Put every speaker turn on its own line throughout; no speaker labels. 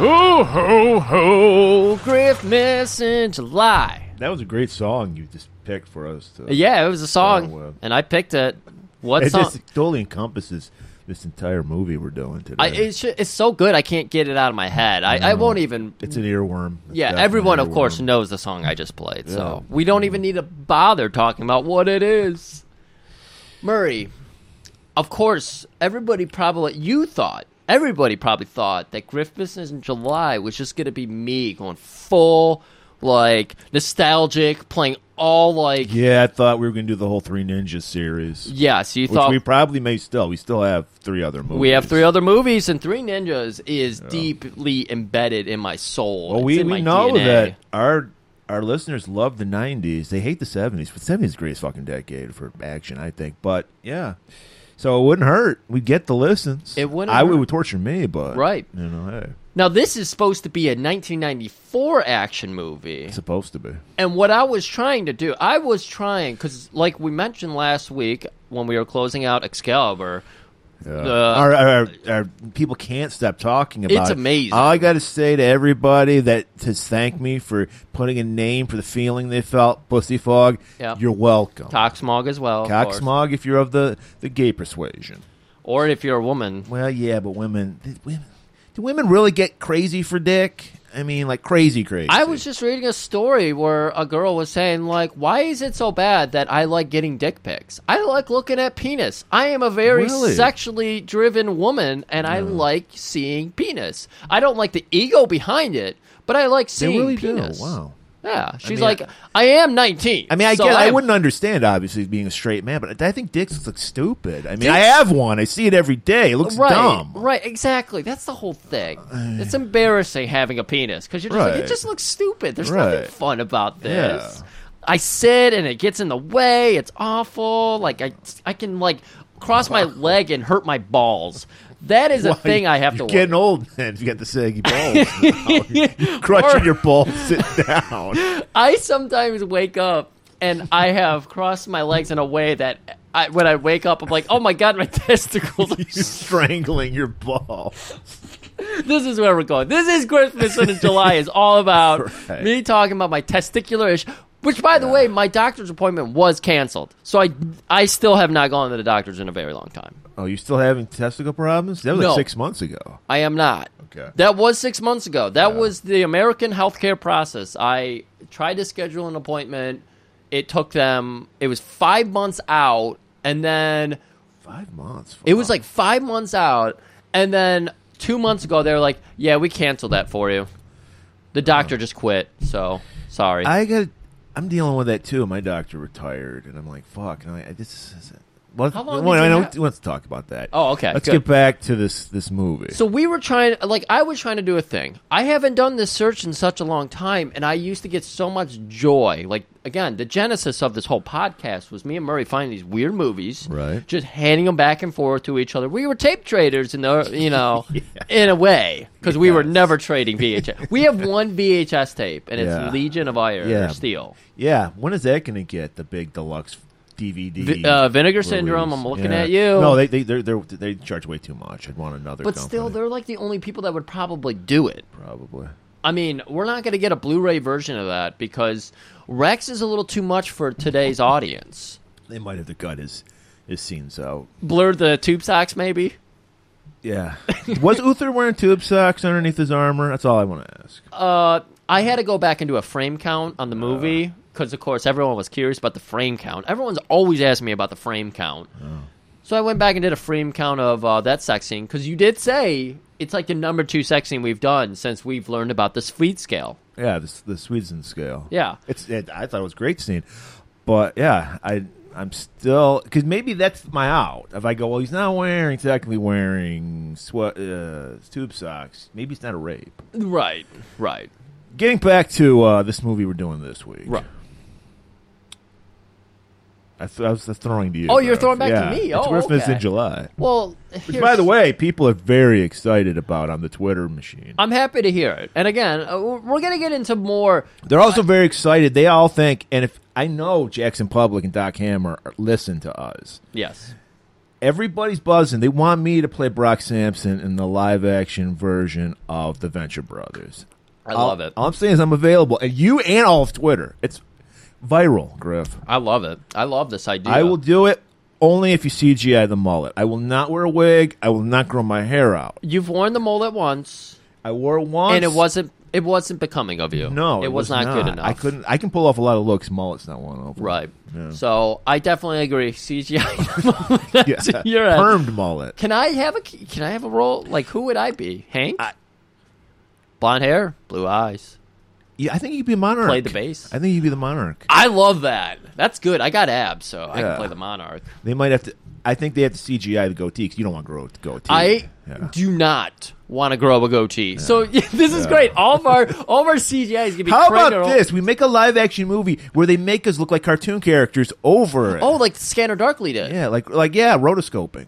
Ho, ho, ho, Christmas in July.
That was a great song you just picked for us. To,
Yeah, it was a song,
So, uh,
and I picked it. What
it
song?
just totally encompasses this entire movie we're doing today.
I, it's, ju- it's so good, I can't get it out of my head. I, I won't even.
it's an earworm. It's
Yeah,
definitely
everyone,
an
of course,
earworm.
knows the song I just played, so
Yeah.
we don't even need to bother talking about what it is. Murray, of course, everybody probably. You thought. Everybody probably thought that Christmas in July was just going to be me going full, like, nostalgic, playing all, like.
Yeah, I thought we were going to do the whole Three Ninjas series,
Yes, you
which
thought.
we probably may still. We still have three other movies.
We have three other movies, and Three Ninjas is deeply embedded in my soul.
Well,
It's
we,
in
we
my
know
DNA.
that our our listeners love the '90s. They hate the '70s, but '70s is the greatest fucking decade for action, I think. But yeah, so it wouldn't hurt. We'd get the listens.
It wouldn't
I would-
hurt.
would torture me, but
Right.
You know, hey,
Now, this is supposed to be a 1994 action movie.
it's supposed to be.
And what I was trying to do, I was trying, because, like we mentioned last week when we were closing out Excalibur,
Yeah.
Uh,
our, our, our, our people can't stop talking about
It's
it.
amazing.
All I got to say to everybody that has thanked me for putting a name for the feeling they felt, Pussy Fog,
Yep.
you're welcome.
Cocksmog as well. of
Cock
course.
smog if you're of the, the gay persuasion.
Or if you're a woman.
Well, yeah, but women, th- women, do women really get crazy for dick? I mean, like crazy, crazy.
I was just reading a story where a girl was saying, like, why is it so bad that I like getting dick pics? I like looking at penis. I am a very
Really?
sexually driven woman, and I like seeing penis. I don't like the ego behind it, but I like
they
seeing
really
penis.
do. Wow.
Yeah, she's
mean,
like,
I-
I, am 19.
I mean, I
so
get. I,
am-
wouldn't understand, obviously, being a straight man, but I think dicks look stupid. I mean, I
Dicks-
have one. I see it every day. It looks
Right,
dumb.
right, exactly. That's the whole thing. It's embarrassing having a penis because you're just like,
Right.
it just looks stupid. There's
Right.
nothing fun about this.
Yeah.
I sit and it gets in the way. It's awful. Like I, I can like cross my leg and hurt my balls. That is a
Well,
thing I have
you're
to.
Getting
worry.
old, man. You got the saggy balls. now. You're crushing
Or-
your balls. Sit down.
I sometimes wake up and I have crossed my legs in a way that. I, when I wake up, I'm like, "Oh my god, my testicles! are
You're strangling your ball.
this is where we're going. This is Christmas in July is all about
Right.
me talking about my testicular ish. Which, by the way, my doctor's appointment was canceled, so I I still have not gone to the doctor's in a very long time.
Oh, you still having testicle problems? That was
No.
like six months ago.
I am not.
Okay.
That was six months ago. That was the American healthcare process. I tried to schedule an appointment. It took them. It was five months out, and then
Five months.
It was like five months out, and then two months ago they were like, "Yeah, we canceled that for you." The doctor just quit, so sorry.
I got. I'm dealing with that too. My doctor retired, and I'm like, fuck. And I, I this is. Well,
How long
well,
did
I
you
don't,
have-
let's talk about that.
Oh, okay,
Let's
good.
get back to this this movie.
so we were trying, like, I was trying to do a thing. I haven't done this search in such a long time, and I used to get so much joy. Like, again, the genesis of this whole podcast was me and Murray finding these weird movies,
Right.
Just handing them back and forth to each other. We were tape traders, in the, you know, in a way, because we were
Yes.
never trading VHS. we have one VHS tape, and it's
Yeah.
Legion of Iron
Yeah.
or Steel.
yeah, when is that going to get the big deluxe DVD?
Vi- uh, Vinegar
release?
Syndrome, I'm looking
Yeah.
at you.
No, they they they're, they're, they charge way too much. I'd want another.
But still,
company.
they're like the only people that would probably do it.
probably.
I mean, we're not going to get a Blu ray version of that because Rex is a little too much for today's audience.
They might have to cut his his scenes out.
Blur the tube socks, maybe?
Yeah. Was Uther wearing tube socks underneath his armor? That's all I want to ask.
Uh, I had to go back and do a frame count on the movie because, of course, everyone was curious about the frame count. Everyone's always asking me about the frame count. So I went back and did a frame count of uh, that sex scene because you did say it's like the number two sex scene we've done since we've learned about the speed scale.
Yeah, the, the Sweden scale.
Yeah.
it's. It, I thought it was a great scene, but yeah, I I'm still because maybe that's my out. If I go, well, he's not wearing technically wearing sweat uh, tube socks. Maybe it's not a rape.
Right, right.
Getting back to uh, this movie we're doing this week.
Right.
I, th- I was throwing to you.
Oh, you're
bro.
throwing back to
Yeah.
me.
It's
Oh,
Christmas
okay.
in July.
Well,
Which,
here's-
by the way, people are very excited about on the Twitter machine.
I'm happy to hear it. And again, uh, we're we're gonna get into more.
They're also very excited. They all think, and if I know Jackson Public and Doc Hammer are- listen to us,
Yes,
Everybody's buzzing. They want me to play Brock Sampson in the live action version of the Venture Brothers.
I love it.
All I'm saying is I'm available, and you and all of Twitter. It's viral, Griff.
I love it. I love this idea.
I will do it only if you CGI the mullet. I will not wear a wig. I will not grow my hair out.
You've worn the mullet once,
I wore it once,
and it wasn't it wasn't becoming of you.
no.
it, was, not, good enough.
I couldn't. I can pull off a lot of looks. Mullet's not one of them.
Right.
Yeah.
So I definitely agree. CGI. the
Yeah.
mullet. That's- You're a-
Permed mullet.
Can I have a Can I have a role? Like who would I be? Hank. Blonde hair, blue eyes.
Yeah, I think you'd be a monarch.
Play the bass.
I think you'd be the monarch.
I love that. That's good. I got abs, so I
Yeah.
can play the monarch.
They might have to. I think they have to CGI the goatee because you don't want to grow a goatee.
I
Yeah.
do not want to grow a goatee. So this is great. All of our all of our CGI is gonna be.
How
cranked
about
all-
this? We make a live action movie where they make us look like cartoon characters over it.
Oh, like Scanner Darkly did. Yeah,
yeah, like like yeah, rotoscoping.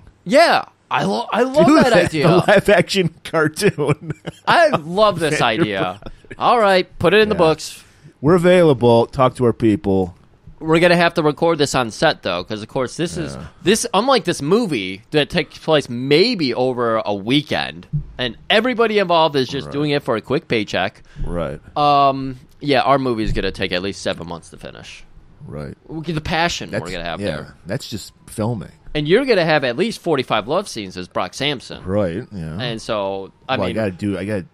I love I love
Do
that, idea.
A live action cartoon.
I love this idea. All right, put it in the
Yeah.
books.
We're available. Talk to our people.
We're gonna have to record this on set though, because of course this is this unlike this movie that takes place maybe over a weekend, and everybody involved is just doing it for a quick paycheck.
Right.
Um, yeah, our movie is gonna take at least seven months to finish.
right.
We'll get The passion we're gonna have
yeah,
there,
That's just filming.
and you're gonna have at least forty-five love scenes as Brock Sampson,
Right. Yeah.
and so I
well, I
mean,
gotta do. I gotta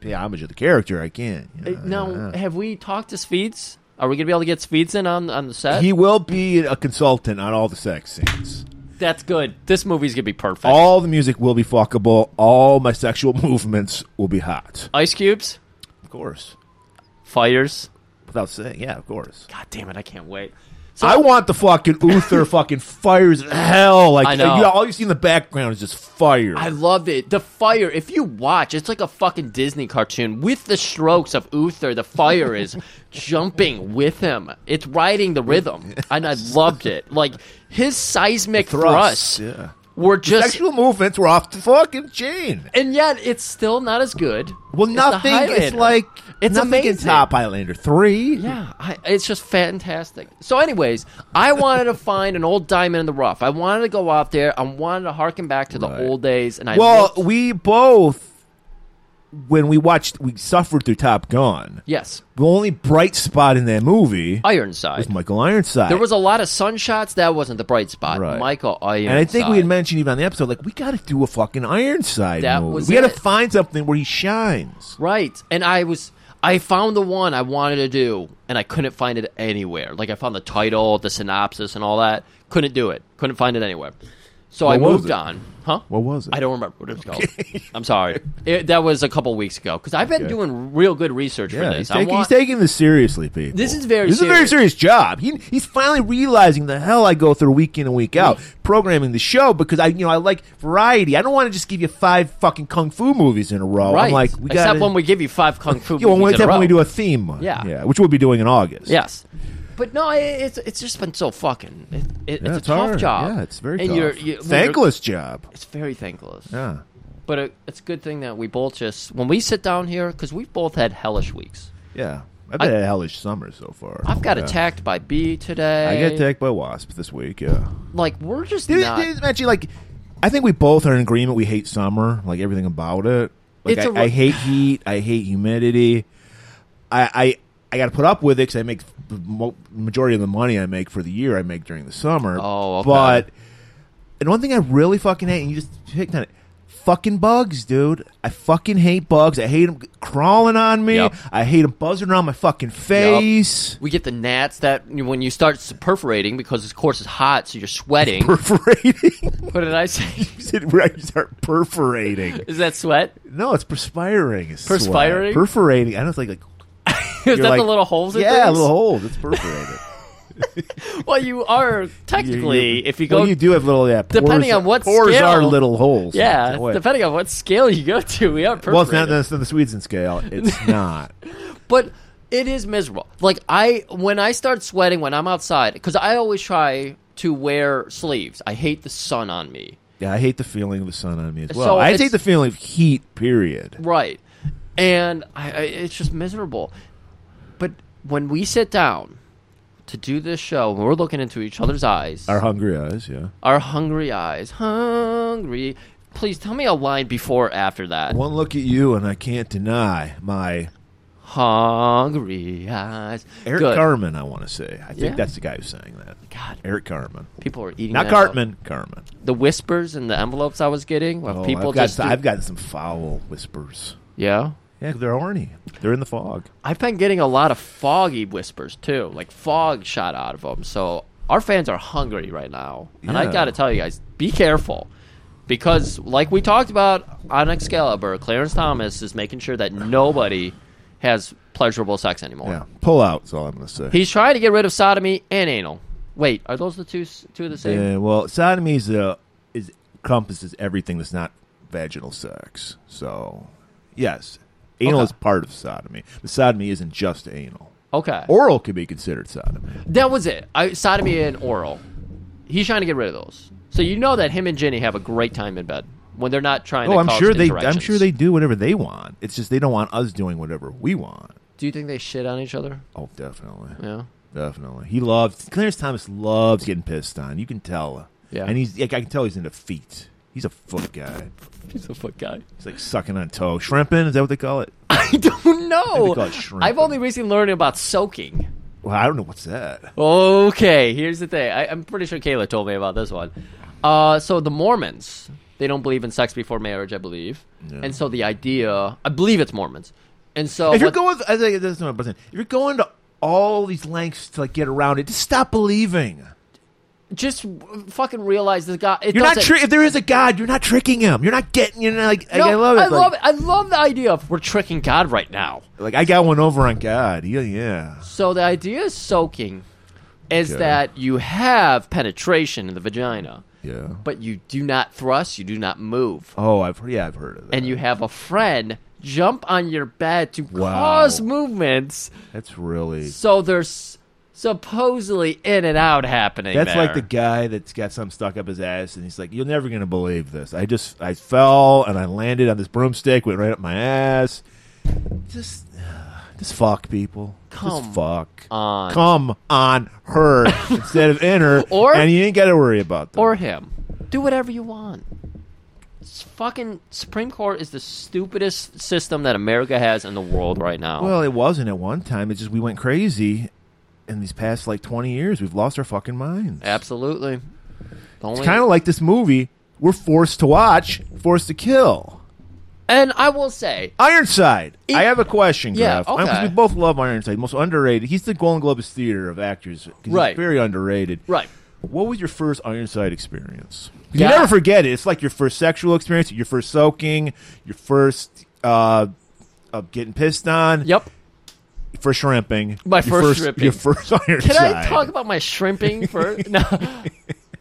pay homage to the character. I can't. you
uh,
know,
now
yeah.
have we talked to Speeds? Are we gonna be able to get Speeds in on on the set?
He will be a consultant on all the sex scenes.
That's good. This movie's gonna be perfect.
All the music will be fuckable. All my sexual movements will be hot.
Ice cubes,
Of course.
fires.
Without saying, yeah, of course.
God damn it, I can't wait.
I want the fucking Uther fucking fires in hell. Like
I know.
you- all you see in the background is just fire.
I loved it. The fire. If you watch, it's like a fucking Disney cartoon with the strokes of Uther. The fire is jumping with him. It's riding the rhythm, and I loved it. Like his seismic
Thrusts,
thrusts,
yeah.
were just,
Sexual movements were off the fucking chain.
and yet it's still not as good. as
Well,
the
nothing. It's
Highlander.
like
It's
nothing
amazing.
can top Highlander three.
Yeah, I, it's just fantastic. So, anyways, I wanted to find an old diamond in the rough. I wanted to go out there. I wanted to harken back to the
Right.
old days, and I
Well,
looked-
we both when we watched, we suffered through Top Gun.
yes,
The only bright spot in that movie
Ironside.
was Michael Ironside.
There was a lot of sunshots. That wasn't the bright spot.
Right.
Michael Ironside.
and I think we had mentioned even on the episode, like we got to do a fucking Ironside
That
movie.
was
we got
it.
to find something where he shines.
right. And I was. I found the one I wanted to do, and I couldn't find it anywhere. Like I found the title, the synopsis, and all that. Couldn't do it. Couldn't find it anywhere. So I
What was
moved
it?
on. Huh?
What was it?
I don't remember what it was called. I'm sorry. It, that was a couple weeks ago because I've been
Okay.
doing real good research
Yeah,
for
he's,
this. I
taking,
want-
he's taking this seriously, people.
This is very
This is a very
serious.
serious job. He, he's finally realizing the hell I go through week in and week out
Mm.
programming the show because I you know I like variety. I don't want to just give you five fucking kung fu movies in a row.
right.
I'm like we
Except
got
when we give you five kung fu.
you know,
movies in a
except when we
row.
do a theme month.
Yeah.
which we'll be doing in August.
Yes. But no, it, it's it's just been so fucking. It, it,
Yeah,
it's, a tough
hard.
job.
Yeah, it's very
and
tough.
You're, you, when you're-
Thankless job.
It's very thankless.
Yeah.
But it, it's a good thing that we both just when we sit down here because we've both had hellish weeks.
Yeah. I've been
I-
a hellish summer so far.
I've got
yeah.
attacked by bee today.
I got attacked by wasp this week. Yeah.
Like we're just
Dude,
not.
dude, imagine like I think we both are in agreement. We hate summer, like everything about it. Like
It's
I
a ro-
I hate heat. I hate humidity. I I, I got to put up with it because I make the mo- majority of the money I make for the year. I make during the summer.
Oh, okay.
but and one thing I really fucking hate, and you just picked on it. Fucking bugs, dude. I fucking hate bugs. I hate them crawling on me.
Yep.
I hate them buzzing around my fucking face.
we get the gnats that when you start perforating because of course it's hot, so you're sweating.
Perforating.
what did I say?
You said where I start perforating.
Is that sweat?
No, it's perspiring. Is sweat.
Perspiring?
perforating. I don't think like
Is that
like-
the little holes? in
yeah,
things?
little holes. It's perforated.
Well, you are
You- you-
technically if you go.
well, you do have little yeah. Pores,
Depending on what
pores
scale-
are little holes.
yeah,
Wait.
depending on what scale you go to, we are perforated.
well, it's not, it's not the Sweden scale. It's not.
but it is miserable. Like I, when I start sweating when I'm outside, because I always try to wear sleeves. I hate the sun on me.
yeah, I hate the feeling of the sun on me as
So
well. I
it's-
hate the feeling of heat. Period.
Right, and I, I it's just miserable. But when we sit down, to do this show, when we're looking into each other's eyes,
Our hungry eyes, yeah.
our hungry eyes, hungry. Please tell me a line before or after that.
One look at you, and I can't deny my
Hungry eyes.
Eric
Good.
Carmen. I want to say. I think
Yeah.
that's the guy who sang that.
God,
Eric Carmen,
people are eating.
not
that up.
Cartman. Carmen.
The whispers and the envelopes I was getting of
Oh,
people
I've, got,
just. do-
I've gotten some foul whispers.
yeah.
Yeah, they're horny. They're in the fog.
I've been getting a lot of foggy whispers too, like fog shot out of them. So our fans are hungry right now, and I
Yeah.
got to tell you guys, be careful, because like we talked about on Excalibur, Clarence Thomas is making sure that nobody has pleasurable sex anymore.
Yeah, pull out. That's all I'm going to say.
He's trying to get rid of sodomy and anal. Wait, are those the two s- two of the same?
Yeah, well, sodomy is, uh, is encompasses everything that's not vaginal sex. So, yes, anal
Okay.
is part of sodomy, but sodomy isn't just anal.
Okay,
Oral could be considered sodomy.
that was it. I, sodomy and oral. He's trying to get rid of those. So you know that him and Jenny have a great time in bed when they're not trying.
Oh,
to
I'm
cause
sure they. I'm
interactions.
sure they do whatever they want. It's just they don't want us doing whatever we want.
Do you think they shit on each other?
Oh, definitely,
Yeah.
definitely. He loves Clarence Thomas. Loves getting pissed on. You can tell.
Yeah.
and he's. Like, I can tell he's into feet. He's a foot guy.
He's a foot guy.
He's like sucking on toe. Shrimping is that what they call it?
I don't
they
know.
call it shrimping.
I've only recently learned about soaking.
Well, I don't know what's that.
Okay, here's the thing. I, I'm pretty sure Kayla told me about this one. Uh, so the Mormons, they don't believe in sex before marriage, I believe.
Yeah.
And so the idea, I believe it's Mormons. And so
if you're
what-
going, I think that's what I'm saying. If you're going to all these lengths to like get around it, just stop believing.
just w- fucking realize this guy. It
You're not.
doesn't-
Tri- if there is a God, you're not tricking him. You're not getting. You know, like
No,
I love it.
I
like,
love it. I love the idea of we're tricking God right now.
Like I got one over on God. Yeah, yeah.
So the idea of soaking is
Okay.
that you have penetration in the vagina.
Yeah.
but you do not thrust, you do not move,
Oh, I've heard. Yeah, I've heard of that.
and you have a friend jump on your bed to
Wow.
cause movements.
that's really.
So there's supposedly in and out happening.
That's like the
there.
guy that's got something stuck up his ass, and he's like, "You're never gonna believe this. I just I fell and I landed on this broomstick, went right up my ass. Just, just fuck people.
Come
just fuck.
on.
Come on her instead of in her,
Or-
and you ain't got to worry about them.
or him. Do whatever you want. It's fucking Supreme Court is the stupidest system that America has in the world right now.
well, it wasn't at one time. It's just we went crazy. In these past like twenty years, we've lost our fucking minds.
Absolutely. The only-
It's kind of like this movie we're forced to watch, forced to kill.
and I will say,
Ironside.
It-
I have a question,
E Yeah,
Graf. I- 'cause
okay.
we both love Ironside. Most underrated. He's the Golden Globus Theater of actors. 'cause he's
Right.
very underrated.
right?
What was your first Ironside experience? 'Cause
Yeah.
You never forget it. It's like your first sexual experience, your first soaking, your first uh, uh, getting pissed on,
Yep.
your first shrimping.
My
your
first shrimping.
Your first Ironside.
Can I talk about my shrimping first? no.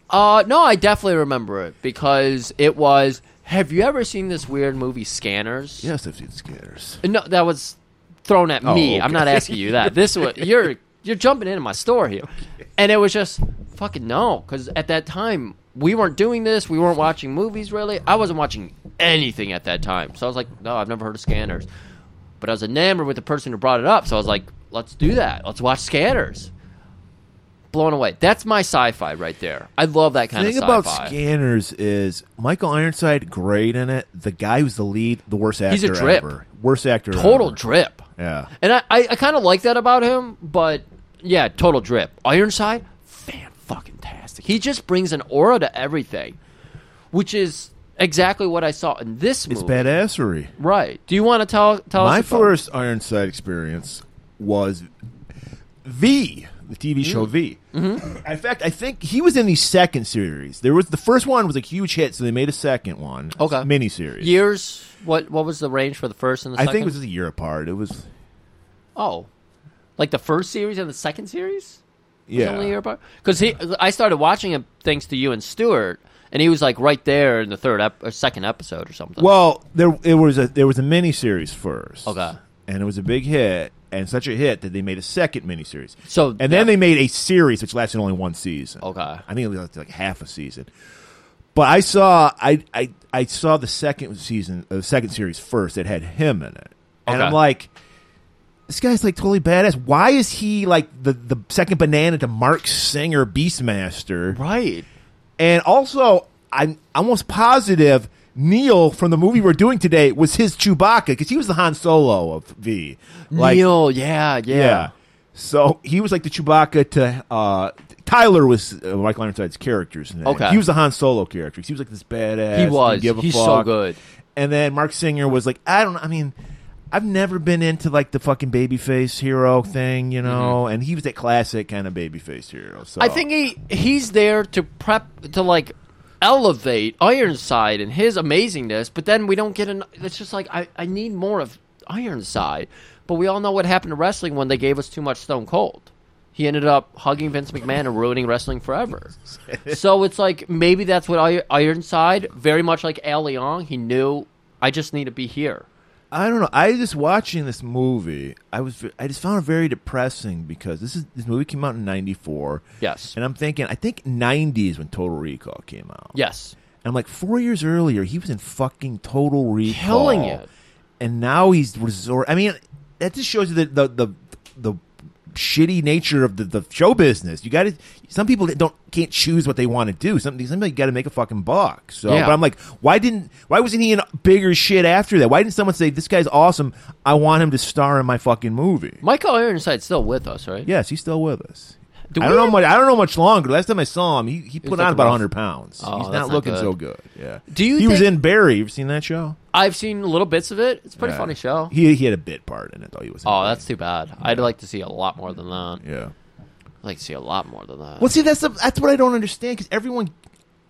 Uh, no, I definitely remember it because it was. Have you ever seen this weird movie, Scanners?
Yes, I've seen Skitters.
No, that was thrown at
Oh,
me. I'm
okay.
not asking you that. This was you're you're jumping into my store here, and it was just fucking no. Because at that time we weren't doing this. We weren't watching movies really. I wasn't watching anything at that time. So I was like, no, I've never heard of Scanners. But I was enamored with the person who brought it up. So I was like, let's do that. Let's watch Scanners. Blown away. That's my sci-fi right there. I love that kind
The thing
of
about
sci-fi.
Scanners is Michael Ironside, great in it. The guy who's the lead, the worst actor
He's a drip.
ever. Worst actor
Total
ever.
drip.
Yeah.
And I, I, I kind of like that about him, but yeah, total drip. Ironside, fan fucking tastic. He just brings an aura to everything, which is exactly what I saw in this movie.
It's badassery.
Right? Do you want to tell tell
My
us? about it?
first Ironside experience was V, the TV show V. Mm-hmm. In fact, I think he was in the second series. There was the first one was a huge hit, so they made a second one,
Okay.
mini series.
years? What what was the range for the first and the
I
second?
think it was a year apart. It was
oh, like the first series and the second series.
yeah.
Because he, I started watching him thanks to you and Stuart, and he was like right there in the third ep- or second episode or something.
Well, there it was a there was a miniseries first.
Okay.
And it was a big hit, and such a hit that they made a second miniseries.
So,
and then
yeah.
they made a series which lasted only one season.
Okay.
I think it lasted like half a season. But I saw I I, I saw the second season, uh, the second series first. It had him in it, and
Okay.
I'm like, this guy's like totally badass. Why is he like the the second banana to Mark Singer Beastmaster?
Right.
And also, I'm almost positive Neil from the movie we're doing today was his Chewbacca because he was the Han Solo of V. Like,
Neil, yeah, yeah.
yeah. So he was like the Chewbacca to uh, Tyler was uh, Michael Ironside's character's name.
Okay.
he was the Han Solo character. He was like this badass.
He was.
didn't Give a
He's so
fuck.
good.
And then Mark Singer was like, I don't. I mean, I've never been into like the fucking babyface hero thing, you know. And he was that classic kind of babyface hero.
Mm-hmm.
So
I think he he's there to prep to like elevate Ironside and his amazingness, but then we don't get an. It's just like I I need more of Ironside, but we all know what happened to wrestling when they gave us too much Stone Cold. He ended up hugging Vince McMahon and ruining wrestling forever. so it's like maybe that's what Ir- Ironside, very much like Al Leong, he knew I just need to be here.
I don't know. I just watching this movie. I was I just found it very depressing because this is this movie came out in '94.
Yes.
And I'm thinking, I think '90 is when Total Recall came out.
Yes.
And I'm like, four years earlier, he was in fucking Total Recall,
Killing it.
and now he's resort. I mean, that just shows you the the the, the shitty nature of the, the show business. You got to some people that don't can't choose what they want to do. Some somebody got to make a fucking buck. So,
Yeah.
but I'm like, why didn't why wasn't he in bigger shit after that? Why didn't someone say this guy's awesome? I want him to star in my fucking movie.
Michael Ironside's still with us, right?
Yes, he's still with us.
Do
I
we
don't know
have-
much. I don't know much longer. Last time I saw him, he, he put on
looking
about
rough.
hundred pounds.
Oh,
He's
that's
not
not
looking
good.
so good. Yeah.
Do you
He was
think-
in Barry. You've seen that show?
I've seen little bits of it. It's a pretty
Yeah.
funny show.
He he had a bit part in it though. He was. in
Oh,
Barry.
that's too bad. I'd like to see a lot more than that.
yeah.
I'd like to see a lot more than that.
Well, see, that's the, that's what I don't understand because everyone,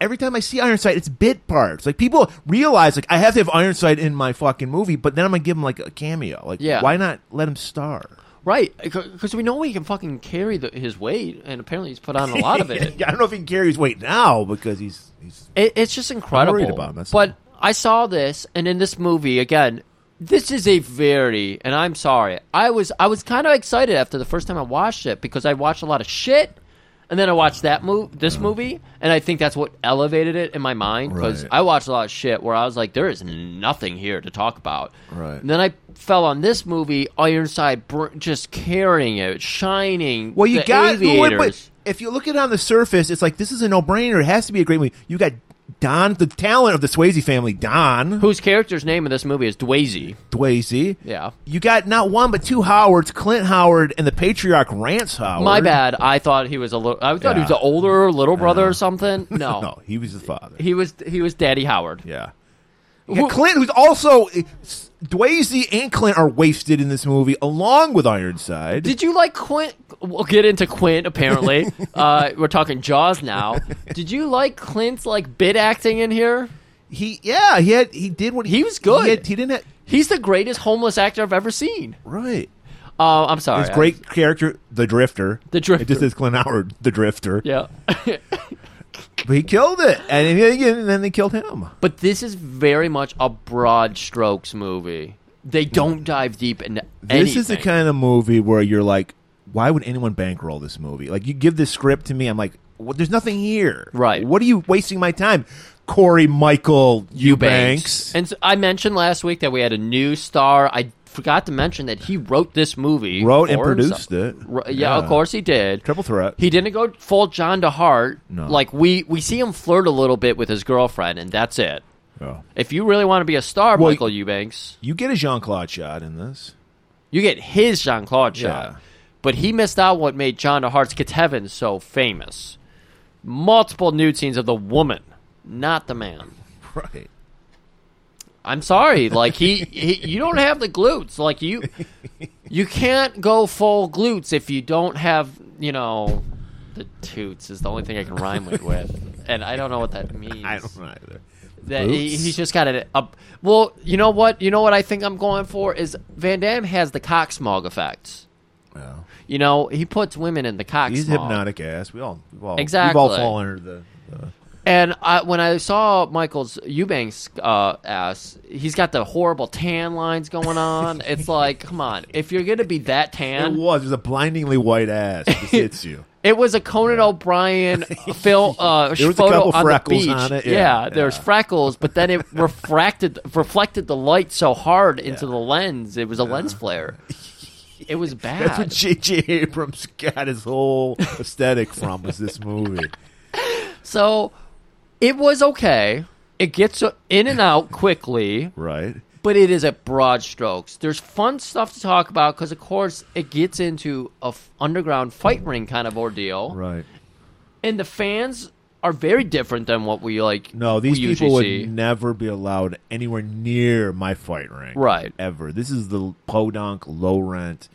every time I see Ironside, it's bit parts. Like people realize, like I have to have Ironside in my fucking movie, but then I'm gonna give him like a cameo. Like,
Yeah.
why not let him star?
right? Because we know he can fucking carry the, his weight, and apparently he's put on a lot of it.
I don't know if he can carry his weight now because he's he's
It, it's just incredible.
about him, that's
but
all.
I saw this, and in this movie again, this is a very. And I'm sorry, I was I was kind of excited after the first time I watched it because I watched a lot of shit, and then I watched that movie,
Mm.
this movie, and I think that's what elevated it in my mind because
Right.
I watched a lot of shit where I was like, there is nothing here to talk about.
Right.
And then I fell on this movie, Ironside, br- just carrying it, shining.
well, you
the
got well, wait,
aviators.
but if you look at it on the surface, it's like this is a no brainer. It has to be a great movie. You got Don, the talent of the Swayze family, Don
whose character's name in this movie is Dwayze.
Swayze.
Yeah.
You got not one but two Howards, Clint Howard and the patriarch Rance Howard.
My bad. I thought he was a little. I thought he was an
Yeah.
older little brother or something. No.
No, he was the father.
he was he was Daddy Howard.
yeah. You got Clint, who's also Dwayze and Clint are wasted in this movie, along with Ironside.
Did you like Quint? We'll get into Quint. Apparently, uh, we're talking Jaws now. Did you like Clint's like bit acting in here?
he, yeah, he had, he did what he,
He was good.
He, had- he didn't have,
He's the greatest homeless actor I've ever seen.
right.
Uh, I'm sorry.
His great character, the Drifter.
The Drifter.
It just is Clint Howard, the Drifter.
Yeah.
But he killed it, and, he- and then they killed him.
but this is very much a broad strokes movie. They don't dive deep into
This is the
anything.
kind of movie where you're like, why would anyone bankroll this movie? Like, you give this script to me, I'm like, well, there's nothing here.
Right.
What are you wasting my time? Corey Michael Eubanks.
And so I mentioned last week that we had a new star. I forgot to mention that he wrote this movie,
Wrote and
for himself.
produced it.
Ro- yeah, of course he did.
Triple threat.
He didn't go full John DeHart.
No.
Like we we see him flirt a little bit with his girlfriend, and that's it.
Oh.
If you really want to be a star,
Well,
Michael Eubanks,
You get a Jean Claude shot in this.
you get his Jean Claude
Yeah.
shot. But he missed out what made John DeHart's Katevin so famous. Multiple nude scenes of the woman, not the man.
Right.
I'm sorry. Like he, he you don't have the glutes. Like you you can't go full glutes if you don't have, you know, the toots is the only thing I can rhyme it with. And I don't know what that means.
I don't know either.
That he,
Glutes?
he's just got it up. Well, you know what? You know what I think I'm going for is Van Damme has the cock smog effect.
Well,
You know, he puts women in the cock
he's
smog.
hypnotic ass. We all, we've all, we've all
Exactly.
fallen under the. the
And I, when I saw Michael's Eubanks uh, ass, he's got the horrible tan lines going on. It's like, come on, if you're gonna be that
it
tan,
was. It was a blindingly white ass. It just hits you.
it was a Conan O'Brien film uh,
There was a
photo
couple
on the
freckles
beach.
on it,
Yeah,
yeah,
there's
yeah.
freckles, but then it refracted reflected the light so hard into the lens, it was a lens flare. it was bad.
That's what J.J. Abrams got his whole aesthetic from was this movie.
so it was okay. It gets uh, in and out quickly,
Right.
but it is at broad strokes. There's fun stuff to talk about because, of course, it gets into a f- underground fight ring kind of ordeal,
Right.
and the fans are very different than what we like.
No, these
we usually
people would
see.
never be allowed anywhere near my fight ring.
Right.
Ever. This is the podunk low rent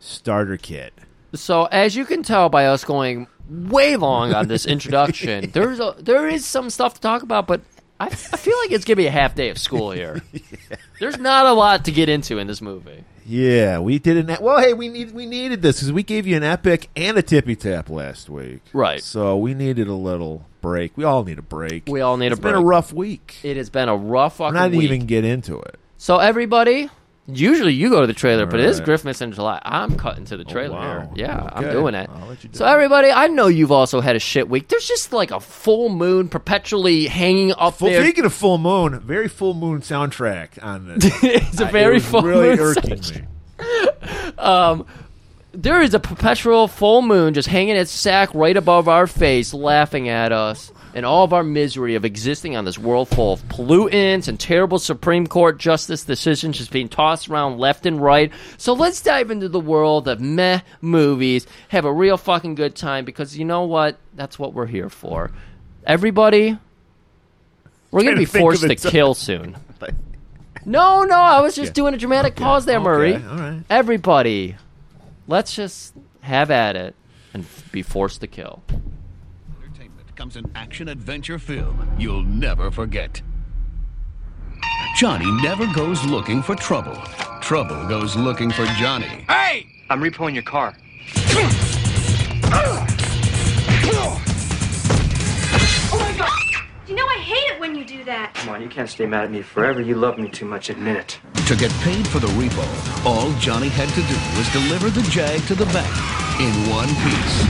starter kit.
So as you can tell by us going way long on this introduction, there's a, there is some stuff to talk about, but I, I feel like it's gonna be a half day of school here. There's not a lot to get into in this movie.
Yeah, we did an. e-, Well, hey, we need we needed this because we gave you an epic and a tippy tap last week.
Right.
So we needed a little break. We all need a break.
We all need
It's
a
been
break.
a rough week.
It has been a rough fucking
I'm not
week.
even get into it.
So everybody, usually you go to the trailer, but it is
Alright.
Griffmas in July. I'm cutting to the trailer
Oh, wow.
here. Yeah, I'm
Okay.
doing it.
I'll let you do
so
it.
everybody, I know you've also had a shit week. There's just like a full moon perpetually hanging up
Full,
there.
speaking of full moon, very full moon soundtrack on this.
it's a
Uh, It
very
was
full
really
moon.
irking me.
there is a perpetual full moon just hanging its sack right above our face, laughing at us and all of our misery of existing on this world full of pollutants and terrible Supreme Court justice decisions just being tossed around left and right. So let's dive into the world of meh movies, have a real fucking good time because you know what? That's what we're here for. Everybody, we're going to be
Trying to think
forced
of
to
a time.
kill soon.
Like,
No, no, I was just doing a dramatic pause there,
Okay,
Murray.
all right.
Everybody, let's just have at it and f- be forced to kill.
Entertainment comes an action adventure film you'll never forget. Johnny never goes looking for trouble. Trouble goes looking for Johnny.
Hey! I'm repoing your car.
You know I hate it when you do that.
Come on, you can't stay mad at me forever. You love me too much, admit it.
To get paid for the repo, all Johnny had to do was deliver the jag to the bank in one piece.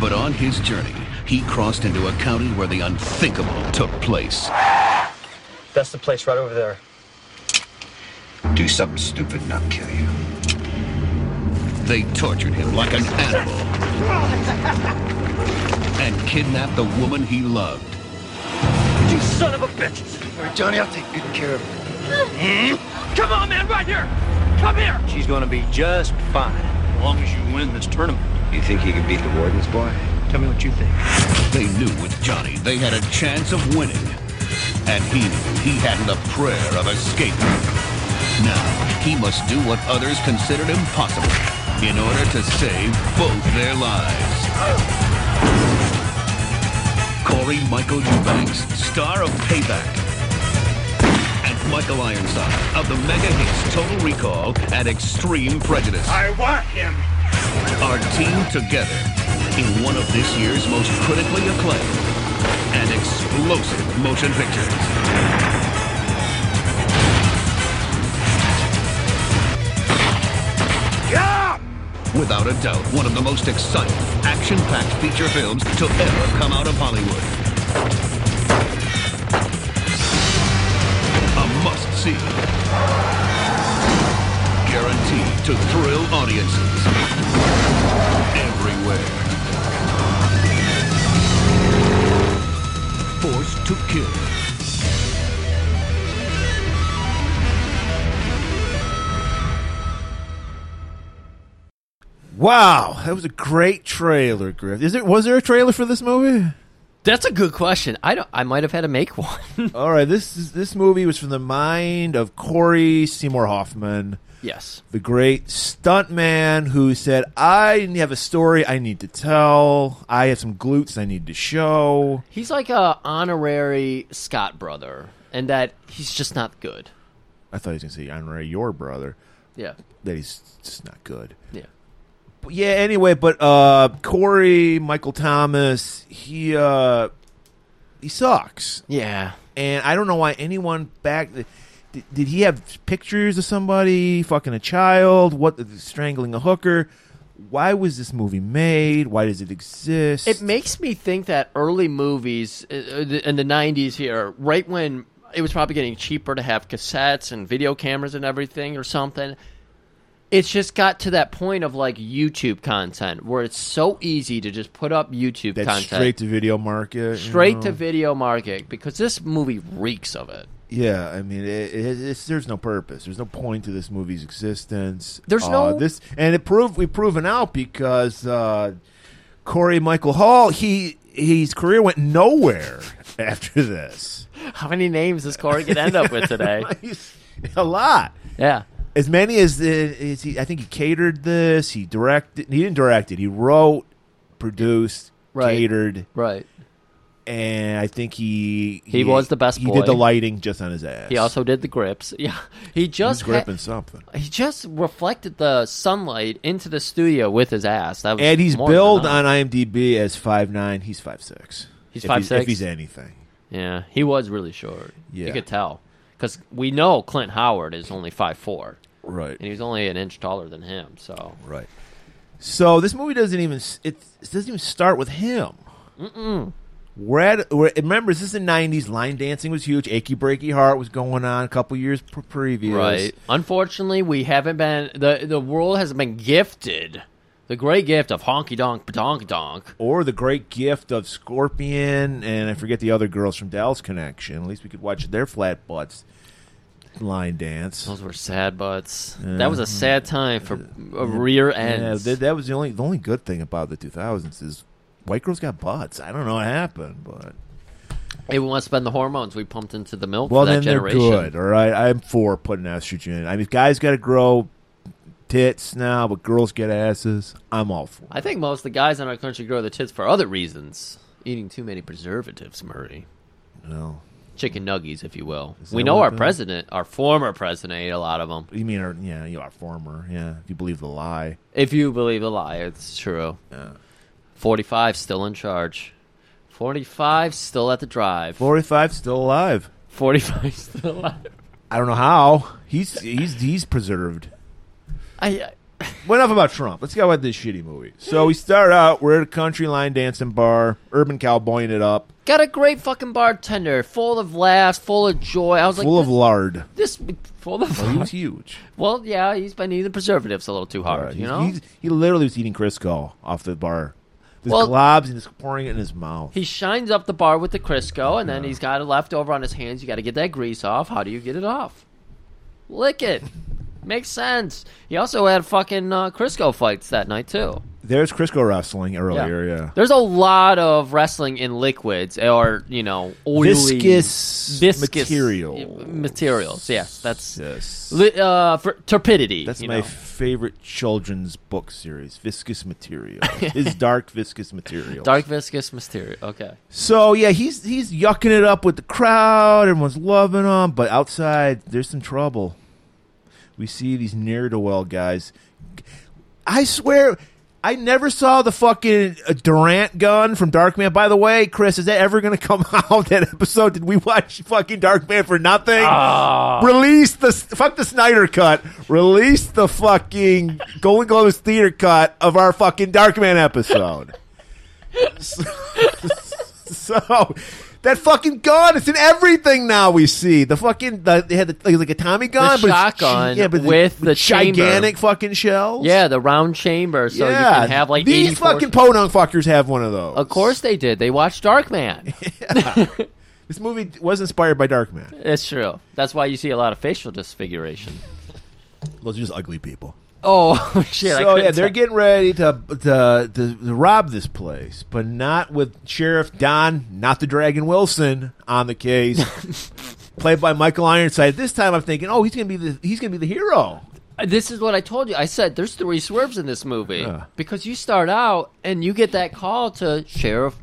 But on his journey, he crossed into a county where the unthinkable took place.
That's the place right over there.
Do something stupid and I'll kill you.
They tortured him like an animal and kidnapped the woman he loved.
You son of a bitch!
All right, Johnny, I'll take good care of you.
Come on, man, right here! Come here! She's gonna be just fine. As long as you win this tournament.
You think you can beat the warden's boy?
Tell me what you think.
They knew with Johnny they had a chance of winning. And he knew he hadn't a prayer of escape. Now, he must do what others considered impossible in order to save both their lives. Corey Michael Eubanks, star of Payback. And Michael Ironside of the mega hits Total Recall and Extreme Prejudice
I want him.
are teamed together in one of this year's most critically acclaimed and explosive motion pictures. Without a doubt, one of the most exciting, action-packed feature films to ever come out of Hollywood. A must-see. Guaranteed to thrill audiences everywhere. Forced to kill.
Wow, that was a great trailer, Griff. Is there was there a trailer for this movie?
That's a good question. I don't. I might have had to make one.
All right, this is, this movie was from the mind of Corey Seymour Hoffman,
yes.
the great stuntman who said, "I have a story I need to tell. I have some glutes I need to show."
He's like a honorary Scott brother, and that he's just not good.
I thought he was going to say honorary your brother.
Yeah.
That he's just not good.
Yeah.
But yeah, anyway, but uh Corey Michael Thomas, he uh he sucks.
Yeah.
and I don't know why anyone back. Did, did he have pictures of somebody fucking a child? What strangling a hooker? Why was this movie made? Why does it exist?
It makes me think that early movies uh, uh, th- in the 90s here, right when it was probably getting cheaper to have cassettes and video cameras and everything or something, it's just got to that point of like YouTube content where it's so easy to just put up YouTube
That
content
straight to video market. you
straight to
know?
video market because this movie reeks of it.
Yeah, I mean, it, it, it's, there's no purpose. There's no point to this movie's existence.
There's
Uh,
no-
this, and it proved we've proven out because uh, Corey Michael Hall he his career went nowhere after this.
How many names is Corey gonna end up with today?
He's- a lot.
Yeah.
As many as, the, as he, I think he catered this. He directed. He didn't direct it. He wrote, produced,
Right.
catered,
Right.
and I think he
He was the best
He
boy.
did the lighting just on his ass.
He also did the grips. Yeah. He
was
just ha-
gripping something.
he just reflected the sunlight into the studio with his ass. That was
And he's
more than
billed
enough.
on IMDb as five nine. He's five six.
He's 5'6"?
If he's anything,
Yeah, he was really short.
Yeah.
You could tell because we know Clint Howard is only five four,
right,
and he's only an inch taller than him. So
right. So this movie doesn't even s- it, it doesn't even start with him. Mm-mm. We're at we're, remember this is the nineties. Line dancing was huge. Achy breaky heart was going on a couple years pre- previous.
right. Unfortunately, we haven't been the the world hasn't been gifted the great gift of honky donk donk donk.
Or the great gift of Scorpion, and I forget the other girls from Dallas Connection. At least we could watch their flat butts line dance.
Those were sad butts. That was a sad time for a rear
Yeah,
ends.
that, that was the only the only good thing about the 2000s is white girls got butts. I don't know what happened, but
It must have been the hormones we pumped into the milk
well,
for that
then
generation.
they're good. All right, I'm for putting estrogen. in. I mean, guys got to grow tits now, but girls get asses. I'm all for.
I
it.
think most of the guys in our country grow their tits for other reasons. Eating too many preservatives, Murray.
No,
Chicken nuggies, if you will.
Is
We
that
know
what
our
it is?
president, our former president, ate a lot of them.
you mean our yeah, you are former yeah. If you believe the lie,
If you believe the lie, it's true. 45 still in charge. 45 still at the drive.
45 still alive.
45 still alive.
I don't know how he's he's he's preserved.
I, I,
Well, enough about Trump. Let's go about this shitty movie. So we start out. We're at a country line dancing bar. Urban cowboying it up.
got a great fucking bartender, full of laughs, full of joy. I was
full
like,
of lard.
this, this full of.
He was huge.
Well, yeah, he's been eating the preservatives a little too hard,
He's-
you know.
he's- he literally was eating Crisco off the bar. This
Well-
globs and just pouring it in his mouth.
He shines up the bar with the Crisco, and then he's got it left over on his hands. You got to get that grease off. How do you get it off? Lick it. Makes sense. He also had fucking uh, Crisco fights that night too.
There's Crisco wrestling earlier. Oh, Yeah,
There's a lot of wrestling in liquids or you know oily
Viscous material.
materials. Yes, that's
Yes.
li- uh, for torpidity.
That's
you
my
know.
favorite children's book series, Viscous Material. His dark viscous material.
dark viscous material. Okay.
So yeah, he's he's yucking it up with the crowd. Everyone's loving him, but outside there's some trouble. We see these near to well guys. I swear, I never saw the fucking uh, Durant gun from Darkman. By the way, Chris, is that ever going to come out? That episode? Did we watch fucking Darkman for nothing?
Ah.
Release the fuck the Snyder cut. Release the fucking Golden Globes theater cut of our fucking Darkman episode. So that fucking gun, it's in everything now. We see the fucking the, they had the, like, like a Tommy gun, but it's-
shotgun
it's
with the chamber.
gigantic fucking shells.
Yeah, the round chamber, so
Yeah.
you can have like
these
84
fucking podunk fuckers have one of those.
Of course they did. They watched Darkman.
this movie was inspired by Darkman.
That's true. That's why you see a lot of facial disfiguration.
Those are just ugly people.
Oh shit! I
so
couldn't
yeah, they're
tell.
getting ready to, to to to rob this place, but not with Sheriff Don, not the Dragon Wilson, on the case. Played by Michael Ironside. This time, I'm thinking, oh, he's gonna be the he's gonna be the hero.
This is what I told you. I said there's three swerves in this movie
Yeah.
because you start out and you get that call to Sheriff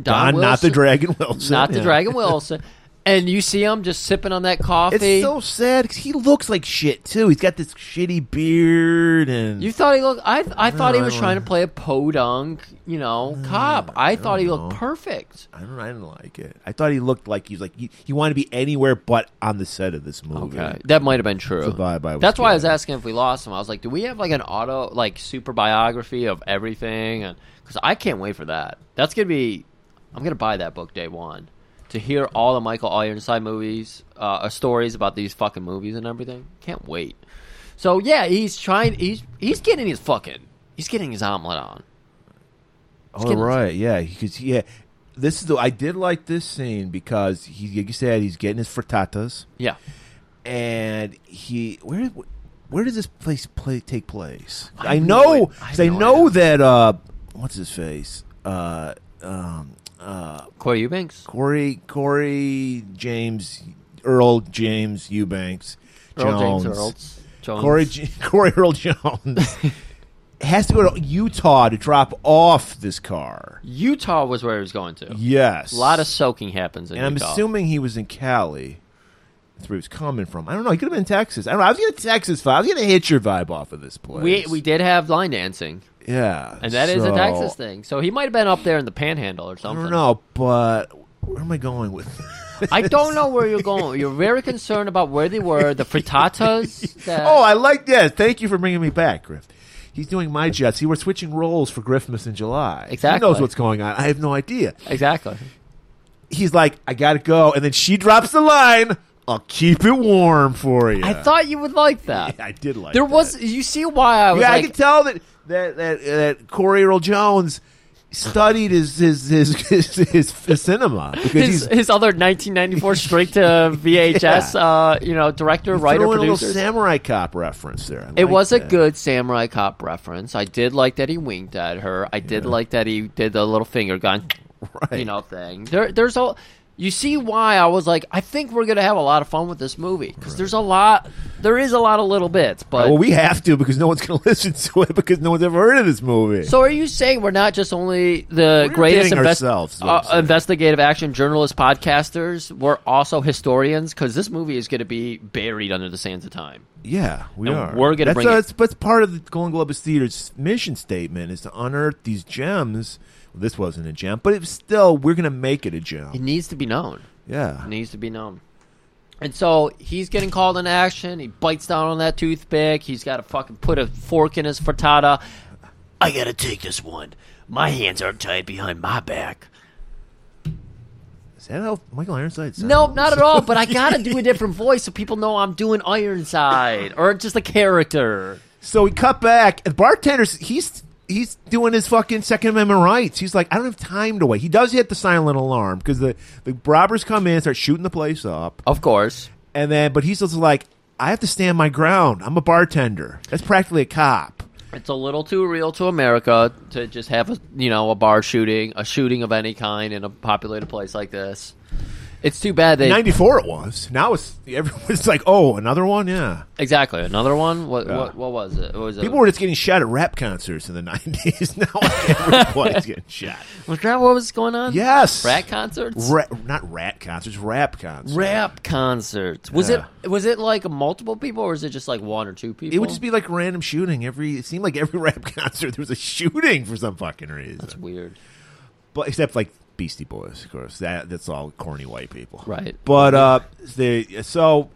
Don,
Don, not the
Wilson-
Dragon Wilson.
not the
Yeah.
Dragon Wilson, and you see him just sipping on that coffee.
It's so sad because he looks like shit too. He's got this shitty beard and
you thought he looked. I I thought he
I
was
don't
trying
know. Mm,
to play a podunk, you know, cop. I thought he looked perfect.
I don't. I didn't like it. I thought he looked like he's like he, he wanted to be anywhere but on the set of this movie.
Okay, that might have been true.
That's the vibe I was
That's why I was
getting.
asking if we lost him. I was like, do we have like an auto, like super biography of everything? And because I can't wait for that. That's gonna be. I'm gonna buy that book day one to hear all the Michael Ironside movies, uh, uh, stories about these fucking movies and everything. Can't wait. So yeah, he's trying. He's he's getting his fucking. He's getting his omelet on.
All
getting-
Oh, right, yeah, because yeah, this is the I did like this scene because he, like you said, he's getting his frittatas,
Yeah,
and he where where does this place play take place?
I
I,
know
know,
it. I
'cause I
know
know,
it.
that uh, what's his face, uh, um, uh,
Corey Eubanks.
Corey Corey James Earl James Eubanks
Earl James
Jones.
Earl Jones.
Corey, J- Corey Earl Jones has to go to Utah to drop off this car.
Utah was where he was going to.
Yes.
A lot of soaking happens in
And I'm
Utah.
assuming he was in Cali. That's where he was coming from. I don't know. He could have been in Texas. I don't know. I was getting a Texas vibe. I was getting a Hitcher vibe off of this place.
we we did have line dancing,
Yeah.
and that is
so,
a Texas thing. So he might have been up there in the Panhandle or
I
something.
don't know, but where am I going with this?
I don't know where you're going. You're very concerned about where they were, the frittatas. That,
Oh, I like that. Thank you for bringing me back, Griff. He's doing my job. See, we're switching roles for Griffmas in July.
Exactly.
He knows what's going on. I have no idea.
exactly.
he's like, I gotta go, and then she drops the line. I'll keep it warm for you.
I thought you would like that.
I did like.
there
that.
was. You see why I was
Yeah, I
like,
could tell that that that, that Corey Earl Jones studied his his his his, his, his cinema because
his,
he's
his other 1994 straight to VHS, uh, you know, director, writer,
throwing a little
producer.
samurai cop reference there. I
it
like
was a
that.
good Samurai Cop reference. I did like that he winked at her. I did like that he did the little finger gun,
Right.
you know, thing. There, there's all. You see why I was like, I think we're gonna have a lot of fun with this movie because there's a lot. There is a lot of little bits, but
Well, we have to because no one's going to listen to it because no one's ever heard of this movie.
So are you saying we're not just only the
We're
greatest
dating
invest-
ourselves, is what I'm
uh,
saying.
investigative action journalist podcasters? We're also historians because this movie is going to be buried under the sands of time.
Yeah, we
And
are.
we're gonna
that's
bring it-
that's, that's part of the Golden Globus Theater's mission statement is to unearth these gems. Well, this wasn't a gem, but it's still we're gonna make it a
It
gem.
needs to be known.
Yeah,
It needs to be known. And so he's getting called into action. He bites down on that toothpick. He's got to fucking put a fork in his frittata. I gotta take this one. My hands aren't tied behind my back.
is that how Michael Ironside? Sounds?
Nope, not at all. But I gotta do a different voice so people know I'm doing Ironside or just a character.
So we cut back, and bartender's he's he's doing his fucking Second Amendment rights. He's like, I don't have time to wait. He does hit the silent alarm because the the robbers come in, start shooting the place up,
Of course.
and then but he's also like, I have to stand my ground. I'm a bartender. That's practically a cop.
It's a little too real to America to just have a you know a bar shooting, a shooting of any kind in a populated place like this. It's too bad they
94 it was. Now it's everyone's like, oh, another one? Yeah.
exactly another one. What
Yeah.
what, what was it? What was it?
People were just getting shot at rap concerts in the 90s. Now everybody's getting shot.
was that what was going on?
Yes.
rat concerts.
Ra- not rat concerts, rap concerts.
Rap concerts. Was
Yeah.
it was it like multiple people or is it just like one or two people?
It would just be like random shooting. Every It seemed like every rap concert there was a shooting for some fucking reason.
That's weird.
but except like Beastie Boys, of course. That that's all corny white people,
Right.
But uh, they so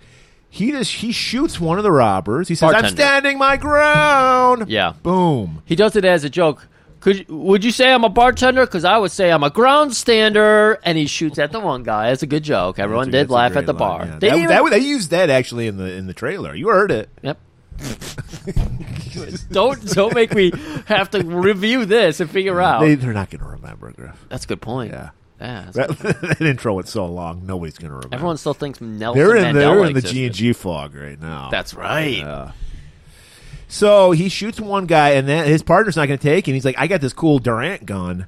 he just he shoots one of the robbers. He says, "I'm
Bartender.
standing my ground."
Yeah.
boom.
He does it as a joke. Could you- would you say I'm a bartender? Because I would say I'm a ground stander. And he shoots at the one guy. It's a good joke. Everyone
That's a-
did
that's a
laugh
great
at the
line,
bar.
yeah.
They
That,
even-
that- they used that actually in the in the trailer. You heard it.
Yep. don't don't make me have to review this and figure out.
They, they're not going to remember, Griff.
that's a good point.
Yeah.
Yeah, that's-
That, that intro went so long, nobody's going to remember.
everyone still thinks Nelson
they're in
Mandela
they're in the
existed.
G and G fog right now.
That's right.
Yeah. So he shoots one guy, and then his partner's not going to take him. He's like, "I got this cool Durant gun.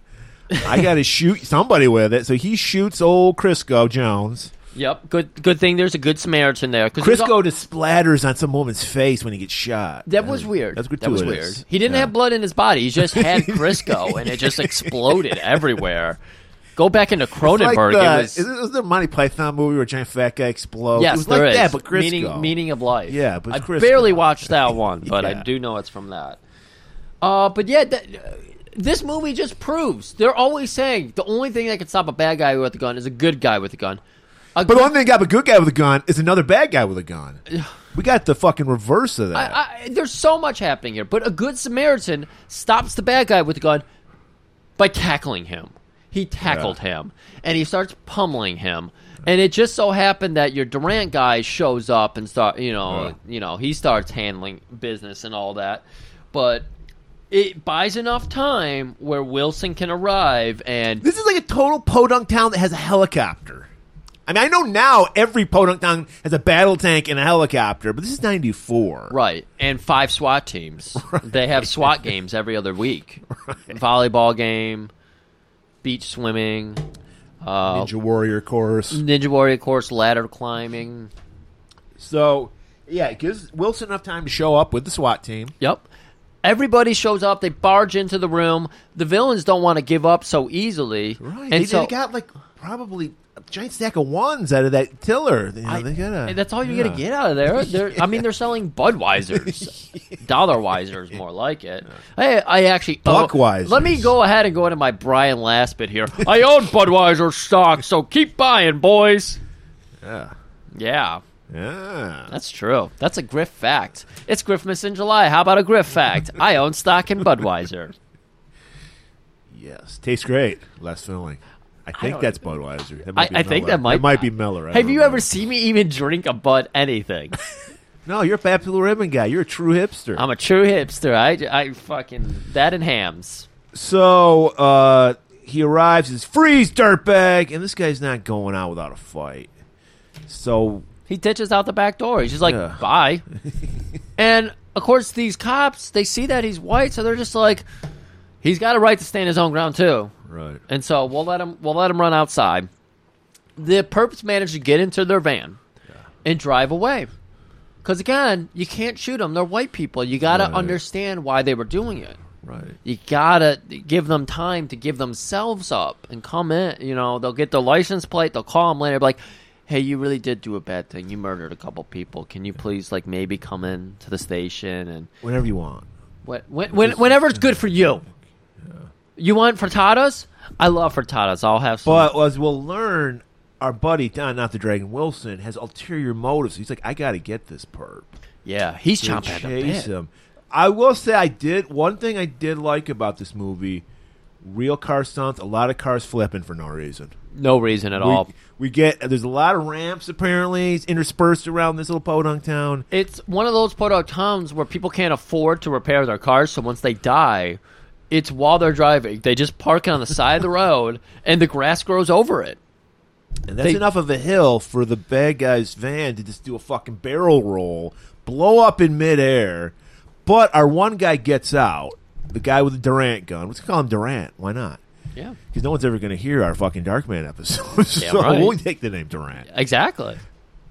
I got to shoot somebody with it." So he shoots old Crisco Jones.
Yep. Good good thing there's a good Samaritan there. 'cause there's
Crisco
al-
just splatters on some woman's face when he gets shot.
that was weird.
That's
that was
gratuitous.
weird. He didn't
Yeah.
have blood in his body. He just had Crisco, and it just exploded everywhere. Go back into
Like
Cronenberg.
the,
it was,
is, is there a Monty Python movie where a giant fat guy explodes?
Yes,
it was
there
like
is.
that, but Crisco.
Meaning, meaning of life.
Yeah, but
I
Crisco.
barely watched that one, but I
Yeah.
do know it's from that. Uh, but yeah, that, this movie just proves they're always saying the only thing that can stop a bad guy with a gun is a good guy with a gun. A
But
good-
one thing got a good guy with a gun is another bad guy with a gun. We got the fucking reverse of that.
I, I, there's so much happening here, but a good Samaritan stops the bad guy with the gun by tackling him. He tackled him, and he starts pummeling him, And it just so happened that your Durant guy shows up and start, you know,
Yeah.
you know, he starts handling business and all that. But it buys enough time where Wilson can arrive and
This is like a total podunk town that has a helicopter. I mean, I know now every podunk town has a battle tank and a helicopter, but this is 94.
right and five SWAT teams. They have SWAT games every other week. Volleyball game, beach swimming,
Ninja Warrior course.
ninja warrior course, ladder climbing.
So, yeah, it gives Wilson enough time to show up with the SWAT team.
Yep. Everybody shows up. They barge into the room. The villains don't want to give up so easily.
Right.
And
they,
so
they got like probably a giant stack of ones out of that tiller. You know,
I-
they gotta,
Hey, that's all you're
yeah.
gonna get out of there. They're, I mean, they're selling Budweisers, Dollarweisers, more like it. I, I actually oh,
Buckweisers.
Let me go ahead and go into my Brian Last bit here. I own Budweiser stock, so keep buying, boys. Yeah,
Yeah.
that's true. That's a Griff fact. It's Griffmas in July. How about a Griff fact? I own stock in Budweiser.
Yes. Tastes great. Less filling. I think
don't-
that's Budweiser. That
I,
might be
I think
Miller.
that might
It might be Miller. I
Have
don't
you
know.
ever seen me even drink a Bud anything?
No, you're a Fab Blue Ribbon guy. You're a true hipster.
I'm a true hipster. I, I fucking that and hams.
So uh, he arrives, says, freeze, dirtbag! And this guy's not going out without a fight. So,
He ditches out the back door. He's just like,
Yeah.
bye. and of course, these cops they see that he's white, so they're just like, he's got a right to stand his own ground too.
right.
And so we'll let him we'll let him run outside. The perps manage to get into their van and drive away. Because again, you can't shoot them. They're white people. You got to
Right.
understand why they were doing it.
Right.
you gotta give them time to give themselves up and come in. You know, they'll get their license plate. They'll call them later, be like, "Hey, you really did do a bad thing. You murdered a couple people. Can you please, like, maybe come in to the station and
Whenever you want.
when, when, when, whenever it's good for you. You want frittatas? I love frittatas. I'll have some.
But as we'll learn, our buddy, Don, not the Dragon Wilson, has ulterior motives. He's like, I got to get this perp.
yeah, he's
to
chomping at the
chase
bit.
him. I will say I did one thing I did like about this movie: real car stunts, a lot of cars flipping for no reason.
No reason at
We,
all.
we get there's a lot of ramps apparently interspersed around this little podunk town.
It's one of those photo towns where people can't afford to repair their cars, so once they die, it's while they're driving. They just park it on the side of the road, and the grass grows over it.
And that's
They-
enough of a hill for the bad guy's van to just do a fucking barrel roll, blow up in midair. But our one guy gets out, the guy with the Durant gun. Let's call him Durant. Why not?
Yeah,
Because no one's ever going to hear our fucking Darkman episode.
Damn
so
right.
we'll take the name Durant.
exactly.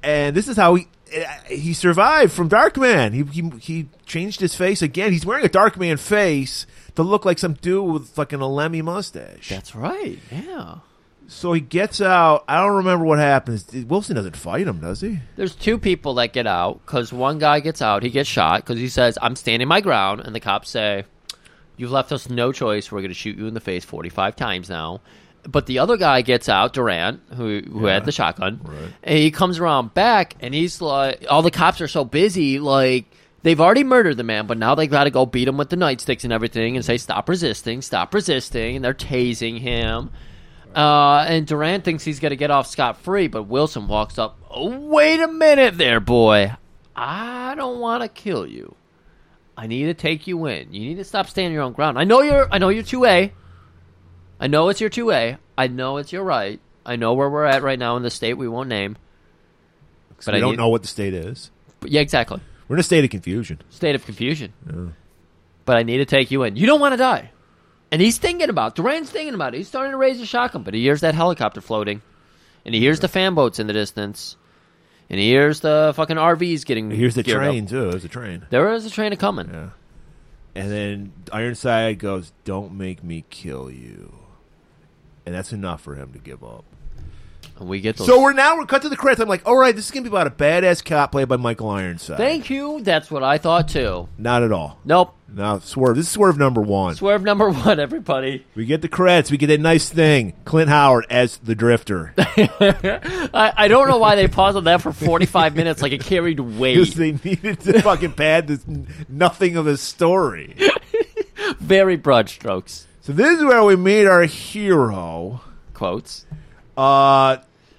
and this is how he uh, he survived from Darkman. He, he he changed his face again. He's wearing a Darkman face to look like some dude with fucking a Lemmy mustache.
That's right. Yeah.
so he gets out. I don't remember what happens. Did- Wilson doesn't fight him, does he?
There's two people that get out because one guy gets out, he gets shot because he says, "I'm standing my ground," and the cops say, "You've left us no choice. We're going to shoot you in the face 45 times now." But the other guy gets out, Durant, who who had the shotgun, and he comes around back, and he's like, "All the cops are so busy, like." They've already murdered the man, but now they got to go beat him with the nightsticks and everything, and say stop resisting, stop resisting, and they're tasing him. Uh, and Durant thinks he's going to get off scot free, but Wilson walks up. Oh, wait a minute there, boy. I don't want to kill you. I need to take you in. You need to stop standing your own ground. I know you're. I know you're two A. I know it's your two A. I know it's your right. I know where we're at right now in the state we won't name.
But we
I
don't
need-
know what the state is.
But yeah, exactly.
We're in a state of confusion.
State of confusion. But I need to take you in. You don't want to die. And he's thinking about Durant's thinking about it. He's starting to raise a shotgun, but he hears that helicopter floating, and he hears the fan boats in the distance, and he hears the fucking RVs getting.
Here's the
geared up.
train too. There's a train.
There is a train a coming.
And then Ironside goes, "Don't make me kill you," and that's enough for him to give up.
And we get those.
So we're now we're cut to the credits. I'm like, all right, this is gonna be about a badass cop played by Michael Ironside.
Thank you. That's what I thought too.
Not at all.
Nope.
No, swerve. This is swerve number one.
Swerve number one, everybody.
We get the credits. We get a nice thing. Clint Howard as the Drifter
I, I don't know why they paused on that for 45 minutes like it carried
because
weight.
they needed to fucking pad this nothing of his story.
Very broad strokes.
So this is where we meet our hero.
Quotes.
Uh,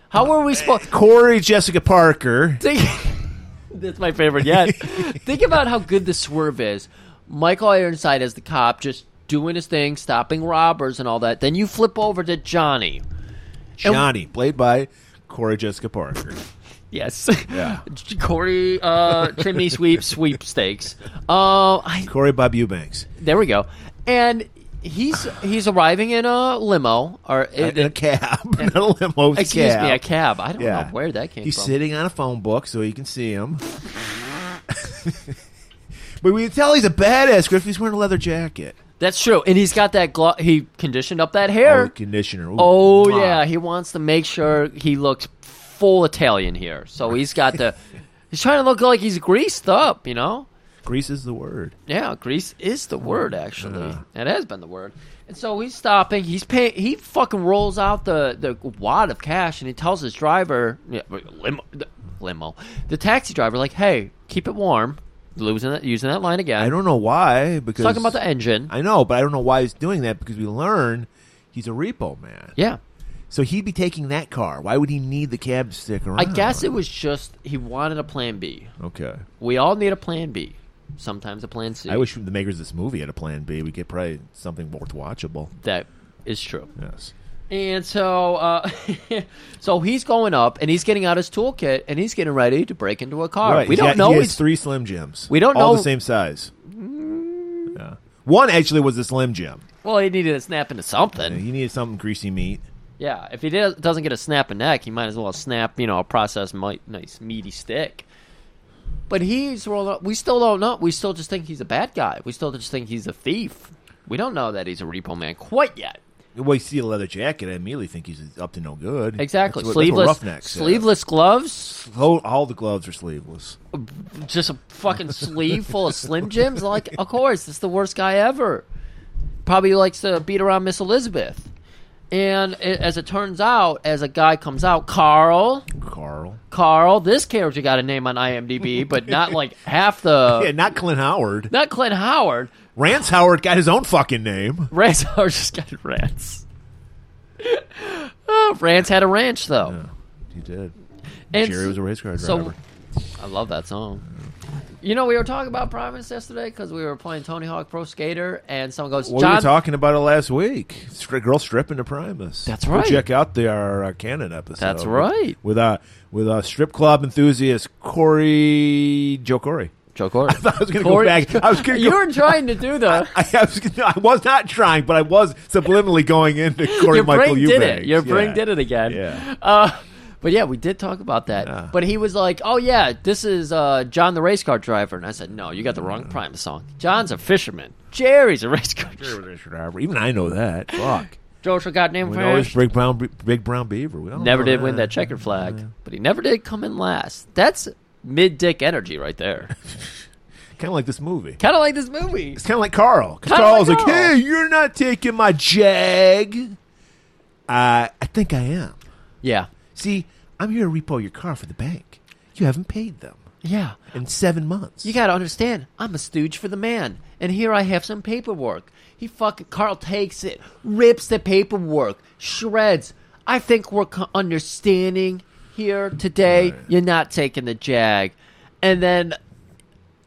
How were we supposed?
Corey Jessica Parker.
Think, that's my favorite yet. Think about how good the swerve is. Michael Ironside as the cop, just doing his thing, stopping robbers and all that. Then you flip over to Johnny.
Johnny, played by Corey Jessica Parker.
Yes.
Yeah.
Corey uh, chimney sweep sweepstakes. Uh, I,
Corey Bob Eubanks.
there we go. And he's he's arriving in a limo or
In a cab. Not a limo. it's a
excuse
cab.
me, a cab. I don't
Yeah.
know where that came
He's
from.
sitting on a phone book so you can see him. but we can tell he's a badass Griff. He's wearing a leather jacket.
That's true. And he's got that glo- he conditioned up that
Oh,
hair.
conditioner. Ooh,
Oh
mwah.
yeah, he wants to make sure he looks full Italian here. So he's got the he's trying to look like he's greased up, you know?
Grease is the word.
Yeah, grease is the word actually. It has been the word. And so he's stopping. He's pay- he fucking rolls out the the wad of cash and he tells his driver yeah, limo, the, limo the taxi driver like, "Hey, keep it warm." Losing that using that line again.
I don't know why because
talking about the engine.
I know, but I don't know why he's doing that because we learn he's a repo man.
yeah.
So he'd be taking that car. Why would he need the cab to stick around?
I guess it was just he wanted a plan B.
Okay.
We all need a plan B. Sometimes a plan C.
I wish the makers of this movie had a plan B. We get probably something worth watchable.
that is true.
Yes.
And so, uh, so he's going up and he's getting out his toolkit and he's getting ready to break into a car.
Right.
We
He's
don't
got-
know.
He has
he's-
three Slim Jims.
We don't
all
know-
the same size. Yeah. One actually was a Slim Jim.
well, he needed to snap into something.
He needed something greasy meat.
Yeah, if he does, doesn't get a snap a neck, he might as well snap, you know, a processed, mi- nice, meaty stick. But he's rolling up. We still don't know. We still just think he's a bad guy. We still just think he's a thief. We don't know that he's a repo man quite yet.
Well, you see a leather jacket, I immediately think he's up to no good.
Exactly.
That's what- that's what
sleeveless,
roughnecks have.
sleeveless gloves.
All, all the gloves are sleeveless.
just a fucking sleeve full of Slim Jims. Like, of course, it's the worst guy ever. Probably likes to beat around Miss Elizabeth. And i as it turns out, as a guy comes out, Carl,
Carl.
Carl, this character got a name on IMDb, but not like half the.
yeah, not Clint Howard.
Not Clint Howard.
Rance Howard got his own fucking name.
Rance Howard just got rants. oh, Rance had a ranch though.
He did.
And
Jerry was a race car
so-
driver.
I love that song. You know, we were talking about Primus yesterday because we were playing Tony Hawk Pro Skater, and someone goes,
well, we
"John,
were talking about it last week. Stri- girl stripping to Primus.
That's
Go
right.
check out the, our uh, Canon episode.
That's right.
With uh, with uh, strip club enthusiast Corey Joe Corey.
Joe Corey." I
thought I was gonna go back. I was gonna
You
go-
were trying to do the.
I, I, was, no, I was not trying, but I was subliminally going into Corey
Your
Michael
brain did
Eubanks.
it. Your brain
Yeah.
did it again.
Yeah.
Uh, but yeah, we did talk about that. But he was like, "Oh yeah, this is uh, John the race car driver," and I said, "No, you got the
Mm.
wrong Primus song. John's a fisherman. Jerry's a race car driver.
Even I know that. Fuck.
Joe's a goddamn
We always
fish.
big brown, big brown beaver. We all
Never
know
did win that checkered flag, but he never did come in last. That's mid dick energy right there.
Kind of like this movie.
kind of like this movie.
It's kind of like Carl. 'Cause
Kinda
Carl's
like
like,
Carl.
"Hey, you're not taking my jag." Uh, I think I am.
Yeah.
See, I'm here to repo your car for the bank. You haven't paid them
Yeah.
in seven months.
You gotta understand, I'm a stooge for the man, and here I have some paperwork. He fucking Carl takes it, rips the paperwork, shreds. I think we're co- understanding here today. You're not taking the jag, and then,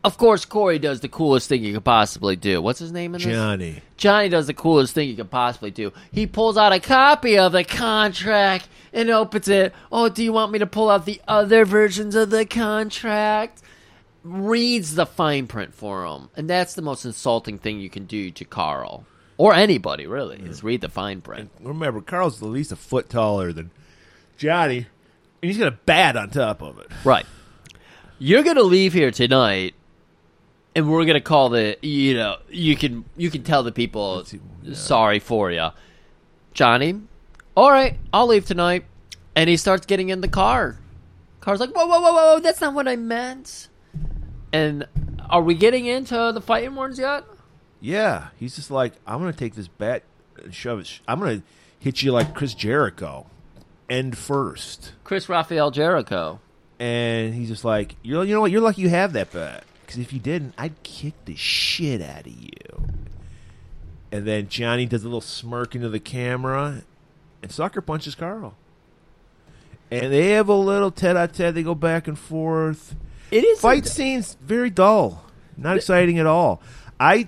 of course, Corey does the coolest thing you could possibly do. What's his name in this?
Johnny.
Johnny does the coolest thing you could possibly do. He pulls out a copy of the contract and opens it. Oh, do you want me to pull out the other versions of the contract? Reads the fine print for him. And that's the most insulting thing you can do to Carl. Or anybody, really, is read the fine print.
Remember, Carl's at least a foot taller than Johnny, and he's got a bat on top of it.
Right. You're gonna leave here tonight, and we're gonna call the you know you can you can tell the people sorry for you, Johnny. All right, I'll leave tonight, and he starts getting in the car. Car's like whoa whoa whoa whoa that's not what I meant. And are we getting into the fighting words yet?
Yeah, he's just like, "I'm gonna take this bat and shove it. sh- I'm gonna hit you like Chris Jericho, end first.
Chris Raphael Jericho.
and he's just like, you know, you know what? You're lucky you have that bat. Because if you didn't, I'd kick the shit out of you. And then Johnny does a little smirk into the camera and sucker punches Carl. and they have a little tete-a-tete. They go back and forth.
It is
Fight scenes very dull, not exciting at all. I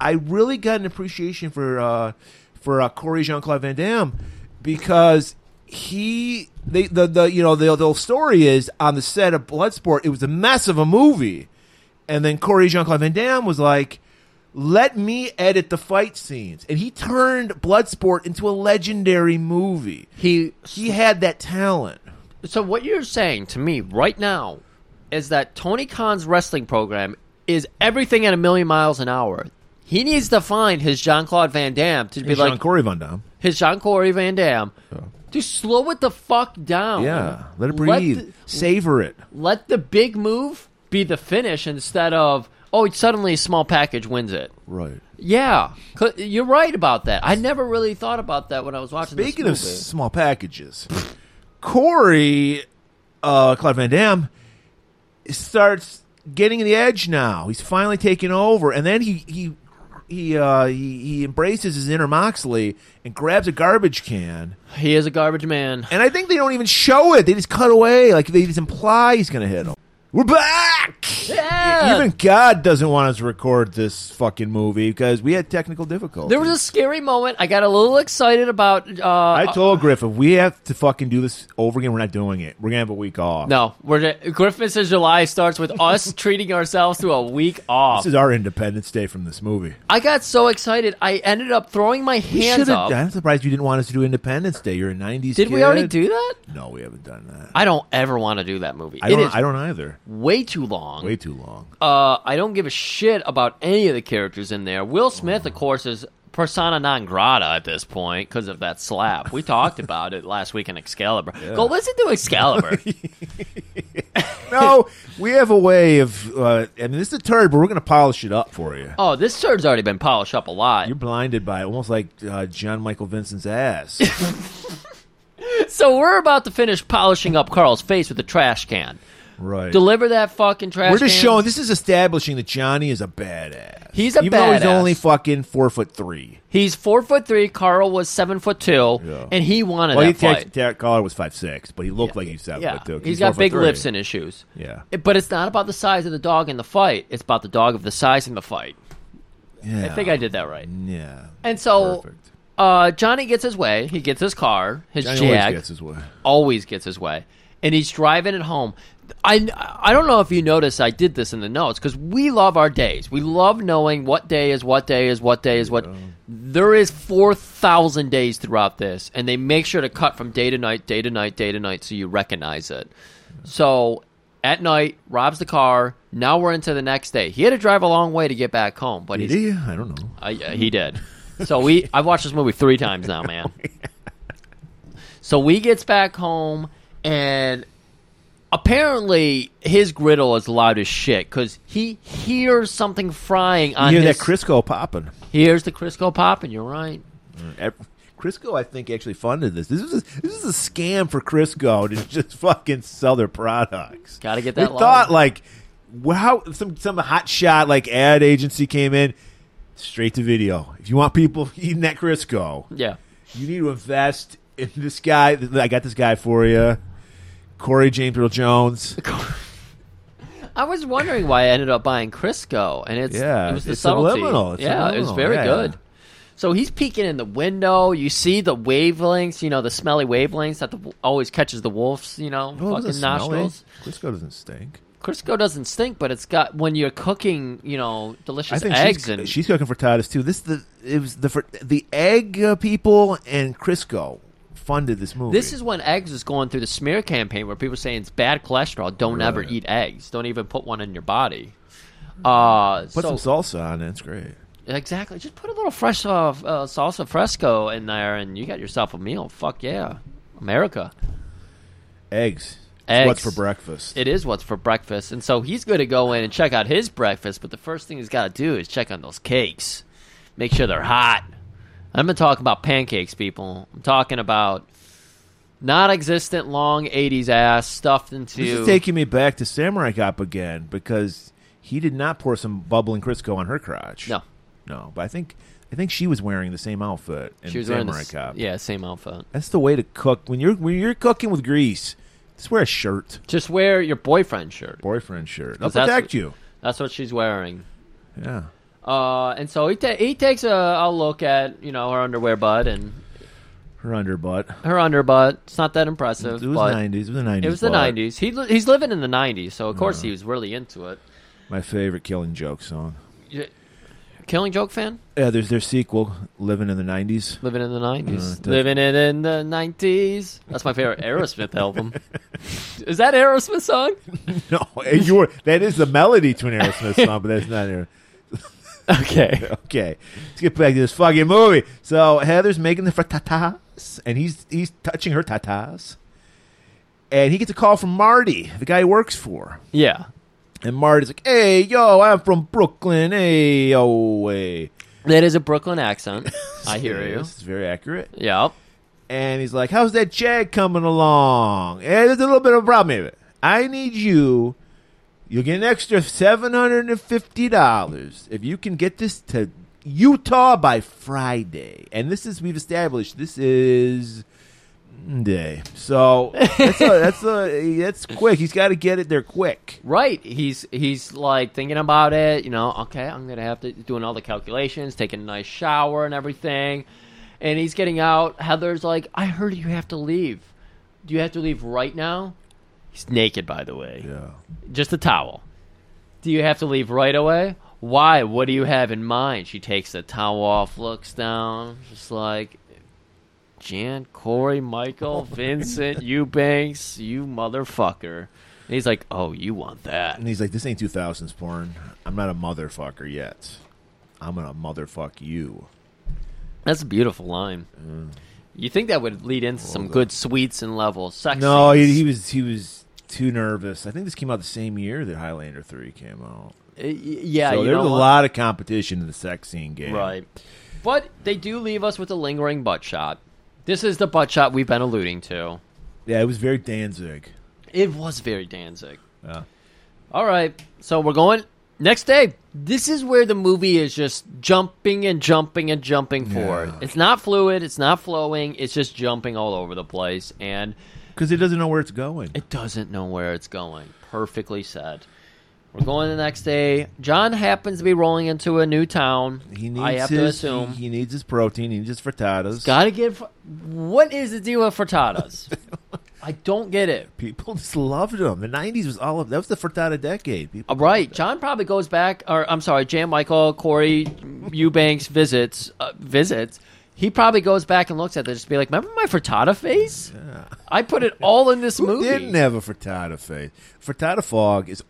I really got an appreciation for uh, for uh, Corey Jean Claude Van Damme because he they the, the you know the, the whole story is on the set of Bloodsport. It was a mess of a movie, and then Corey Jean Claude Van Damme was like. Let me edit the fight scenes, and he turned Bloodsport into a legendary movie.
He
He had that talent.
So what you're saying to me right now is that Tony Khan's wrestling program is everything at a million miles an hour. He needs to find his Jean Claude Van Damme to be
Sean
like
Corey Van Damme.
his Jean Corey Van Damme. Just slow it the fuck down.
Yeah, let it
Let
breathe.
the-
Savor it.
let the big move be the finish instead of oh it's suddenly a small package wins it
Right.
yeah 'cause you're right about that i never really thought about that when i was watching this
Speaking of
movie.
small packages, Corey, uh, Claude Van Damme, starts getting the edge now. He's finally taking over, and then he he he uh, he, he embraces his inner Moxley and grabs a garbage can.
he is a garbage man
And I think they don't even show it; they just cut away, like they just imply he's going to hit him. We're back.
Yeah.
E-, Even God doesn't want us to record this fucking movie because we had technical difficulties.
there was a scary moment i got a little excited about uh
I told Griffin we have to fucking do this over again. We're not doing it. We're gonna have a week off.
no we're griffiths in july starts with us treating ourselves to a week off
this is our Independence Day from this movie.
i got so excited i ended up throwing my
We
hands
should've-
up
I'm surprised you didn't want us to do Independence Day. You're a '90s.
did we already
kid.
do that
No, we haven't done that.
i don't ever want to do that movie
I don't.
it is
I don't either.
way too long
Way too long.
uh, I don't give a shit about any of the characters in there. Will Smith,
Oh.
of course, is persona non grata at this point because of that slap. We talked about it last week in Excalibur. Go listen to Excalibur.
no, we have a way of. Uh, I mean, this is a turd, but we're gonna polish it up for you.
oh, this turd's already been polished up a lot.
You're blinded by it, almost like uh, John Michael Vincent's ass.
So we're about to finish polishing up Carl's face with a trash can.
right.
Deliver that fucking trash.
We're just
can.
showing. This is establishing that Johnny is a badass.
He's a
even though he's
badass.
only fucking four foot three.
He's four foot three. Carl was seven foot two,
Yeah.
and he wanted
Well,
that
he
fight.
Derek Collar was five six, but he looked like he was seven
yeah,
foot two.
he's got big lips in his shoes.
Yeah,
It- But it's not about the size of the dog in the fight. It's about the dog of the size in the fight.
yeah.
I think I did that right.
Yeah,
And so
perfect.
uh, Johnny gets his way. He gets his car, his
Johnny
Jag.
always gets his way.
always gets his way, and he's driving it home. I, I don't know if you noticed I did this in the notes because we love our days. We love knowing what day is what day is what day is what. There is four thousand days throughout this, and they make sure to cut from day to night, day to night, day to night, so you recognize it. So at night, robs the car. Now we're into the next day. He had to drive a long way to get back home, but
Did
he's
he? I don't know.
I, uh, he did. So we, I've watched this movie three times now, man. So we gets back home, and apparently his griddle is loud as shit because he hears something frying on
You hear
his.
that Crisco popping?
He hears the Crisco popping. You're right.
Ev- Crisco, I think, actually funded this. This is a, this is a scam for Crisco to just fucking sell their products.
Gotta get
They
that
thought
line.
like, wow, some some hot shot like ad agency came in, straight to video. If you want people eating that Crisco,
Yeah.
you need to invest in this guy. I got this guy for you, Corey James Earl Jones.
I was wondering why I ended up buying Crisco, and it's
Yeah,
it was the
it's
subtlety.
subliminal, it's
yeah, it was
subliminal,
very
yeah.
good. So he's peeking in the window. You see the wavelengths, you know, the smelly wavelengths that the, always catches the wolves, you know,
Well, it
fucking
doesn't smell
nostrils.
like- Crisco doesn't stink.
Crisco doesn't stink, but it's got when you're cooking, you know, delicious eggs
she's,
and
she's cooking for Titus too. This the it was the fr- the egg uh, people and Crisco funded this movie.
this is when eggs was going through the smear campaign where people were saying it's bad cholesterol. Don't ever eat eggs. Don't even put one in your body. Uh,
put
so,
some salsa on it. It's great.
Exactly. Just put a little fresh uh, f- uh, salsa fresco in there, and you got yourself a meal. Fuck yeah, America.
Eggs. It's
Eggs.
What's for breakfast?
It is what's for breakfast, and so he's going to go in and check out his breakfast. But the first thing he's got to do is check on those cakes, make sure they're hot. I'm going to talk about pancakes, people. I'm talking about non-existent long '80s ass stuffed into.
this is taking me back to Samurai Cop again because he did not pour some bubbling Crisco on her crotch.
No.
no. But I think I think she was wearing the same outfit in
she was wearing
Samurai
this,
Cop.
yeah, same outfit.
That's the way to cook when you're when you're cooking with grease. Just wear a shirt,
Just wear your boyfriend shirt.
boyfriend shirt. They'll
'Cause that's
protect
what-
you.
That's what she's wearing.
Yeah.
Uh, and so he ta- he takes a, a look at you know her underwear butt and
Her underbutt.
her underbutt. It's not that impressive.
It was
but
nineties. It was the nineties.
It was the '90s. He li- he's living in the '90s, so of course he was really into it.
My favorite Killing Joke song.
Y- Killing Joke fan,
Yeah, there's their sequel, Living in the Nineties.
living in the '90s,
definitely.
living it in the '90s. That's my favorite Aerosmith album. Is that Aerosmith song?
No, and you were, that is the melody to an Aerosmith song, but that's not Aerosmith.
Okay.
Okay, let's get back to this fucking movie. So Heather's making the frittatas, and he's he's touching her tatas, and he gets a call from Marty, the guy he works for,
Yeah.
and Marty's like, "Hey, yo, I'm from Brooklyn. Hey, yo, hey."
That is a Brooklyn accent. I hear you.
This is very accurate.
Yep.
And he's like, "How's that Jag coming along?" And there's a little bit of a problem here. I need you. You'll get an extra seven hundred and fifty dollars if you can get this to Utah by Friday. And this is we've established. This is day. So that's a, that's a, that's quick. He's got to get it there quick.
Right. He's he's like thinking about it, you know, okay, I'm gonna have to doing all the calculations, taking a nice shower and everything. And he's getting out. Heather's like, I heard you have to leave. Do you have to leave right now? He's naked by the way.
Yeah.
Just a towel. Do you have to leave right away? Why? What do you have in mind? She takes the towel off, looks down, just like Jan, Corey, Michael, Vincent, Eubanks, you motherfucker. And he's like, Oh, you want that.
And he's like, "This ain't two thousands porn. I'm not a motherfucker yet. I'm gonna motherfuck you."
That's a beautiful line. You think that would lead into some good sweets and level sex?
No,
scenes.
he, he was he was too nervous. I think this came out the same year that Highlander three came out.
Uh, y- yeah,
so
you
there
know
was a
what?
lot of competition in the sex scene game.
right? But they do leave us with a lingering butt shot. This is the butt shot we've been alluding to.
Yeah, it was very Danzig.
It was very Danzig.
Yeah.
All right, so we're going next day. This is where the movie is just jumping and jumping and jumping forward. It's not fluid. It's not flowing. It's just jumping all over the place, and
Because it doesn't know where it's going.
it doesn't know where it's going. Perfectly said. We're going the next day. John happens to be rolling into a new town.
He needs
I have
his
to assume.
He, he needs his protein, he needs his frittatas.
Gotta get. fr- What is the deal with frittatas? I don't get it.
People just loved him. The nineties was all of that was the frittata decade. People
Uh, Right. John probably goes back, or I'm sorry, Jan Michael, Corey, Eubanks visits, uh, visits. He probably goes back and looks at this, just be like, remember my frittata face? I put it all in this movie.
didn't have a frittata face. Frittata fog is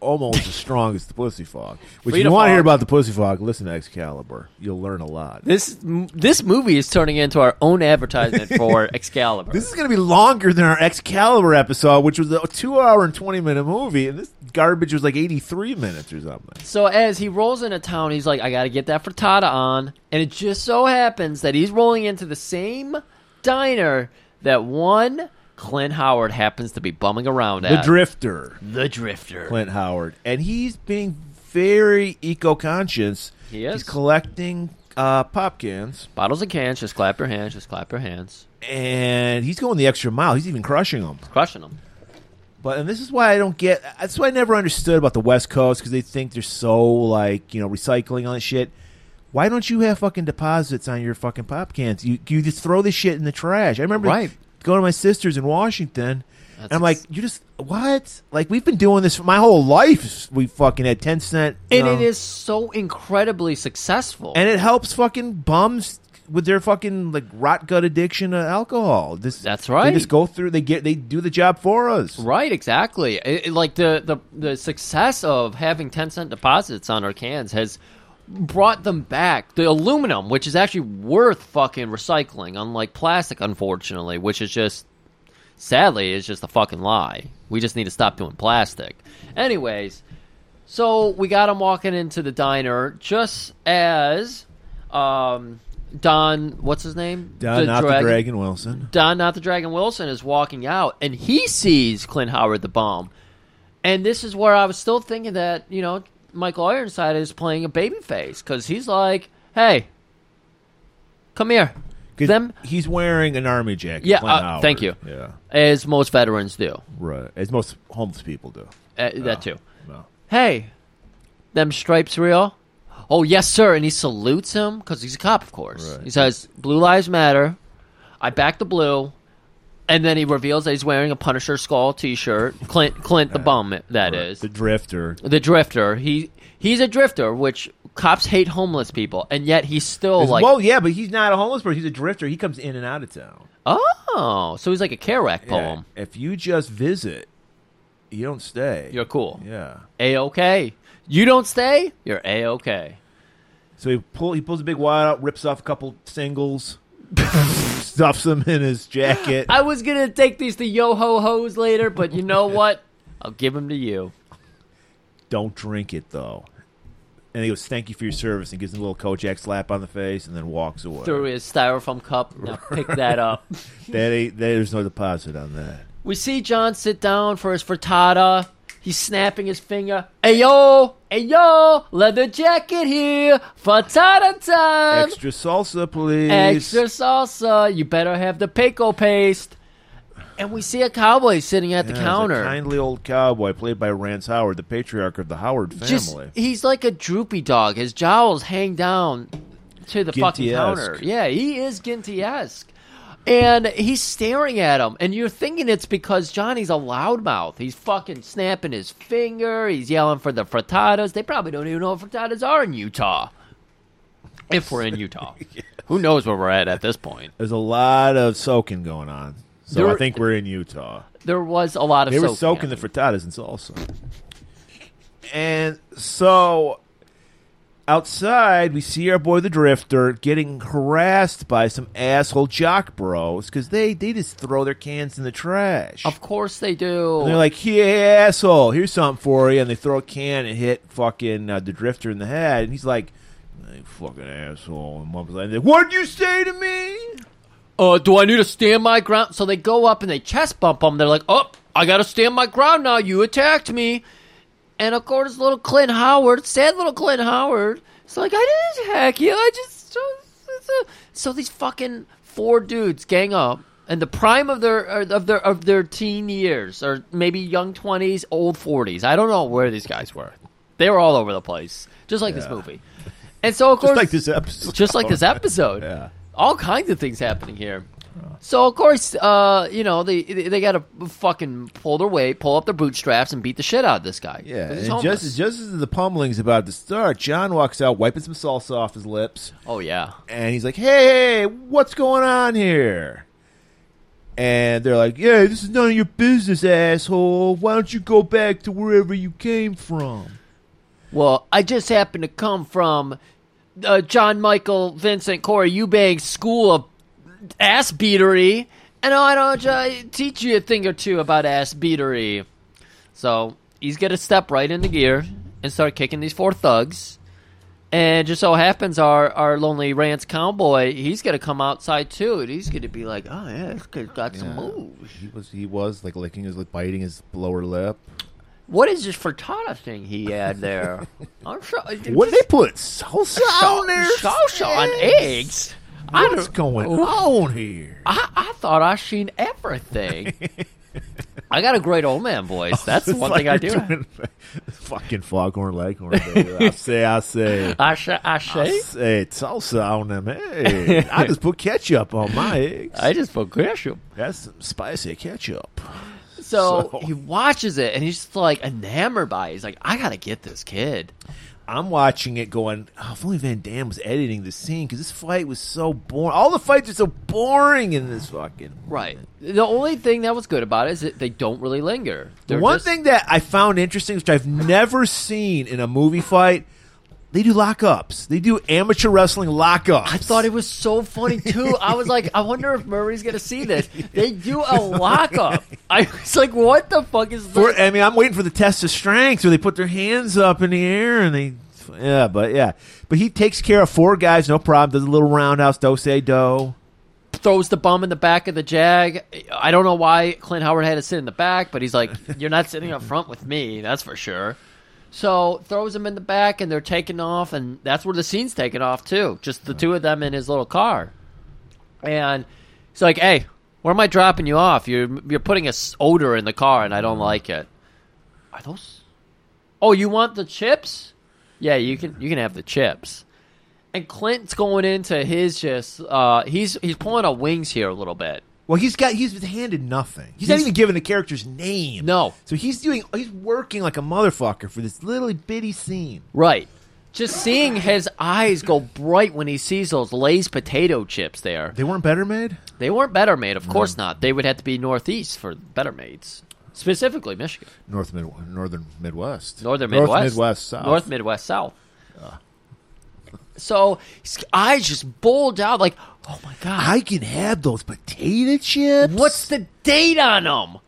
almost as strong as the pussy fog. Which if
Frida
you want to
fog.
hear about the pussy fog, listen to Excalibur. You'll learn a lot.
This m- this movie is turning into our own advertisement for Excalibur.
This is going to be longer than our Excalibur episode, which was a two hour and 20 minute movie, and this garbage was like 83 minutes or something.
So as he rolls into town, he's like, I gotta get that frittata on. And it just so happens that he's rolling into the same diner that one Clint Howard happens to be bumming around
The
at.
Drifter,
the Drifter.
Uh, Clint Howard. And he's being very eco conscious.
He is.
He's collecting uh, pop cans,
Bottles and cans, just clap your hands, just clap your hands.
and he's going the extra mile. He's even crushing them.
Crushing them.
But and this is why I don't get. That's why I never understood about the West Coast because they think they're so like you know recycling on shit. Why don't you have fucking deposits on your fucking pop cans? You you just throw this shit in the trash. I remember
Right.
going to my sister's in Washington,
That's
and I'm like,
ex-
you just what? Like we've been doing this for my whole life. We fucking had ten cent, you
And
know.
it is so incredibly successful.
and it helps fucking bums with their fucking like rot gut addiction to alcohol. This
That's
They
right.
just go through. They get they do the job for us.
right, exactly. It- it- like the, the the success of having 10 cent deposits on our cans has brought them back. The aluminum, which is actually worth fucking recycling, unlike plastic, unfortunately, which is just sadly is just a fucking lie. We just need to stop doing plastic. Anyways, so we got him walking into the diner just as um, Don, what's his name?
Don, not the Dragon Wilson.
Don, not the Dragon Wilson, is walking out, and he sees Clint Howard the bomb. And this is where I was still thinking that you know Michael Ironside is playing a babyface because he's like, "Hey, come here."
Because
them
He's wearing an army jacket.
Yeah,
Glenn
uh,
Howard.
thank you.
Yeah,
as most veterans do.
right. As most homeless people do.
Uh, that too.
No.
Hey, them stripes real? Oh yes, sir. And he salutes him because he's a cop, of course.
Right.
He says, "Blue lives matter." I back the blue, and then he reveals that he's wearing a Punisher skull T-shirt. Clint, Clint the bum. That
Right.
is
the drifter.
the drifter. He he's a drifter, which cops hate homeless people, and yet he's still like,
well, yeah, but he's not a homeless person. He's a drifter. He comes in and out of town.
oh, so he's like a Kerouac
Yeah.
poem.
If you just visit, you don't stay.
You're cool.
yeah.
A okay. You don't stay. You're a okay.
So he pull he pulls a big wad out, rips off a couple singles, stuffs them in his jacket.
I was gonna take these to yo ho ho's later, but you know what? I'll give them to you.
Don't drink it though. And he goes, "Thank you for your service," and gives him a little Kojak slap on the face, and then walks away.
Threw his styrofoam cup. Now pick that up.
That ain't, there's no deposit on that.
We see John sit down for his frittata. He's snapping his finger. Hey yo, hey yo, leather jacket here, frittata time.
Extra salsa, please.
Extra salsa. You better have the pico paste. And we see a cowboy sitting at the
Yeah, there's a
counter.
kindly old cowboy played by Rance Howard, the patriarch of the Howard family.
Just he's like a droopy dog. His jowls hang down to the fucking
Ginty-esque.
counter. Yeah, he is Ginty-esque. And he's staring at him, and you're thinking it's because Johnny's a loudmouth. He's fucking snapping his finger. He's yelling for the frittatas. They probably don't even know what frittatas are in Utah. If we're in Utah, who knows where we're at at this point?
There's a lot of soaking going on. So I
There-
think we're in Utah.
There was a lot of
They were
soaking
soaking the
happening.
frittatas and salsa. And so outside, we see our boy the Drifter getting harassed by some asshole jock bros because they, they just throw their cans in the trash.
Of course they do.
And they're like, "Hey, asshole! Here's something for you." And they throw a can and hit fucking uh, the drifter in the head, and he's like, "Hey, "Fucking asshole!" And mumbles like, "What'd you say to me?"
uh, do I need to stand my ground? So they go up and they chest bump him. They're like, oh, I got to stand my ground now. You attacked me. And of course, little Clint Howard, sad little Clint Howard, is like, I didn't attack you. I just. So these fucking four dudes gang up. And the prime of their er, of their of their teen years, or maybe young twenties, old forties. I don't know where these guys were. They were all over the place, just like this
Yeah.
movie. And so, of course,
Just like this episode.
just like this episode.
Yeah.
All kinds of things happening here. So of course, uh, you know they they, they got to fucking pull their weight, pull up their bootstraps, and beat the shit out of this guy.
Yeah,
'Cause
and
he's
just
homeless.
as just as the pummeling's about to start, John walks out, wiping some salsa off his lips,
oh yeah,
and he's like, "Hey, what's going on here?" And they're like, "Yeah, this is none of your business, asshole. Why don't you go back to wherever you came from?"
Well, I just happen to come from uh, John Michael Vincent Corey Eubanks School of Ass Beatery, and I don't uh, teach you a thing or two about ass beatery. So he's gonna step right into gear and start kicking these four thugs. And just so happens, our our lonely Rance cowboy, he's gonna come outside too, and he's gonna be like, "Oh yeah, this kid's got some moves."
He was he was like licking his lip, biting his lower lip.
What is this frittata thing he had there? I'm sure.
What they put salsa on there?
Salsa on eggs. I
What's
don't-
going on here?
I, I thought I seen everything. I got a great old man voice. That's the
Oh, It's
one
like
thing I do.
you're doing fucking foghorn leghorn. baby. I say, I say,
I say, I
I
say,
say, salsa on them eggs. I just put ketchup on my eggs.
I just feel crucial.
That's some spicy ketchup.
So,
So-
he watches it and he's just like enamored by it. He's like, I gotta get this kid.
I'm watching it going, oh, if only Van Damme was editing the scene because this fight was so boring. All the fights are so boring in this fucking
Right. The only thing that was good about it is that they don't really linger.
The
They're
one
just-
thing that I found interesting, which I've never seen in a movie fight, they do lockups. They do amateur wrestling lockups.
I thought it was so funny too. I was like, I wonder if Murray's gonna see this. They do a lockup. I was like, what the fuck is
For,
this?
I mean, I'm waiting for the test of strength where they put their hands up in the air and they. Yeah, but yeah. But he takes care of four guys, no problem. Does a little roundhouse, do say do.
throws the bum in the back of the jag. I don't know why Clint Howard had to sit in the back, but he's like, "You're not sitting up front with me, that's for sure." So throws him in the back, and they're taking off, and that's where the scene's taking off too. Just the two of them in his little car. and he's like, "Hey, where am I dropping you off? You're you're putting a s- odor in the car, and I don't like it. Are those? Oh, you want the chips? Yeah, you can you can have the chips." And Clint's going into his just uh, he's he's pulling out wings here a little bit.
Well, he's got he's handed nothing. He's, not
He's-
even given the character's name.
No.
So he's doing he's working like a motherfucker for this little bitty scene.
Right. Just seeing his eyes go bright when he sees those Lay's potato chips there.
They weren't better made.
They weren't better made, of course not. They would have to be northeast for better maids. Specifically Michigan.
North Mid- Northern Midwest.
Northern Midwest.
North Midwest South.
North Midwest South. So his eyes just bulged out like, oh my god.
I can have those potato chips.
What's the date on them?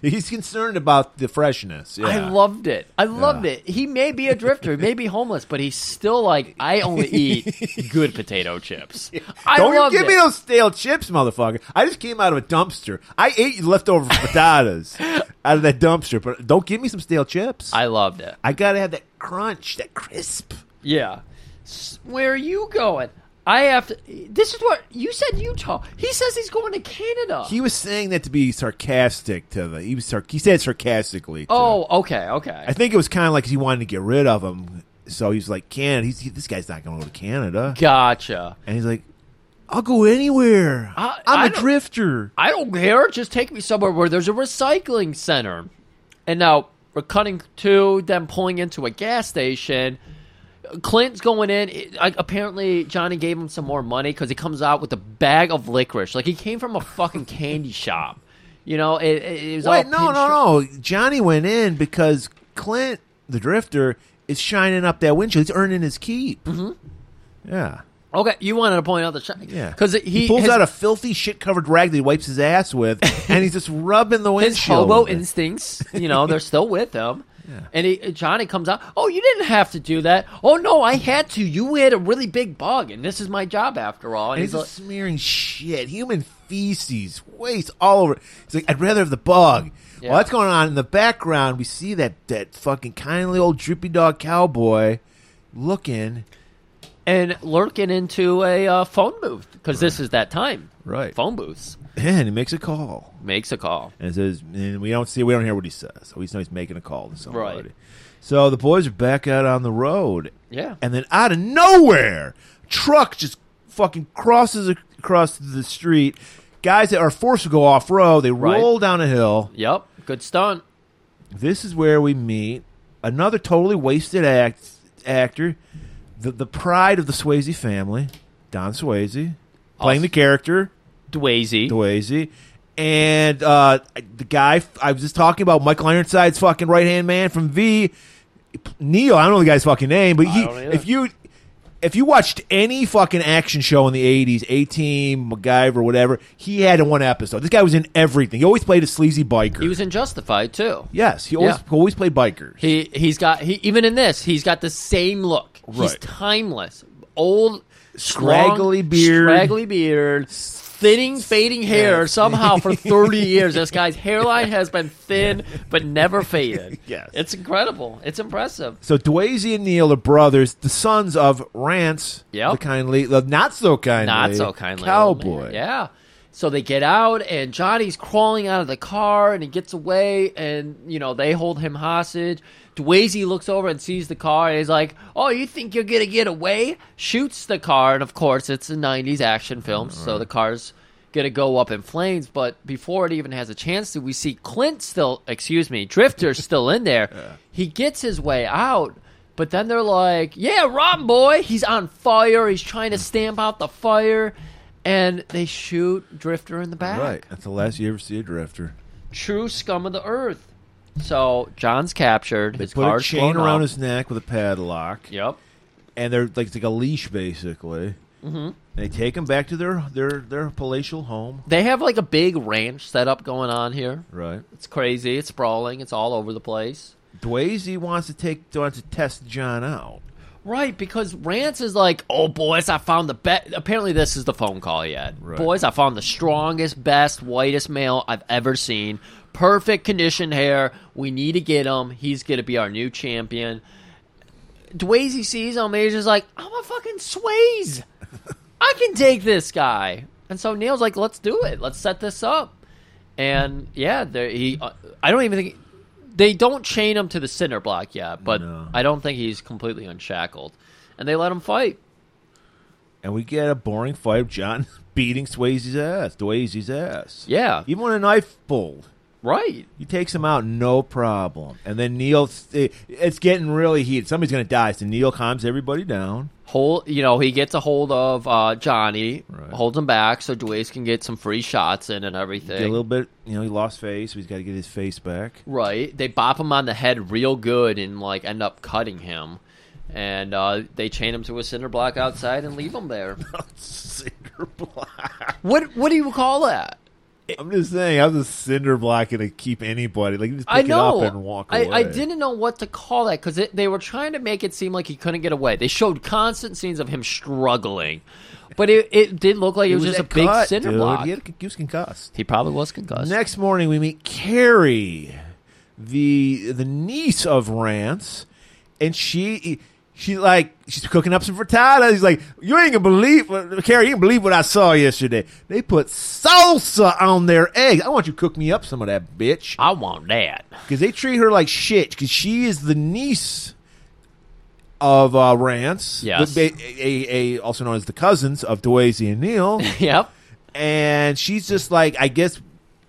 He's concerned about the freshness. Yeah.
I loved it. I loved it. He may be a drifter, he may be homeless, but he's still like, I only eat good potato chips. I
Don't you
loved
give
it.
me those stale chips, motherfucker. I just came out of a dumpster. I ate leftover potatoes out of that dumpster, but don't give me some stale chips.
I loved it.
I gotta have that crunch, that crisp.
Yeah. S- Where are you going? I have to. This is what you said, Utah. He says he's going to Canada.
He was saying that to be sarcastic to the. He was sar- he said sarcastically. to-
oh, okay, okay.
I think it was kind of like he wanted to get rid of him, so he's like, "Canada, he's, he, this guy's not going to go to Canada,"
gotcha.
and he's like, "I'll go anywhere.
I-
I'm
I
a
don't-
drifter."
I don't care. Just take me somewhere where there's a recycling center. And now we're cutting to them pulling into a gas station. Clint's going in. It- I, apparently, Johnny gave him some more money because he comes out with a bag of licorice. Like he came from a fucking candy shop. You know, it, it, it was
Wait,
all
no,
pinstri-
no, no. Johnny went in because Clint, the drifter, is shining up that windshield. He's earning his keep. Mm-hmm. Yeah.
Okay, you wanted to point out the shot.
Yeah,
because he,
pulls
his,
out a filthy shit-covered rag that he wipes his ass with, and he's just rubbing the
his
windshield.
hobo
with it.
instincts. You know, they're still with him. And he, Johnny comes out. Oh, you didn't have to do that. Oh no, I had to. You had a really big bug, and this is my job after all. And,
And he's
he's,
just smearing shit, human feces, waste all over. He's like, I'd rather have the bug.
Yeah.
Well, that's going on in the background. We see that that fucking kindly old droopy dog cowboy looking.
like, and lurking into a uh, phone booth because this is that time.
Right.
phone booths
And he makes a call
makes a call.
and it says, and we don't see, we don't hear what he says. So he's, he's making a call to somebody.
Right.
So the boys are back out on the road.
Yeah.
And then out of nowhere, truck just fucking crosses ac- across the street. Guys that are forced to go off road, they
Right.
roll down a hill.
Yep, good stunt.
this is where we meet another totally wasted act actor, the the pride of the Swayze family, Don Swayze, playing the character
Dwazy.
Swayze, and uh, the guy I was just talking about, Michael Ironside's fucking right hand man from V, Neil. I don't know the guy's fucking name, but he
don't either.
if you. If you watched any fucking action show in the 80s, A Team, MacGyver, whatever, he had in one episode. This guy was in everything. He always played a sleazy biker.
he was in Justified too.
yes, he always,
Yeah.
always played bikers.
He he's got he even in this he's got the same look. He's
Right.
timeless, old,
Scraggly
strong,
beard.
scraggly beard, thinning, fading hair.
Yeah.
Somehow for thirty years, this guy's hairline has been thin but never faded.
Yes.
it's incredible. It's impressive.
So Dwayze and Neil are brothers, the sons of Rance,
Yep.
the kindly, the not so kindly,
Not so kindly, old man.
cowboy.
Yeah. So they get out, and Johnny's crawling out of the car, and he gets away, and you know they hold him hostage. Dwazy looks over and sees the car, and he's like, "Oh, you think you're gonna get away?" Shoots the car, and of course it's a '90s action film, so the car's gonna go up in flames. But before it even has a chance to, we see Clint still, excuse me, Drifter's still in there. He gets his way out, but then they're like, "Yeah, Rotten Boy, he's on fire. He's trying to stamp out the fire," and they shoot Drifter in the back.
Right. That's the last you ever see a drifter.
True scum of the earth. So John's captured.
They
his
put a
car's
chain
blown
around
up.
his neck with a padlock,
Yep.
and they're like it's like a leash basically. Mm-hmm. They take him back to their their their palatial home.
They have like a big ranch setup going on here.
Right.
It's crazy. It's sprawling. It's all over the place.
Dwayze wants to take wants to test John out.
Right, because Rance is like, oh, boys, I found the best. Apparently, this is the phone call yet.
Right.
Boys, I found the strongest, best, whitest male I've ever seen. Perfect condition hair. We need to get him. He's going to be our new champion. Dwayze sees him and he's just like, I'm a fucking Swayze. I can take this guy. And so Neil's like, let's do it. Let's set this up. And yeah, there he. Uh, I don't even think they don't chain him to the cinder block yet, but
No.
I don't think he's completely unshackled. And they let him fight.
And we get a boring fight of John beating Swayze's ass, Dwayze's ass.
Yeah,
Even when a knife pulled,
right.
he takes him out no problem. And then Neil, it's getting really heated. Somebody's going to die. So Neil calms everybody down.
Hold, you know, he gets a hold of uh, Johnny,
Right.
holds him back so Dwayne can get some free shots in and everything.
Get a little bit, you know, he lost face. So he's got to get his face back.
Right. They bop him on the head real good and like end up cutting him. And uh, they chain him to a cinder block outside and leave him there.
cinder block.
what what do you call that?
I'm just saying, how's a cinder block going to keep anybody? Like, you just pick
I know.
it up and walk
I,
away.
I didn't know what to call that because they were trying to make it seem like he couldn't get away. They showed constant scenes of him struggling, but it, it did look like it,
He
was, just a
that
big
cut,
cinder
dude.
block.
He, had, he was concussed.
He probably was concussed.
Next morning, we meet Carrie, the the niece of Rance, and she she like she's cooking up some frittatas. He's like, you ain't gonna believe, Carrie, you ain't believe what I saw yesterday. They put salsa on their eggs. I want you to cook me up some of that, bitch,
I want that.
because they treat her like shit. Because she is the niece of uh, Rance,
Yes.
the- a, a, a- also known as the cousins of Dwayne and Neil
yep.
and she's just like I guess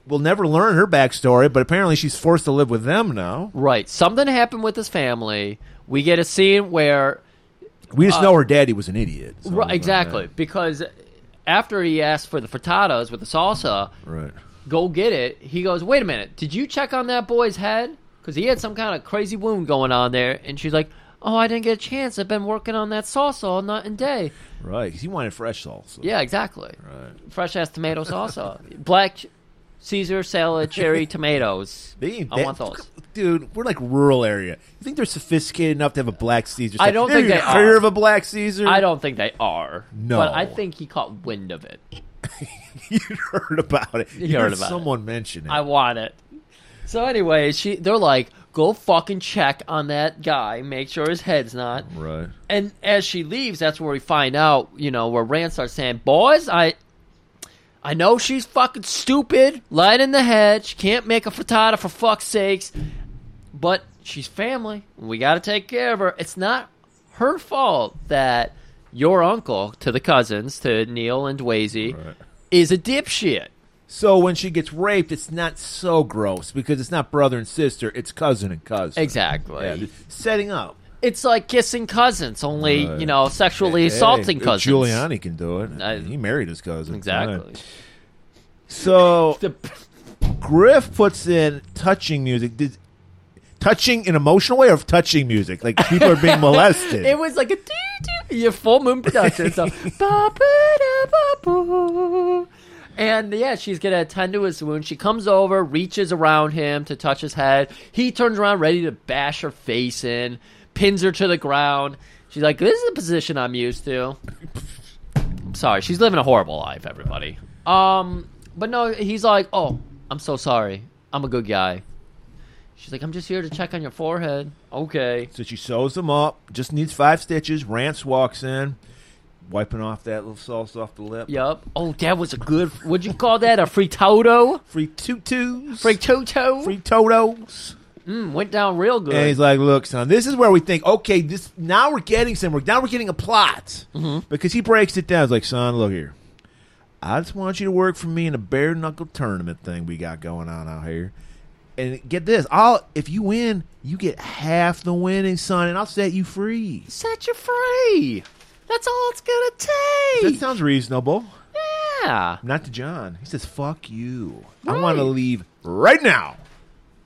we'll never learn her backstory, but apparently she's forced to live with them now.
Right. Something happened with his family. We get a scene where
We just know her daddy was an idiot. so-
Uh, Right, exactly. Because after he asked for the frittatas with the salsa,
Right.
go get it, he goes, wait a minute, did you check on that boy's head? Because he had some kind of crazy wound going on there. And she's like, oh, I didn't get a chance. I've been working on that salsa all night and day.
Right. 'cause he wanted fresh salsa.
Yeah, exactly.
Right.
Fresh ass tomato salsa. Black Caesar salad, cherry tomatoes.
They ain't
I
that-
want those.
Dude, we're like rural area. You think they're sophisticated enough to have a black Caesar?
I don't
They're
think
even
they
clear
are.
of a black Caesar.
I don't think they are.
No.
But I think he caught wind of it.
you heard about it. You,
heard
heard,
about it.
someone mention it.
I want it. So anyway, she they're like, go fucking check on that guy, make sure his head's not.
right.
And as she leaves, that's where we find out, you know, where Rand starts saying, "Boys, I, I know she's fucking stupid, light in the head. She can't make a frittata for fuck's sakes, but she's family. We got to take care of her. It's not her fault that your uncle to the cousins to Neil and Dwazy is a dipshit."
So when she gets raped, it's not so gross because it's not brother and sister; it's cousin and cousin.
Exactly.
Yeah, just setting up.
It's like kissing cousins, only
Right.
you know, sexually assaulting
Hey,
cousins.
Giuliani can do it.
I-
he married his cousin.
exactly.
Right. So
The-
Griff puts in touching music. Did, touching in emotional way or touching music? Like people are being molested.
it was like a doo-doo, your full moon production so Ba-ba-da-ba-boo. And yeah, she's gonna attend to his wound. She comes over, reaches around him to touch his head. He turns around, ready to bash her face in, pins her to the ground. She's like, "This is the position I'm used to." I'm sorry, she's living a horrible life, everybody. Um, but no, he's like, "Oh, I'm so sorry. I'm a good guy." She's like, "I'm just here to check on your forehead." Okay.
so she sews them up. Just needs five stitches. Rance walks in, wiping off that little sauce off the lip.
Yep. Oh, that was a good. Would you call that a free toto?
Free tutus.
Free toto.
free totos.
Mm, went down real good.
And he's like, "Look, son, this is where we think. Okay, this now we're getting somewhere. Now we're getting a plot
Mm-hmm.
because he breaks it down. He's like, son, look here. I just want you to work for me in a bare knuckle tournament thing we got going on out here. And get this, I'll if you win, you get half the winning, son, and I'll set you free.
Set you free. That's all it's gonna
That
take.
sounds reasonable.
yeah.
Not to John. He says, "Fuck you. I
Right.
want to leave right now."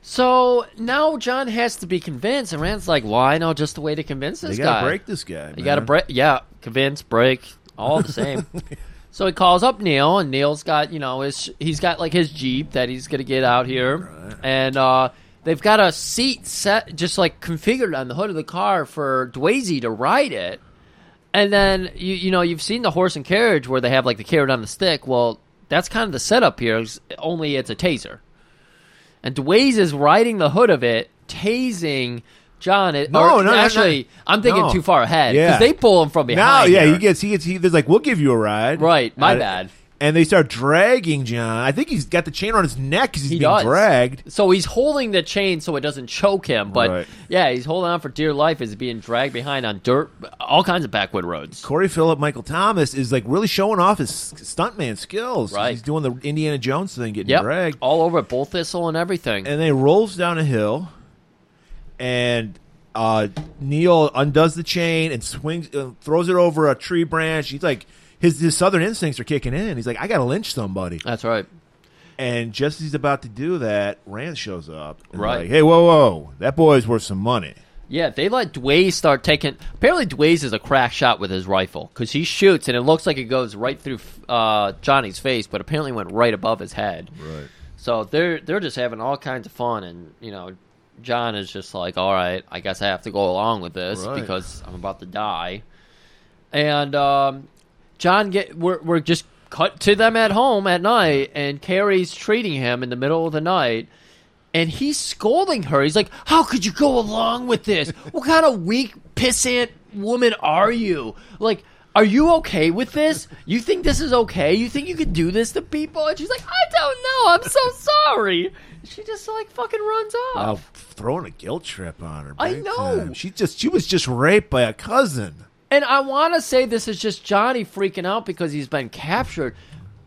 So now John has to be convinced, and Rand's like, "Well, I know just the way to convince
They
this
gotta
guy.
break this guy.
You got to
man.
break. Yeah, convince, break, all the same." so he calls up Neil, and Neil's got you know his he's got like his jeep that he's gonna get out here, and uh, they've got a seat set just like configured on the hood of the car for Dwazy to ride it. And then you you know you've seen the horse and carriage where they have like the carrot on the stick. Well, that's kind of the setup here. is- Only it's a taser, and Dwayne is riding the hood of it, tasing John. It,
No,
or
no, no,
actually,
no.
I'm thinking
No.
too far ahead because
Yeah.
they pull him from behind.
Now, yeah,
here.
he gets he gets he. There's like, we'll give you a ride.
right. My
I-
bad.
and they start dragging John. I think he's got the chain around his neck because he's
He
being
does.
dragged.
So he's holding the chain so it doesn't choke him, but
Right.
yeah, he's holding on for dear life as he's being dragged behind on dirt, all kinds of backwood roads.
Corey Phillip, Michael Thomas is like really showing off his stuntman skills.
Right.
He's doing the Indiana Jones thing, getting
Yep, Oh.
dragged.
all over bull thistle and everything.
and they rolls down a hill, and uh, Neil undoes the chain and swings, uh, throws it over a tree branch. He's like, his his southern instincts are kicking in. He's like, I gotta lynch somebody.
That's right.
And just as he's about to do that, Rand shows up. and
Right.
Like, hey, whoa, whoa, that boy's worth some money.
Yeah, they let Dwayne start taking. Apparently, Dwayne is a crack shot with his rifle because he shoots and it looks like it goes right through uh, Johnny's face, but apparently went right above his head. Right. So they're they're just having all kinds of fun, and you know, John is just like, "All right, I guess I have to go along with this
Right.
because I'm about to die." And um, John get we're we're just cut to them at home at night, and Carrie's treating him in the middle of the night, and he's scolding her. He's like, "How could you go along with this? What kind of weak pissant woman are you? Like, are you okay with this? You think this is okay? You think you could do this to people?" And she's like, "I don't know. I'm so sorry." She just like fucking runs
Wow,
off.
throwing a guilt trip on her.
Uh, I
big
know.
time. She just she was just raped by a cousin.
And I want to say this is just Johnny freaking out because he's been captured,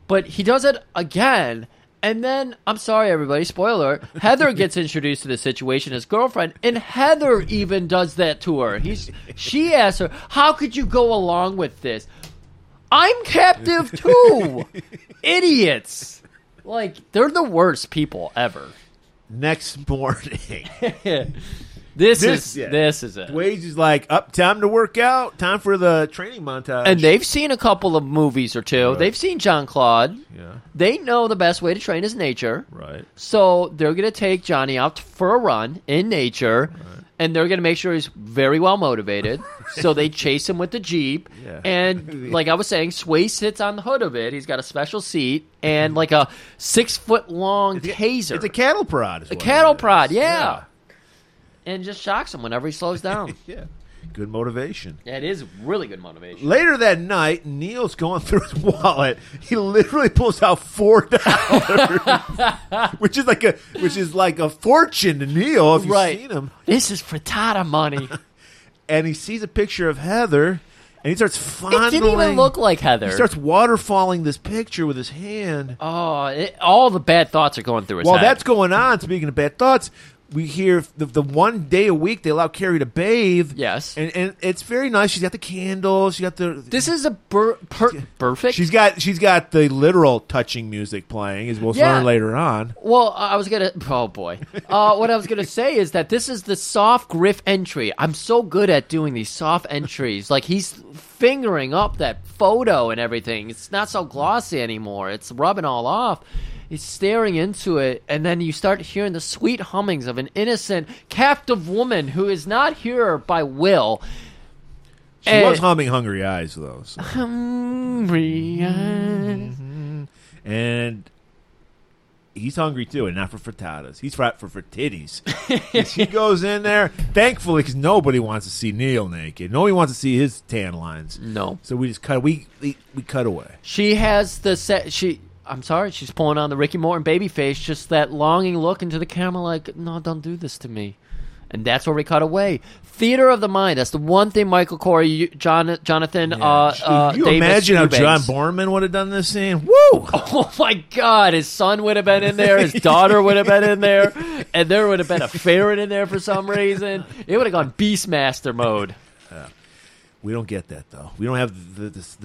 but he does it again. And then, I'm sorry, everybody, spoiler Heather gets introduced to the situation as girlfriend, and Heather even does that to her. He's, she asks her, How could you go along with this? I'm captive too! Idiots! Like, they're the worst people ever.
Next morning,
This, is
yeah.
this is it.
Dwayne's is like, up, time to work out, time for the training montage.
And they've seen a couple of movies or two. They've seen John Claude.
Yeah.
They know the best way to train is nature.
right.
So they're going to take Johnny out for a run in nature. And they're going to make sure he's very well motivated. so they chase him with the Jeep.
Yeah.
And like I was saying, Sway sits on the hood of it. He's got a special seat and like a six foot long taser.
Mm-hmm. It's a cattle prod. Is
A
what
cattle
it is.
prod, yeah. And just shocks him whenever he slows down.
yeah. Good motivation.
that is really good motivation.
Later that night, Neil's going through his wallet. He literally pulls out four dollars, which is like a which is like a fortune to Neil if you've
Right.
seen him.
This is frittata money.
And he sees a picture of Heather, and he starts fondling.
It didn't even look like Heather.
He starts waterfalling this picture with his hand.
oh, it, all the bad thoughts are going through his
While
head.
that's going on, speaking of bad thoughts, we hear the, the one day a week they allow Carrie to bathe.
Yes.
and, and it's very nice. She's got the candles. She got the.
this is a per, per, perfect.
she's got she's got the literal touching music playing, as we'll
Yeah.
learn later on.
well, I I was gonna. Oh boy, uh, what I was gonna say is that this is the soft griff entry. I'm so good at doing these soft entries. Like he's fingering up that photo and everything. It's not so glossy anymore. It's rubbing all off. He's staring into it, and then you start hearing the sweet hummings of an innocent, captive woman who is not here by will.
She
And-
was humming "Hungry Eyes" though, so. and he's hungry too, and not for frittatas. He's frat for frittities. he goes in there, thankfully, because nobody wants to see Neil naked. Nobody wants to see his tan lines.
No.
so we just cut. We we, we cut away.
She has the set. She. I'm sorry. She's pulling on the Ricky Morton baby face, just that longing look into the camera, like, "No, don't do this to me." And that's where we cut away. Theater of the mind. That's the one thing Michael Corey, you, John, Jonathan, uh, uh,
you
Davis
imagine how John
Eubanks.
Borman would have done this scene? Woo!
Oh my God! His son would have been in there. His daughter would have been in there, and there would have been a ferret in there for some reason. It would have gone Beastmaster mode.
We don't get that though. We don't have the the,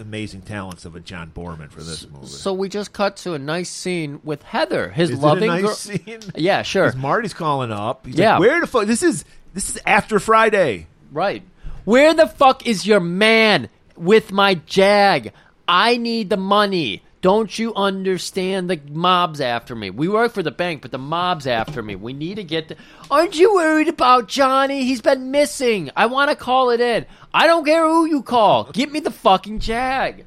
the amazing talents of a John Borman for this movie.
So we just cut to a nice scene with Heather, his
Is it a
loving
nice
girl.
scene?
Yeah, sure.
'Cause Marty's calling up. He's
Yeah.
like, where the fuck? This is this is after Friday.
Right. Where the fuck is your man with my jag? I need the money. Don't you understand? The mob's after me. We work for the bank, but the mob's after me. We need to get. The- Aren't you worried about Johnny? He's been missing. I want to call it in. I don't care who you call. Get me the fucking jag.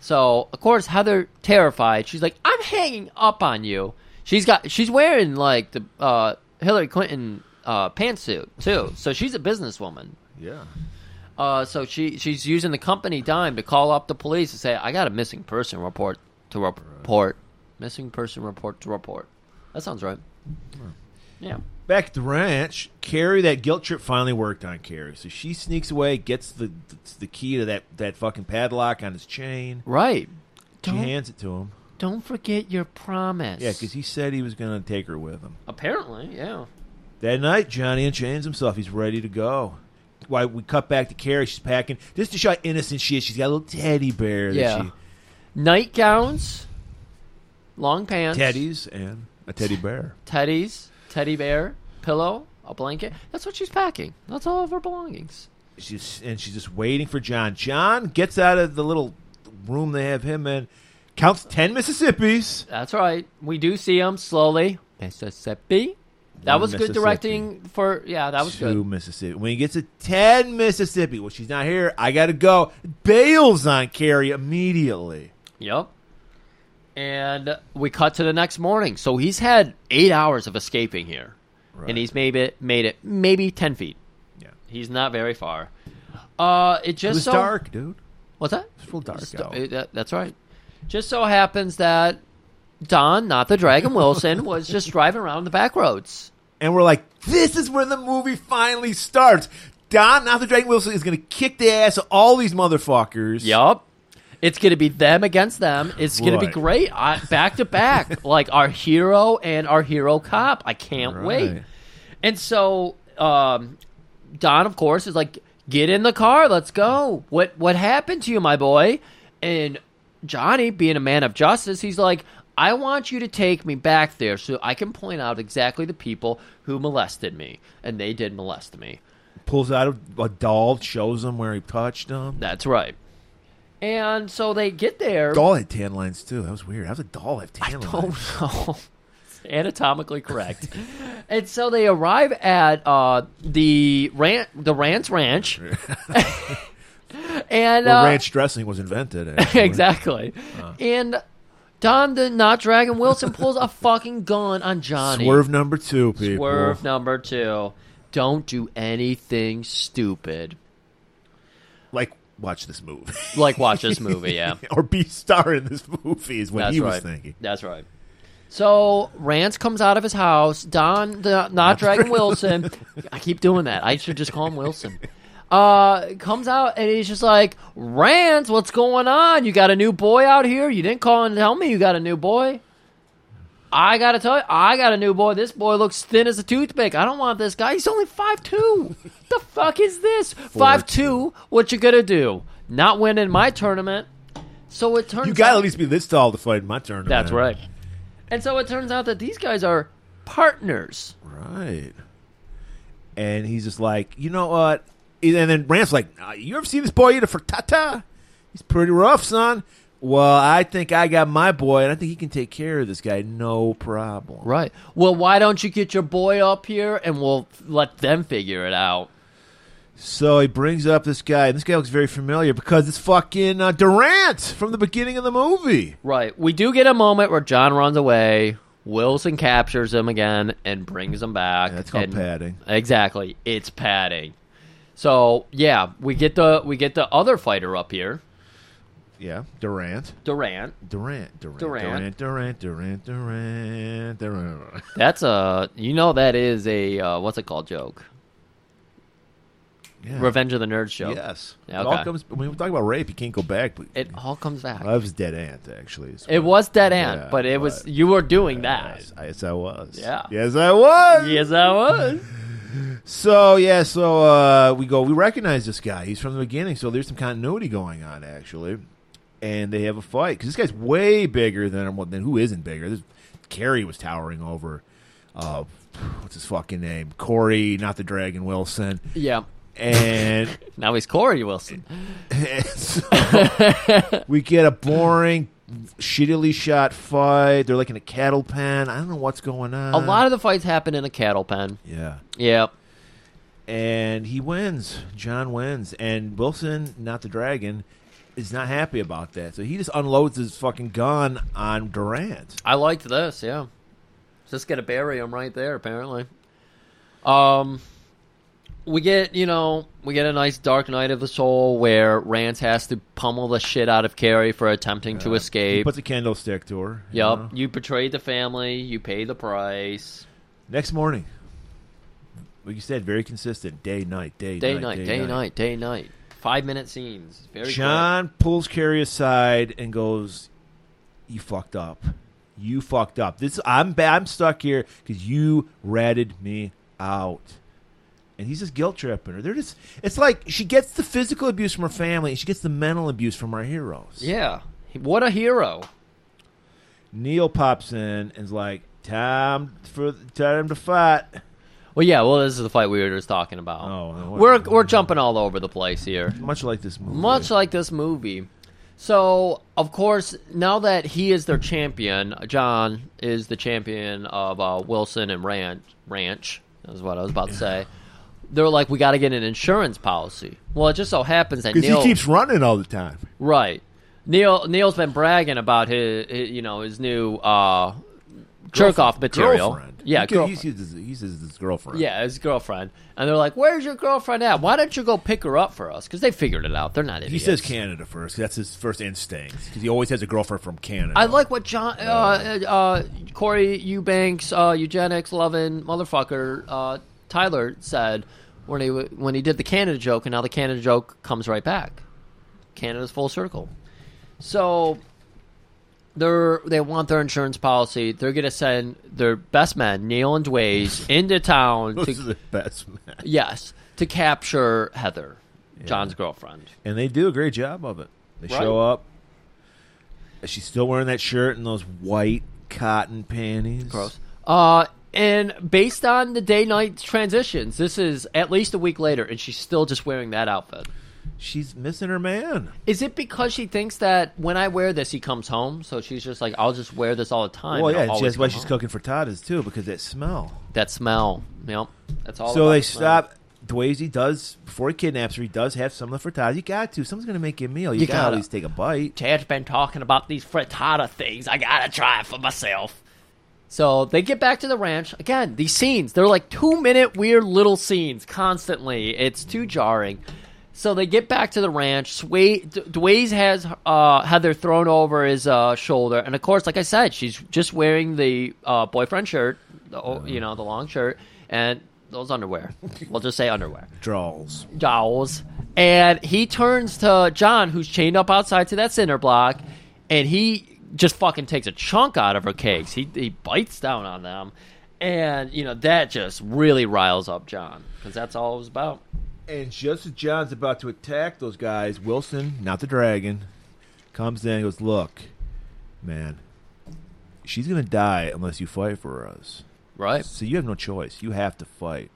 So of course Heather terrified. She's like, "I'm hanging up on you." She's got she's wearing like the uh, Hillary Clinton uh, pantsuit too. So she's a businesswoman.
Yeah.
Uh, so she she's using the company dime to call up the police and say, "I got a missing person report to rep- report, missing person report to report." That sounds right. Hmm. Yeah.
Back at the ranch, Carrie, that guilt trip finally worked on Carrie. So she sneaks away, gets the the key to that, that fucking padlock on his chain.
Right.
She
Don't
hands it to him.
don't forget your promise.
Yeah, because he said he was going to take her with him.
apparently, yeah.
That night, Johnny unchains himself. He's ready to go. Why we cut back to Carrie? She's packing just to show how innocent she is. She's got a little teddy bear.
Yeah.
That
Nightgowns, long
she,
pants,
teddies and a teddy bear.
teddies, teddy bear, pillow, a blanket. That's what she's packing. That's all of her belongings.
She's and she's just waiting for John. John gets out of the little room they have him in, counts ten Mississippi's.
That's right. We do see him slowly. Mississippi. That
One
was good
Mississippi.
directing for. Yeah, that was
Two
good.
Mississippi. When he gets to ten Mississippi, well, she's not here. I gotta go. Bails on Carrie immediately.
Yep. And we cut to the next morning. So he's had eight hours of escaping here, and he's made it made it maybe ten feet.
Yeah.
He's not very far. Uh, it
It
just
was
so
dark, dude.
what's that?
It's real dark out.
St- that- that's right. Just so happens that Don, not the Dragon Wilson, was just driving around the back roads.
and we're like, this is where the movie finally starts. Don, not the Dragon Wilson, is going to kick the ass of all these motherfuckers.
Yup. It's going to be them against them. It's going to be
Right.
great. I, back to back. like our hero and our hero cop. I can't
Right.
wait. And so um, Don, of course, is like, get in the car. Let's go. What, what happened to you, my boy? And Johnny, being a man of justice, he's like, I want you to take me back there so I can point out exactly the people who molested me. And they did molest me.
Pulls out a, a doll, shows him where he touched him.
That's right. And so they get there.
Doll had tan lines, too. That was weird. How's a doll have tan lines?
Oh no. Anatomically correct. and so they arrive at uh, the ran- the Rance Ranch. and
Well,
uh,
ranch Uh. dressing was invented. actually.
exactly. And Don the not Dragon Wilson pulls a fucking gun on Johnny.
Swerve number two, people.
Swerve number two. Don't do anything stupid.
Like, watch this movie.
Like watch this movie, yeah.
or be star in this movie is what
That's
he
right.
was thinking.
That's right. So Rance comes out of his house. Don, the, not Dragon Wilson. I keep doing that. I should just call him Wilson. Uh, comes out and he's just like, Rance, what's going on? You got a new boy out here? You didn't call and tell me you got a new boy. I gotta tell you, I got a new boy. This boy looks thin as a toothpick. I don't want this guy. He's only five two. the fuck is this? Five two. What you gonna do? Not winning my tournament. So it turns
You got to
out-
at least be this tall to fight in my tournament.
that's right. And so it turns out that these guys are partners.
Right. And he's just like, you know what? And then Rand's like, "Uh, you ever seen this boy eat a frittata? He's pretty rough, son. Well, I think I got my boy, and I think he can take care of this guy, no problem.
Right. Well, why don't you get your boy up here and we'll let them figure it out?
So he brings up this guy, and this guy looks very familiar because it's fucking uh, Durant from the beginning of the movie.
Right. We do get a moment where John runs away, Wilson captures him again and brings him back.
Yeah, that's called
and-
padding.
Exactly. It's padding. So, yeah, we get the we get the other fighter up here,
Yeah, Durant,
Durant.
Durant, Durant,
Durant.
Durant, Durant, Durant, Durant, Durant.
That's a you know that is a uh, what's it called joke.
Yeah.
Revenge of the Nerds joke.
Yes,
Yeah,
it
okay.
all comes. When we talk about rape, you can't go back. But
It all comes back.
I was dead ant actually. is
It
what-
was dead end,
Yeah,
but it was
but-
you were doing that.
Yes, yes, I was.
Yeah.
Yes, I was.
Yes, I was.
So yeah, so uh, we go. We recognize this guy. He's from the beginning. So there's some continuity going on actually, and they have a fight because this guy's way bigger than well, than who isn't bigger. This Carrie was towering over. Uh, what's his fucking name? Corey, not the Dragon Wilson,
Yeah.
and
Now he's Corey Wilson.
So, we get a boring, shittily shot fight. They're like in a cattle pen. I don't know what's going on.
A lot of the fights happen in a cattle pen.
yeah.
Yeah.
And he wins. John wins. And Wilson, not the dragon, is not happy about that. So he just unloads his fucking gun on Durant.
I liked this, yeah. Just gonna bury him right there, apparently. Um we get you know we get a nice dark night of the soul where Rance has to pummel the shit out of Carrie for attempting to
He
escape.
puts a candlestick to her. you
Yep,
know.
you betrayed the family. You pay the price.
Next morning, like you said, very consistent. Day, night, day,
Day,
night,
night, day, night. day, night. Five minute scenes. Very quick.
John pulls Carrie aside and goes, "You fucked up. You fucked up. This I'm ba- I'm stuck here because you ratted me out." And he's just guilt tripping her. They're just. It's like she gets the physical abuse from her family, and she gets the mental abuse from our heroes.
Yeah, He- what a hero.
Neil pops in and is like, "Time for time to fight."
Well, yeah. Well, this is the fight we were just talking about.
Oh, no, what-
we're we're jumping all over the place here.
Much like this movie.
Much like this movie. So, of course, now that he is their champion, John is the champion of uh, Wilson and Ranch. Ranch is what I was about to say. They're like, we got to get an insurance policy. Well, it just so happens that
because
Neil
he keeps running all the time.
right. Neil Neil's been bragging about his, his you know his new uh, jerk off material.
Girlfriend.
Yeah,
He could-
girlfriend.
he's, he's, his- he's his his girlfriend.
Yeah, his girlfriend. And they're like, "Where's your girlfriend at? Why don't you go pick her up for us?" Because they figured it out. They're not idiots.
He says Canada first. 'cause That's his first instinct because he always has a girlfriend from Canada.
I like what John, uh, uh, uh, Corey Eubanks, uh, eugenics loving motherfucker uh, Tyler said when he w- when he did the Canada joke, and now the Canada joke comes right back. Canada's full circle. So they're they want their insurance policy. They're gonna send their best men Neil and Dways into town.
Those are
To,
the best man.
yes, to capture Heather, John's girlfriend.
and they do a great job of it. They
Right.
show up. She's still wearing that shirt and those white cotton panties.
Gross. Uh, and based on the day night transitions, this is at least a week later, and she's still just wearing that outfit.
She's missing her man.
Is it because she thinks that when I wear this, he comes home? So she's just like, I'll just wear this all the time.
well,
and I'll
yeah, and she-
always
that's why
come
she's
home."
cooking frittatas too because that smell.
That smell. Yep. That's all.
So
about
they
the smell.
stop. Dwazy does before he kidnaps her. He does have some of the frittatas. You got to. Someone's gonna make you a meal. You,
You
gotta,
gotta.
at least take a bite.
Chad's been talking about these frittata things. I gotta try it for myself. So they get back to the ranch. Again, these scenes, they're like two minute weird little scenes constantly. It's too jarring. So they get back to the ranch. Sway, D- Dways has uh, Heather thrown over his uh, shoulder. And of course, like I said, she's just wearing the uh, boyfriend shirt, the, o you know, the long shirt, and those underwear. we'll just say underwear
Draws.
dowels. And he turns to John, who's chained up outside to that cinder block, and he just fucking takes a chunk out of her cakes. He, he bites down on them. And, you know, that just really riles up John because that's all it was about.
And just as John's about to attack those guys, Wilson, not the dragon, comes in and goes, Look, man, she's going to die unless you fight for us.
Right.
So you have no choice. You have to fight.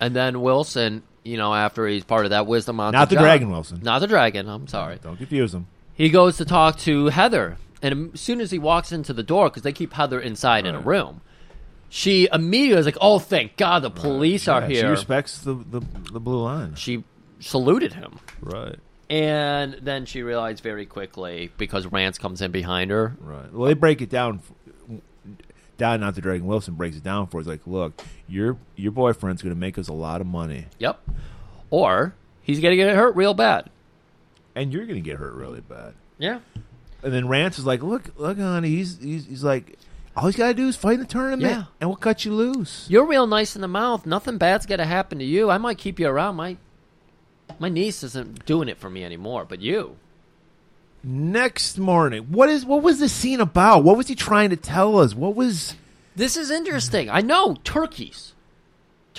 And then Wilson, you know, after he's part of that wisdom on
Not the dragon, Wilson.
Not the dragon. I'm sorry.
Don't confuse them.
He goes to talk to Heather, and as soon as he walks into the door, because they keep Heather inside in a
Right.
room, she immediately is like, "Oh, thank God, the police are
She
here."
respects the, the, the blue line.
she saluted him.
Right.
And then she realized very quickly because Rance comes in behind her.
Right. Well, they break it down. f- Down, not the dragon. Wilson breaks it down for us. Like, look, your your boyfriend's going to make us a lot of money,
Yep. Or he's going to get hurt real bad.
and you're going to get hurt really bad.
Yeah.
And then Rance is like, "Look, look, honey, he's he's, he's like, all he's got to do is fight in the tournament,
Yeah.
and we'll cut you loose."
You're real nice in the mouth. Nothing bad's going to happen to you. I might keep you around. My my niece isn't doing it for me anymore, but you.
Next morning, what is what was this scene about? What was he trying to tell us? What was
This is interesting. I know turkeys.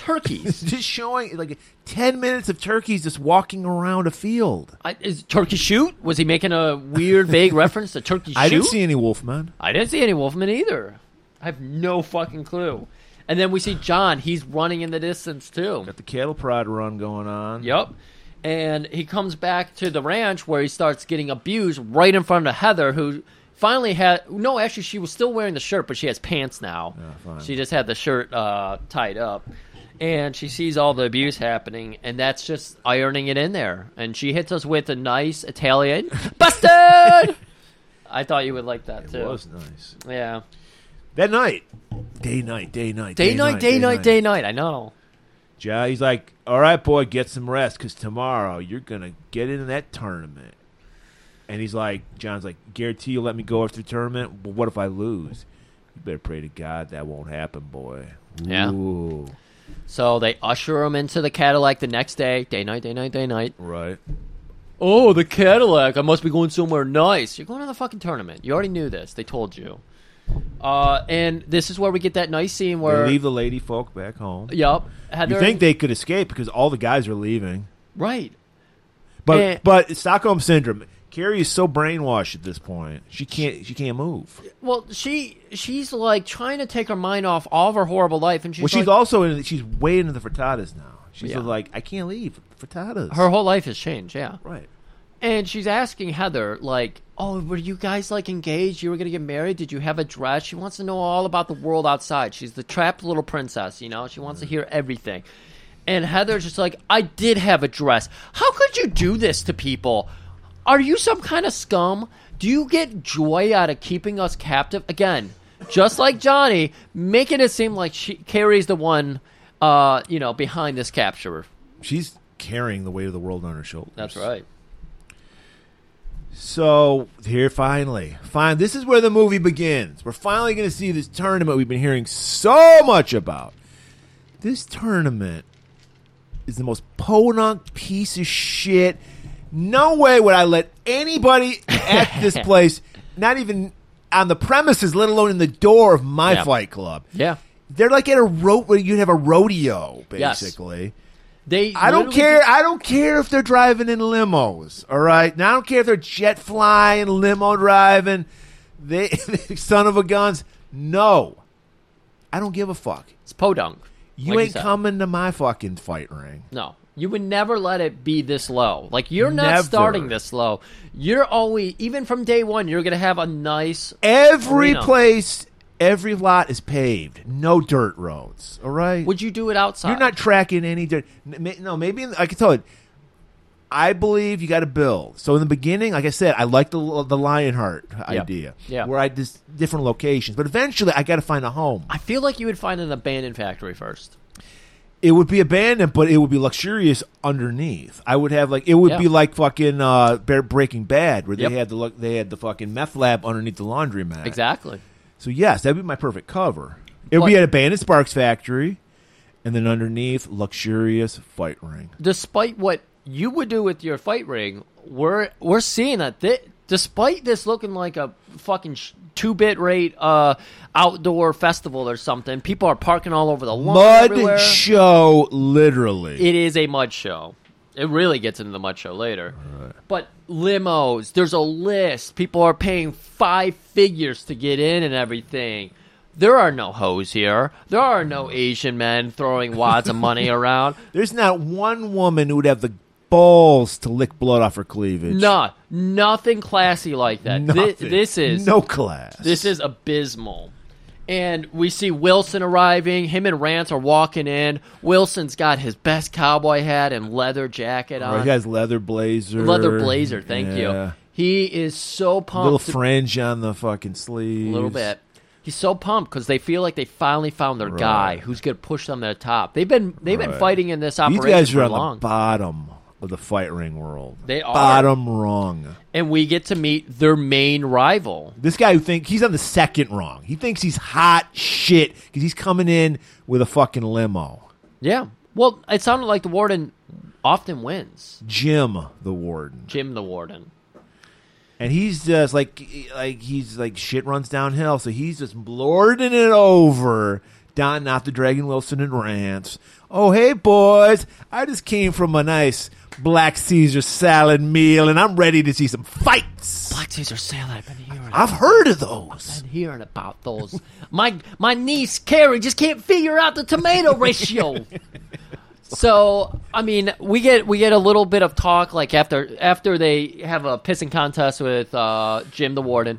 Turkeys.
just showing? Like ten minutes of turkeys just walking around a field.
I, is turkey shoot? Was he making a weird, vague reference to turkey shoot?
I didn't see any Wolfman.
I didn't see any Wolfman either. I have no fucking clue. And then we see John. He's running in the distance too.
Got the cattle prod run going on.
Yep. And he comes back to the ranch where he starts getting abused right in front of Heather, who finally had no. Actually, she was still wearing the shirt, but she has pants now.
Ah, fine.
She just had the shirt uh, tied up, and she sees all the abuse happening, and that's just ironing it in there. And she hits us with a nice Italian busted. I thought you would like that too.
It was nice.
Yeah.
That night, day night, day night,
Day, night, day, night, day night. I know.
Johnny's like, all right, boy, get some rest because tomorrow you're going to get into that tournament. And he's like, John's like, guarantee you'll let me go after the tournament? But what if I lose? You better pray to God that won't happen, boy.
Yeah.
Ooh,
So they usher him into the Cadillac the next day, day night, day night, day night.
right.
Oh, the Cadillac! I must be going somewhere nice. You're going to the fucking tournament. You already knew this. They told you. Uh, and this is where we get that nice scene
They
where
leave the lady folk back home.
Yep. Heather.
You think they could escape because all the guys are leaving.
right?
But
Eh.
but Stockholm syndrome. Carrie is so brainwashed at this point. She can't she can't move.
Well, she she's like trying to take her mind off all of her horrible life, and she's,
well, she's
like-
also in, she's way into the frittatas now. She's
Yeah.
like, I can't leave frittatas.
her whole life has changed. Yeah,
right.
and she's asking Heather like, "Oh, were you guys like engaged? You were gonna get married? Did you have a dress?" She wants to know all about the world outside. She's the trapped little princess, you know. She wants to
Mm.
hear everything. And Heather's just like, "I did have a dress. How could you do this to people? Are you some kind of scum? Do you get joy out of keeping us captive again?" Just like Johnny, making it seem like she Carrie's the one, uh, you know, behind this capture.
She's carrying the weight of the world on her shoulders.
That's right.
So here, finally, fine. This is where the movie begins. We're finally going to see this tournament we've been hearing so much about. This tournament is the most podunk piece of shit. No way would I let anybody at this place, not even on the premises, let alone in the door of my
Yeah.
flight club.
Yeah.
They're like at a road where you'd have a rodeo,
Yes.
basically.
They
I don't
literally
care. I don't care if they're driving in limos. All right, now I don't care if they're jet flying, limo driving. They son of a guns. No, I don't give a fuck.
It's podunk.
You
like
ain't
said.
coming to my fucking fight ring.
No, you would never let it be this low. Like you're not
Never.
starting this low. You're always even from day one. You're gonna have a nice.
Every
Arena.
place, every lot is paved. No dirt roads. All right.
Would you do it outside?
You're not tracking any dirt. n- ma- No, maybe in- I can tell it. I believe you got to build. So in the beginning, like I said, I like the the Lionheart idea,
Yeah.
where I just different locations. But eventually, I got to find a home.
I feel like you would find an abandoned factory first.
It would be abandoned, but it would be luxurious underneath. I would have like it would
Yeah.
be like fucking uh, Bear- Breaking Bad, where they
Yep.
had the lu- they had the fucking meth lab underneath the laundromat.
Exactly.
So yes, that'd be my perfect cover. It would be
But-
an abandoned Sparks factory, and then underneath, luxurious fight ring.
Despite what you would do with your fight ring, we're we're seeing that. Thi- despite this looking like a fucking sh- two bit rate uh, outdoor festival or something, people are parking all over the lawn.
mud
everywhere.
show literally
it is a mud show. It really gets into the mud show later. But limos, there's a list. People are paying five figures to get in and everything. There are no hoes here. There are no Asian men throwing wads of money around.
there's not one woman who would have the balls to lick blood off her cleavage
Nah, nothing classy like that. Thi-
Nothing.
this is
no class
This is abysmal. And we see Wilson arriving. Him and Rance are walking in. Wilson's got his best cowboy hat and leather jacket
Or
on.
he has leather blazer
leather blazer. Thank
Yeah.
you. He is so pumped.
little
to-
fringe on the fucking sleeve
a little bit. He's so pumped because they feel like they finally found their guy
Right.
who's going to push them to the top. They've been they've been
Right.
fighting in this
these
operation
guys are
for
on
long,
the bottom of the fight ring world
They are.
bottom rung
and we get to meet their main rival.
This guy who think he's on the second rung. He thinks he's hot shit because he's coming in with a fucking limo.
Yeah. Well, it sounded like the warden often wins.
Jim, the warden.
Jim the warden.
and he's just like like he's like shit runs downhill so he's just lording it over don not the dragon wilson and rants oh hey boys i just came from a nice black caesar salad meal and i'm ready to see some fights
Black Caesar salad. I've been hearing.
i've heard of those
been hearing about those. My my niece Carrie just can't figure out the tomato ratio. so I mean, we get we get a little bit of talk like after after they have a pissing contest with uh, Jim the warden.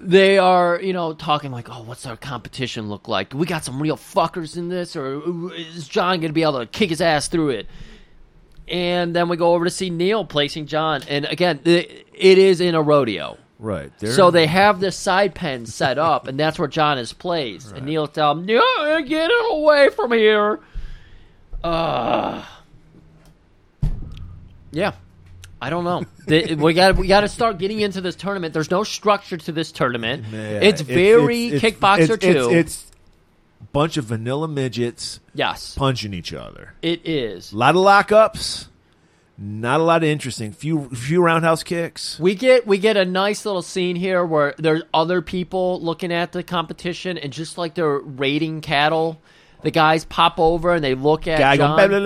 They are, you know, talking like, "Oh, what's our competition look like? We got some real fuckers in this, or is John going to be able to kick his ass through it?" And then we go over to see Neil placing John, and again, it, it is in a rodeo.
right
So they have this side pen set up, and that's where John is placed. And Neil tell him, "No, get it away from here." Uh, Yeah. I don't know. The- we got we got to start getting into this tournament. There's no structure to this tournament.
Yeah,
it's very
it's- it's-
kickboxer
it's, It's,
too.
it's a bunch of vanilla midgets
yes,
punching each other.
it is.
A lot of lockups. Not a lot of interesting. Few few roundhouse kicks.
We get we get a nice little scene here where there's other people looking at the competition and just like they're raiding cattle, the guys pop over and they look at
Guy
John.
going,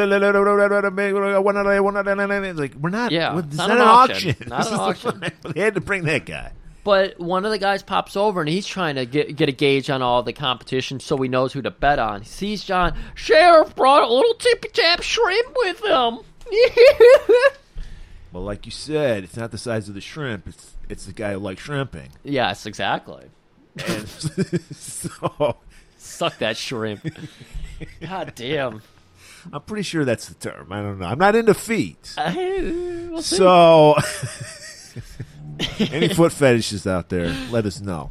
one out of one out of It's like we're not.
Yeah,
it's
it's
not,
not
an
an
auction.
auction. Not
This
an
is the
auction.
final. They had to bring that guy.
But one of the guys pops over and he's trying to get, get a gauge on all the competition so he knows who to bet on. He sees John, Sheriff brought a little tippy tap shrimp with him.
Well, like you said, it's not the size of the shrimp. It's it's the guy who likes shrimping.
yes, exactly.
And so
Suck that shrimp. God damn.
I'm pretty sure that's the term. I don't know. I'm not into feet.
We'll see.
So, any foot fetishes out there, let us know.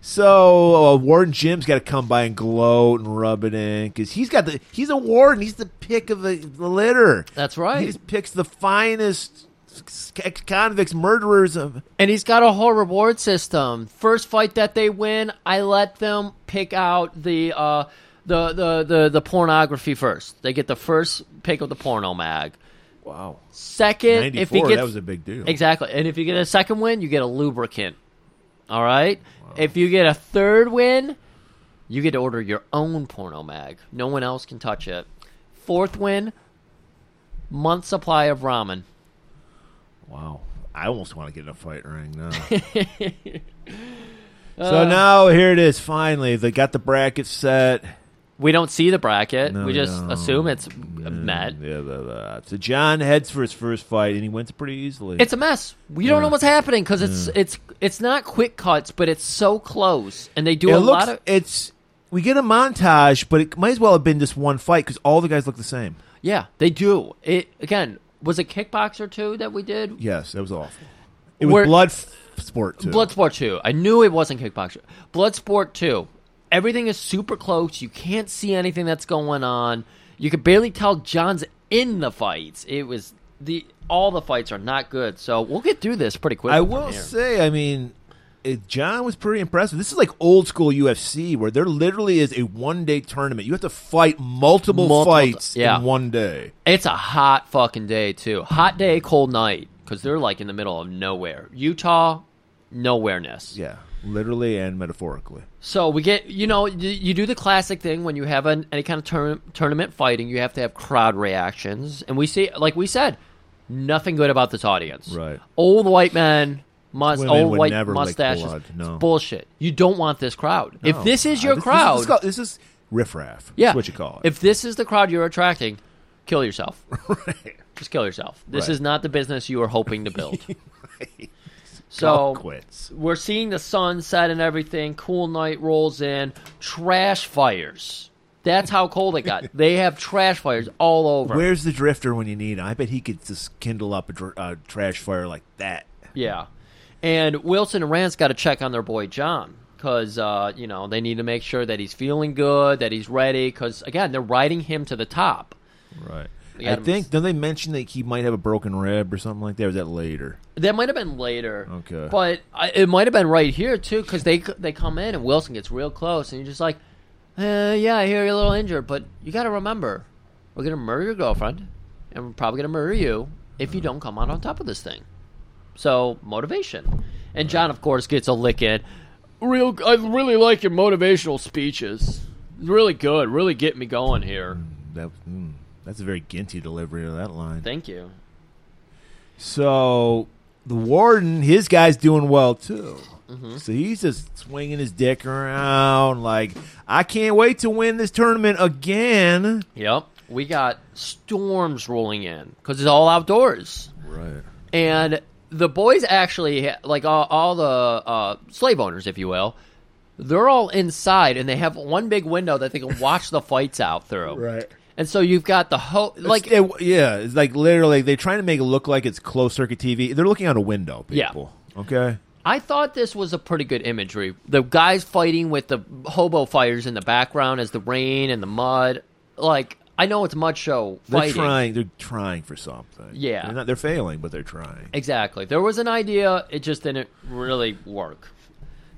So, uh, Warden Jim's got to come by and gloat and rub it in because he's got the he's a warden. He's the pick of the, the litter.
That's right.
He just picks the finest ex convicts, murderers of.
And he's got a whole reward system. First fight that they win, I let them pick out the uh, the, the the the pornography first. They get the first pick of the porno mag.
Wow,
Second,
ninety
if he
four.
gets
That was a big deal.
Exactly. And if you get a second win, you get a lubricant. All right? If you get a third win, you get to order your own porno mag. No one else can touch it. Fourth win, month supply of ramen.
Wow, I almost want to get in a fight ring now.
Uh,
so now here it is. Finally, they got the bracket set.
We don't see the bracket.
No,
we just
no.
assume it's met.
Yeah, blah, blah. So John heads for his first fight, and he wins pretty easily.
It's a mess. We don't know what's happening because it's it's it's not quick cuts, but it's so close, and they do
it
a
looks,
lot of
it's we get a montage, but it might as well have been just one fight because all the guys look the same.
yeah. They do it again. Was it kickboxer too that we did?
Yes, that was awful. It was
We're-
blood f- sport too.
Bloodsport 2. I knew it wasn't Kickboxer. Bloodsport 2. Everything is super close. You can't see anything that's going on. You can barely tell John's in the fights. It was the all the fights are not good. So we'll get through this pretty quickly.
I
from
will
here.
say, I mean, it, John was pretty impressive. This is like old school UFC where there literally is a one day tournament. You have to fight multiple,
Multiple-
fights
yeah.
in one day.
It's a hot fucking day too. Hot day, cold night because they're like in the middle of nowhere. Utah, nowhereness.
Yeah, literally and metaphorically.
So we get, you know, you, you do the classic thing when you have an, any kind of tour, tournament fighting, you have to have crowd reactions. And we see, like we said, nothing good about this audience.
Right.
Old white men, must,
Women
old
would
white
never lick
mustaches.
blood,
It's
no.
bullshit. You don't want this crowd. if this is
No, Uh,
your crowd,
this is, called- this is riffraff.
yeah,
That's what you call it.
If this is the crowd you're attracting, kill yourself. Just kill yourself. This
Right.
is not the business you were hoping to build. So
Call quits.
we're seeing the sunset and everything. Cool night rolls in. Trash fires. That's how cold it got. they have trash fires all over.
Where's the drifter when you need him? I bet he could just kindle up a dr- uh, trash fire like that.
Yeah. And Wilson and Rand's got to check on their boy John because, uh, you know, they need to make sure that he's feeling good, that he's ready because, again, they're riding him to the top.
Right.
We
I
got him-
think. Don't they mention that he might have a broken rib or something like that? Or is that later?
That might have been later.
Okay.
But I, it might have been right here, too, because they, they come in and Wilson gets real close and you're just like, uh, yeah, I hear you're a little injured, but you got to remember, we're going to murder your girlfriend and we're probably going to murder you if you don't come out on top of this thing. So, motivation. And John, of course, gets a lick in. Real, I really like your motivational speeches. Really good. Really get me going here.
That, mm, that's a very ginty delivery of that line.
Thank you.
So the warden, his guy's doing well too. So he's just swinging his dick around like I can't wait to win this tournament again.
Yep. We got storms rolling in because it's all outdoors.
Right.
and the boys actually like all, all the uh, slave owners if you will they're all inside and they have one big window that they can watch the fights out through
Right.
and so you've got the whole
Like
like
it, yeah, it's like literally they're trying to make it look like it's closed circuit TV. They're looking out a window,
Yeah.
people. Okay.
i thought this was a pretty good imagery the guys fighting with the hobo fires in the background as the rain and the mud like I know it's macho
They're
fighting.
trying. They're trying for something.
Yeah.
they're, not, they're failing, but they're trying.
Exactly. There was an idea, it just didn't really work.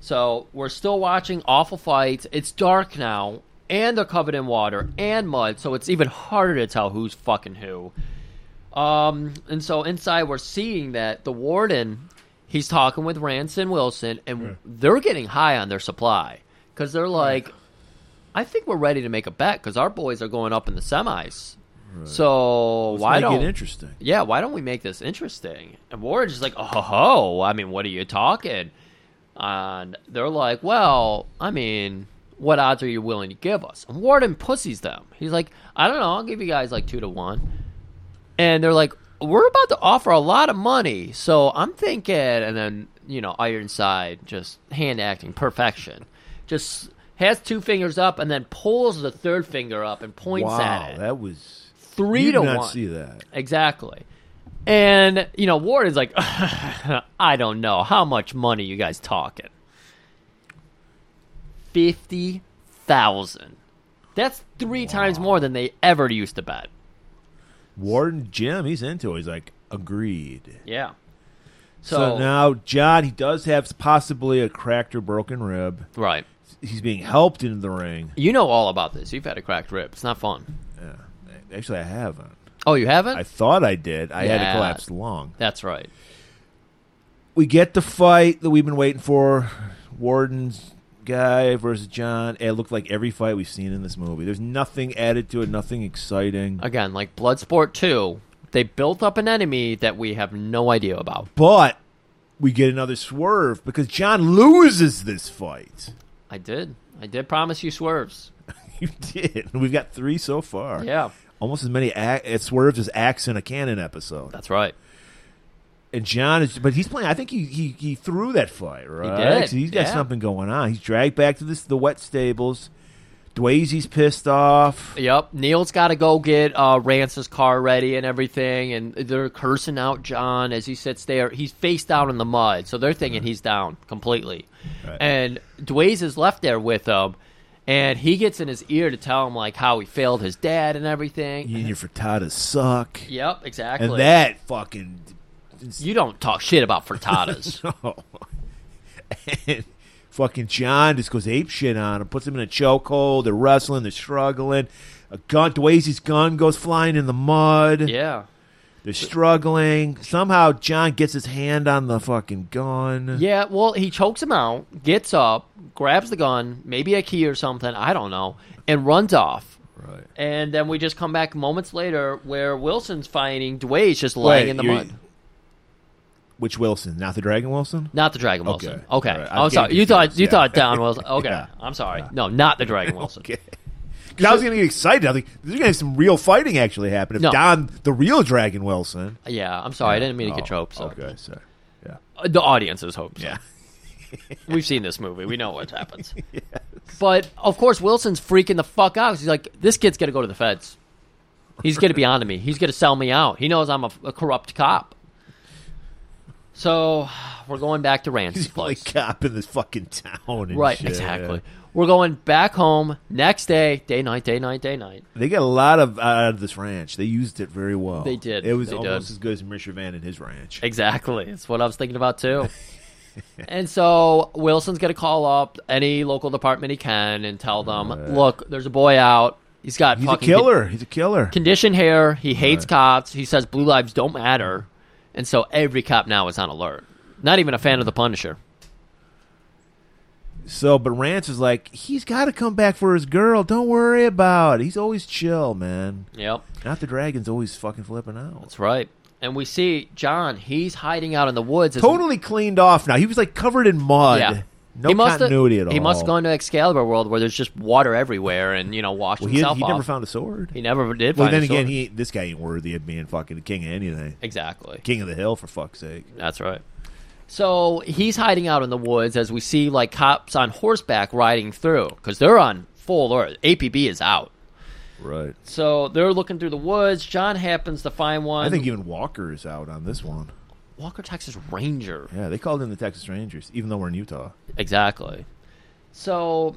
So we're still watching awful fights. It's dark now, and they're covered in water and mud, so it's even harder to tell who's fucking who. Um, and so inside, we're seeing that the warden, he's talking with Ranson Wilson, and they're getting high on their supply because they're like, I think we're ready to make a bet because our boys are going up in the semis. So
Let's
why
make
don't
it interesting?
yeah, why don't we make this interesting? And Warren's just like, oh, ho, ho, I mean, what are you talking? And they're like, well, I mean, what odds are you willing to give us? And Warden pussies them. He's like, I don't know, I'll give you guys like two to one. And they're like, we're about to offer a lot of money. So I'm thinking, and then, you know, Ironside just hand acting perfection. Just has two fingers up and then pulls the third finger up and points
wow,
at it.
that was
Three
you
to
did not
one.
See that?
Exactly. And, you know, Ward is like, I don't know. How much money you guys talking? 50,000. That's three times more than they ever used to bet.
Warden Jim, he's into it. He's like, agreed.
Yeah.
So,
So,
now John, he does have possibly a cracked or broken rib.
right.
He's being helped into the ring.
You know all about this. You've had a cracked rib. It's not fun.
Yeah. Actually, I haven't.
Oh, you haven't?
I thought I did. I had
Yeah.
a collapsed lung.
That's right.
We get the fight that we've been waiting for. Warden's guy versus John. It looked like every fight we've seen in this movie. There's nothing added to it. Nothing exciting.
Again, like Bloodsport 2, they built up an enemy that we have no idea about.
But we get another swerve because John loses this fight.
I did. I did promise you swerves.
You did. We've got three so far.
Yeah.
Almost as many ac- it swerves as acts in a cannon episode.
That's right.
And John is, but he's playing. I think he he, he threw that fight, right?
did,
So he's got
yeah.
something going on. He's dragged back to this the wet stables. Dwayze's pissed off.
Yep, Neil's got to go get uh, Rance's car ready and everything, and they're cursing out John as he sits there. He's face down in the mud, so they're thinking he's down completely. And Dwayze is left there with him, and he gets in his ear to tell him like how he failed his dad and everything.
You and your frittatas suck.
Yep, exactly.
and that fucking.
you don't talk shit about frittatas.
oh. and fucking John just goes ape shit on him, puts him in a chokehold. They're wrestling, they're struggling. A gun, Dwayze's gun goes flying in the mud.
yeah,
They're struggling. Somehow John gets his hand on the fucking gun.
yeah. Well, he chokes him out, gets up, grabs the gun, maybe a key or something. I don't know, and runs off.
Right.
And then we just come back moments later where Wilson's finding Dwayne's just laying
Wait,
in the
you're-
mud.
Which Wilson? Not the Dragon Wilson?
Not the Dragon
Okay.
Wilson. Okay.
All right. I
I'm sorry.
get
You thought
confused,
you
yeah.
thought Down Wilson. Okay.
Yeah.
I'm sorry. No, not the Dragon Wilson.
Okay. Because I was going to get excited. I was like, there's going to have some real fighting actually happen if
No.
Don, the real Dragon Wilson. Oh,
Yeah, I'm sorry. I didn't mean to get your hopes up.
Okay, sorry. Yeah.
Uh, The audience's hopes.
Yeah.
We've seen this movie. We know what happens. But of course Wilson's freaking the fuck out. 'cause He's like, this kid's gonna go to the feds. He's gonna be onto me. He's gonna sell me out. He knows I'm a, a corrupt cop. So we're going back to Rance's
He's the only
place.
cop in this fucking town. and
Right,
shit.
exactly. We're going back home next day, day night, day night, day night.
They got a lot of out of this ranch. They used it very well.
They did.
It was
They did.
almost as good as Mr. Van and his ranch.
Exactly. It's what I was thinking about too. and so Wilson's going to call up any local department he can and tell them, "Look, there's a boy out. He's got
He's a
fucking
killer. He's a killer.
conditioned hair. He hates cops. He says blue lives don't matter." And so every cop now is on alert. Not even a fan of the Punisher.
So, but Rance is like, he's got to come back for his girl. Don't worry about it. He's always chill, man.
Yep.
Not the dragon's always fucking flipping out.
That's right. And we see John, he's hiding out in the woods. as-
Totally cleaned off now. He was like covered in mud.
Yeah.
No
He must've-
continuity at all.
He must have gone to Excalibur World where there's just water everywhere and, you know, washed
Well, he,
himself
he
off.
never found a sword.
he never did
well,
find
then
a
again,
sword.
he ain't, this guy ain't worthy of being fucking the king of anything.
Exactly.
King of the hill, for fuck's sake.
That's right. So he's hiding out in the woods as we see like cops on horseback riding through because they're on full alert. APB is out,
Right.
so they're looking through the woods. John happens to find one.
I think even Walker is out on this one.
Walker Texas Ranger.
Yeah, they called him the Texas Rangers, even though we're in Utah.
Exactly. So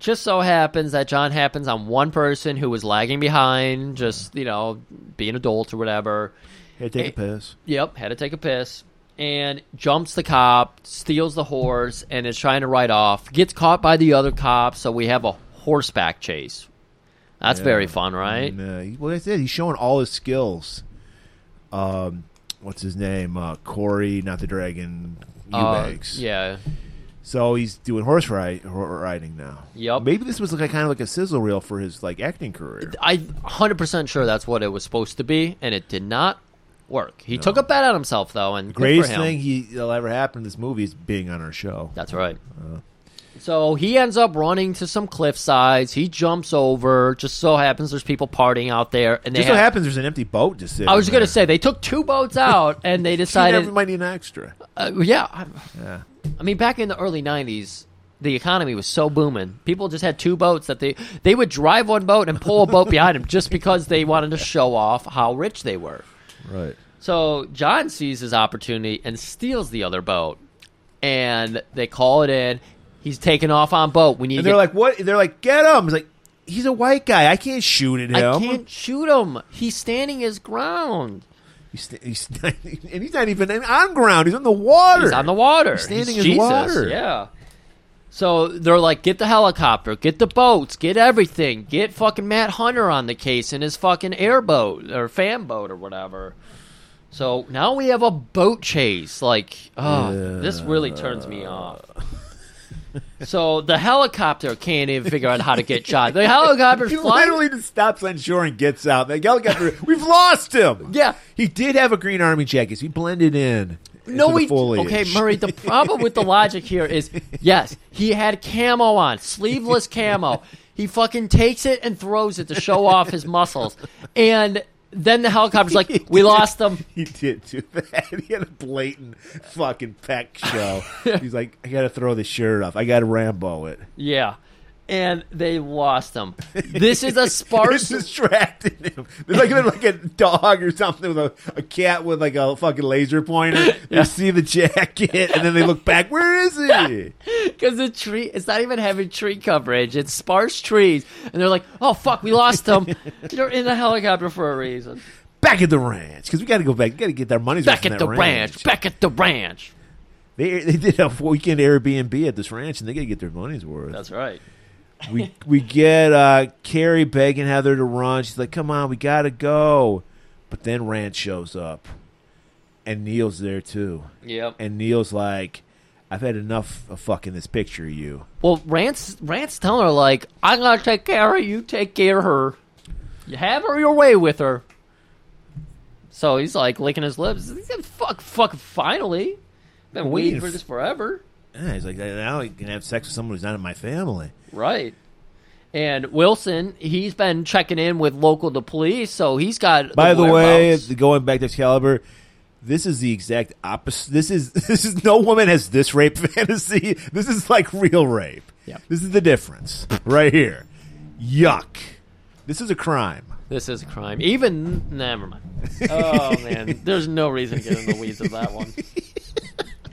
just so happens that John happens on one person who was lagging behind, just, you know, being adult or whatever.
Hey, take
Hey.
a piss.
Yep, had to take a piss. And jumps the cop, steals the horse, and is trying to ride off. Gets caught by the other cop, so we have a horseback chase. That's very fun, right?
And, uh, he- well, that's it. He's showing all his skills. Um, what's his name? Uh, Corey, not the dragon.
Uh,
Eubanks.
yeah.
So he's doing horse ride, hor- riding now.
Yup.
Maybe this was like kind of like a sizzle reel for his like acting career.
I'm 100% sure that's what it was supposed to be, and it did not work. He took a bet on himself, though, and good for
Greatest
him.
thing he, that'll ever happen in this movie is being on our show.
That's right.
Uh.
So he ends up running to some cliff sides. He jumps over. Just so happens there's people partying out there, and they.
Just so
have-
happens there's an empty boat to sit.
I was
going
gonna say they took two boats out, and they decided.
might need an extra.
uh, yeah, I- I mean, back in the early '90s, the economy was so booming. People just had two boats that they they would drive one boat and pull a boat behind them just because they wanted to show off how rich they were.
Right.
So John sees his opportunity and steals the other boat, and they call it in. He's taking off on boat. We need.
And
to
they're
get-
like, "What?" They're like, "Get him!" He's like, "He's a white guy. I can't shoot at him."
I can't shoot him. He's standing his ground.
He's, sta- he's sta- and he's not even on ground. He's on the water.
He's on the water.
He's standing
He's
in
Jesus.
water.
Yeah. So they're like, get the helicopter, get the boats, get everything, get fucking Matt Hunter on the case in his fucking airboat or fan boat or whatever. So now we have a boat chase. Like, oh, this really turns me off. so the helicopter can't even figure out how to get shot. The helicopter's
He
flying.
literally just stops on shore and gets out. The helicopter. We've lost him.
Yeah.
he did have a green army jacket. so He blended in.
No,
into the
we
foliage.
okay, Murray. The problem with the logic here is, yes, he had camo on, sleeveless camo. He fucking takes it and throws it to show off his muscles, and then the helicopter's like, "We lost them."
He did do that. He had a blatant fucking peck show. He's like, I gotta throw this shirt off. I gotta Rambo it.
Yeah, and they lost them. This is a
It's
sparse.
distracting him. There's like, like a dog or something with a, a cat with like a fucking laser pointer. You see the jacket, and then they look back. Where is he?
Because the tree, it's not even having tree coverage. It's sparse trees, and they're like, "Oh fuck, we lost them." they're in the helicopter for a reason.
Back at the ranch because we got to go back. We got to get their money's
Back
worth
at
from
the
that
ranch. Back at the ranch.
They they did a weekend Airbnb at this ranch, and they got to get their money's worth.
That's right.
we we get uh, Carrie begging Heather to run. She's like, "Come on, we gotta go." But then Rand shows up, and Neil's there too.
Yep.
And Neil's like, "I've had enough of fucking this picture of you."
Well, Rance Rance telling her like, "I'm gonna take care of you. Take care of her. You have her your way with her." So he's like licking his lips. He said, "Fuck, fuck, finally. Been
Waiting
waiting for
f-
this forever,
Yeah, he's like, "Now I can have sex with someone who's not in my family."
right?" And Wilson, he's been checking in with local the police, so he's got.
By the way,
whereabouts.
going back to Excalibur, this is the exact opposite. This is this is no woman has this rape fantasy. This is like real rape.
Yeah.
This is the difference right here. Yuck. This is a crime.
this is a crime. Even never mind. Oh man, there's no reason to get in the weeds of that one.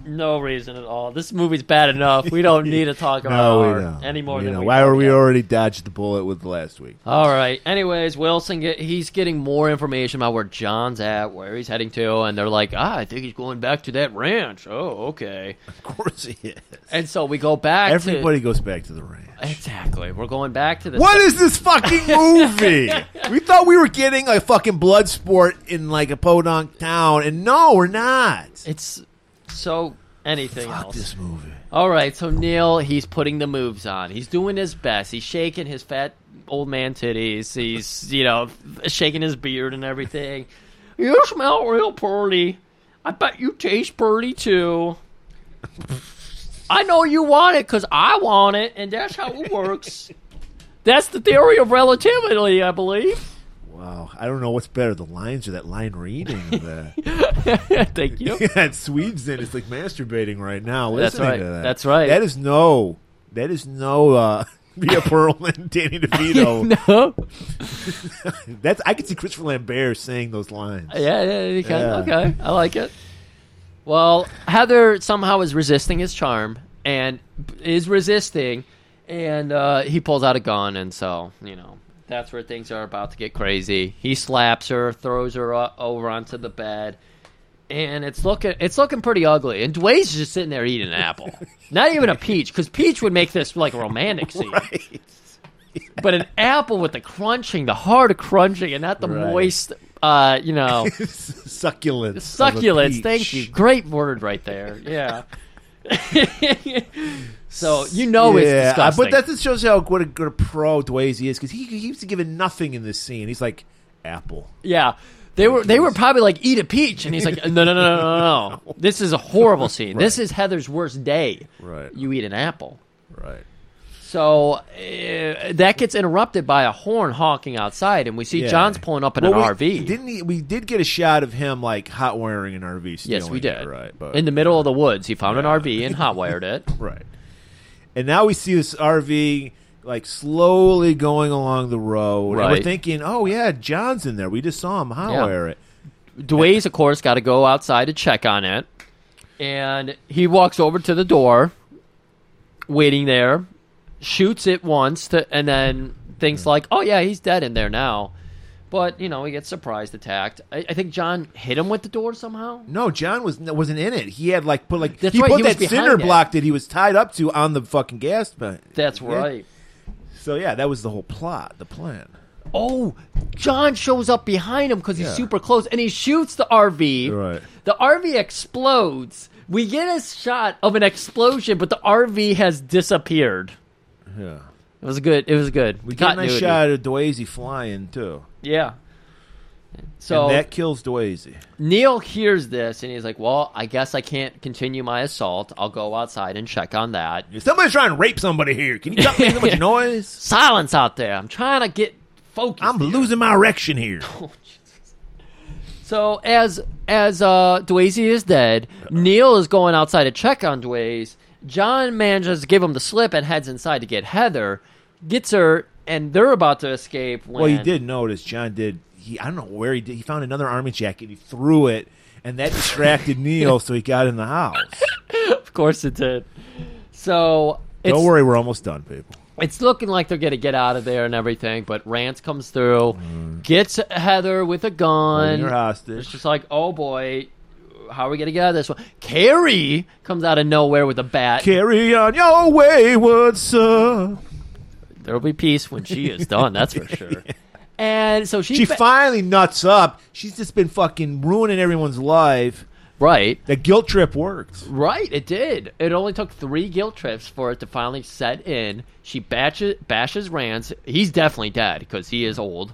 No reason at all. This movie's bad enough. We don't need to talk about
No,
her
we don't.
any more
You
than
know,
we
why were we
already.
already dodged the bullet with last week?
All right. Anyways, Wilson get he's getting more information about where John's at, where he's heading to, and they're like, "Ah, I think he's going back to that ranch." Oh, okay.
Of course he is.
And so we go back. to-
Everybody goes back to the ranch.
exactly. We're going back to this.
What is this fucking movie? we thought we were getting a fucking blood sport in like a podunk town, and no, we're not.
It's so anything
Fuck
else.
this movie.
All right. So Neil, he's putting the moves on. He's doing his best. He's shaking his fat old man titties. He's you know shaking his beard and everything. You smell real pretty. I bet you taste pretty too. I know you want it because I want it, and that's how it works. That's the theory of relativity, I believe.
Wow, I don't know what's better, the lines or that line reading. The,
Thank you.
that Swedes in it's like masturbating right now.
That's
listening
right,
To that.
that's right.
That is no. That is no. Uh, Mia Pearlman, Danny DeVito.
no.
That's I could see Christopher Lambert saying those lines.
Yeah, yeah, you can.
Yeah.
Okay, I like it. Well, Heather somehow is resisting his charm and is resisting, And uh, he pulls out a gun, and so you know that's where things are about to get crazy. He slaps her, throws her o- over onto the bed, and it's looking it's looking pretty ugly. And Dwayne's just sitting there eating an apple, not even a peach, because peach would make this like a romantic scene. But an apple with the crunching, the hard crunching, and not the
Right.
moist, uh, you know,
Succulents. of a
succulents. Thank
peach.
you. Great word right there. Yeah. so you know it's
Yeah,
disgusting.
but that just shows how good a, good a pro Dwayne is because he he keeps giving nothing in this scene. He's like apple.
Yeah. They were they were probably like eat a peach and he's like no no no no no no this is a horrible scene this is Heather's worst day
Right.
you eat an apple
Right.
so uh, that gets interrupted by a horn honking outside and we see
Yeah.
John's pulling up in
Well,
an
we-
RV
Didn't he, we did get a shot of him like hot wearing an RV?
yes we
stealing it,
did
right, but
in the middle of the woods he found an RV and hot wired it
right. And now we see this RV like slowly going along the road. And we're
Right.
thinking, oh yeah, John's in there. We just saw him hot
Yeah.
wire it.
Dwayne's of course got to go outside to check on it and he walks over to the door waiting there shoots it once to, and then thinks
Hmm.
like oh yeah he's dead in there now but you know he gets surprised attacked i, I think john hit him with the door somehow
No, John was wasn't in it. He had like put like
That's
he
right,
put
he was
that
behind
cinder
it.
block that he was tied up to on the fucking gas. But
that's
yeah.
right
So yeah, that was the whole plot, the plan.
oh john shows up behind him because he's
Yeah.
super close and he shoots the rv
Right.
the rv explodes we get a shot of an explosion but the rv has disappeared
Yeah.
it was good it was good
We got a nice
Continuity.
shot of Dwayze flying too.
yeah so
and that kills Dwayze.
Neil hears this and he's like, "Well, I guess I can't continue my assault. I'll go outside and check on that."
Somebody's trying to rape somebody here. Can you stop making so much noise?
Silence out there. I'm trying to get focused.
I'm losing my erection here.
so as as uh Dwayze is dead, Neil is going outside to check on Dwayze. John manages to give him the slip and heads inside to get Heather. Gets her and they're about to escape when
Well, you did notice John did. He I don't know where he did. He found another army jacket. He threw it, and that distracted Neil, so he got in the house.
Of course it did. So it's,
don't worry, we're almost done, people.
it's looking like they're gonna get out of there and everything, but Rance comes through,
Mm.
gets Heather with a gun.
You're
It's
hostage.
just like, oh boy, how are we gonna get out of this one? Carrie comes out of nowhere with a bat.
Carry on your wayward son.
There'll be peace when she is done, that's for sure. And so she,
She
fa-
finally nuts up. She's just been fucking ruining everyone's life.
right,
The guilt trip works.
right, it did. It only took three guilt trips for it to finally set in. She batches, bashes Rance. He's definitely dead because he is old.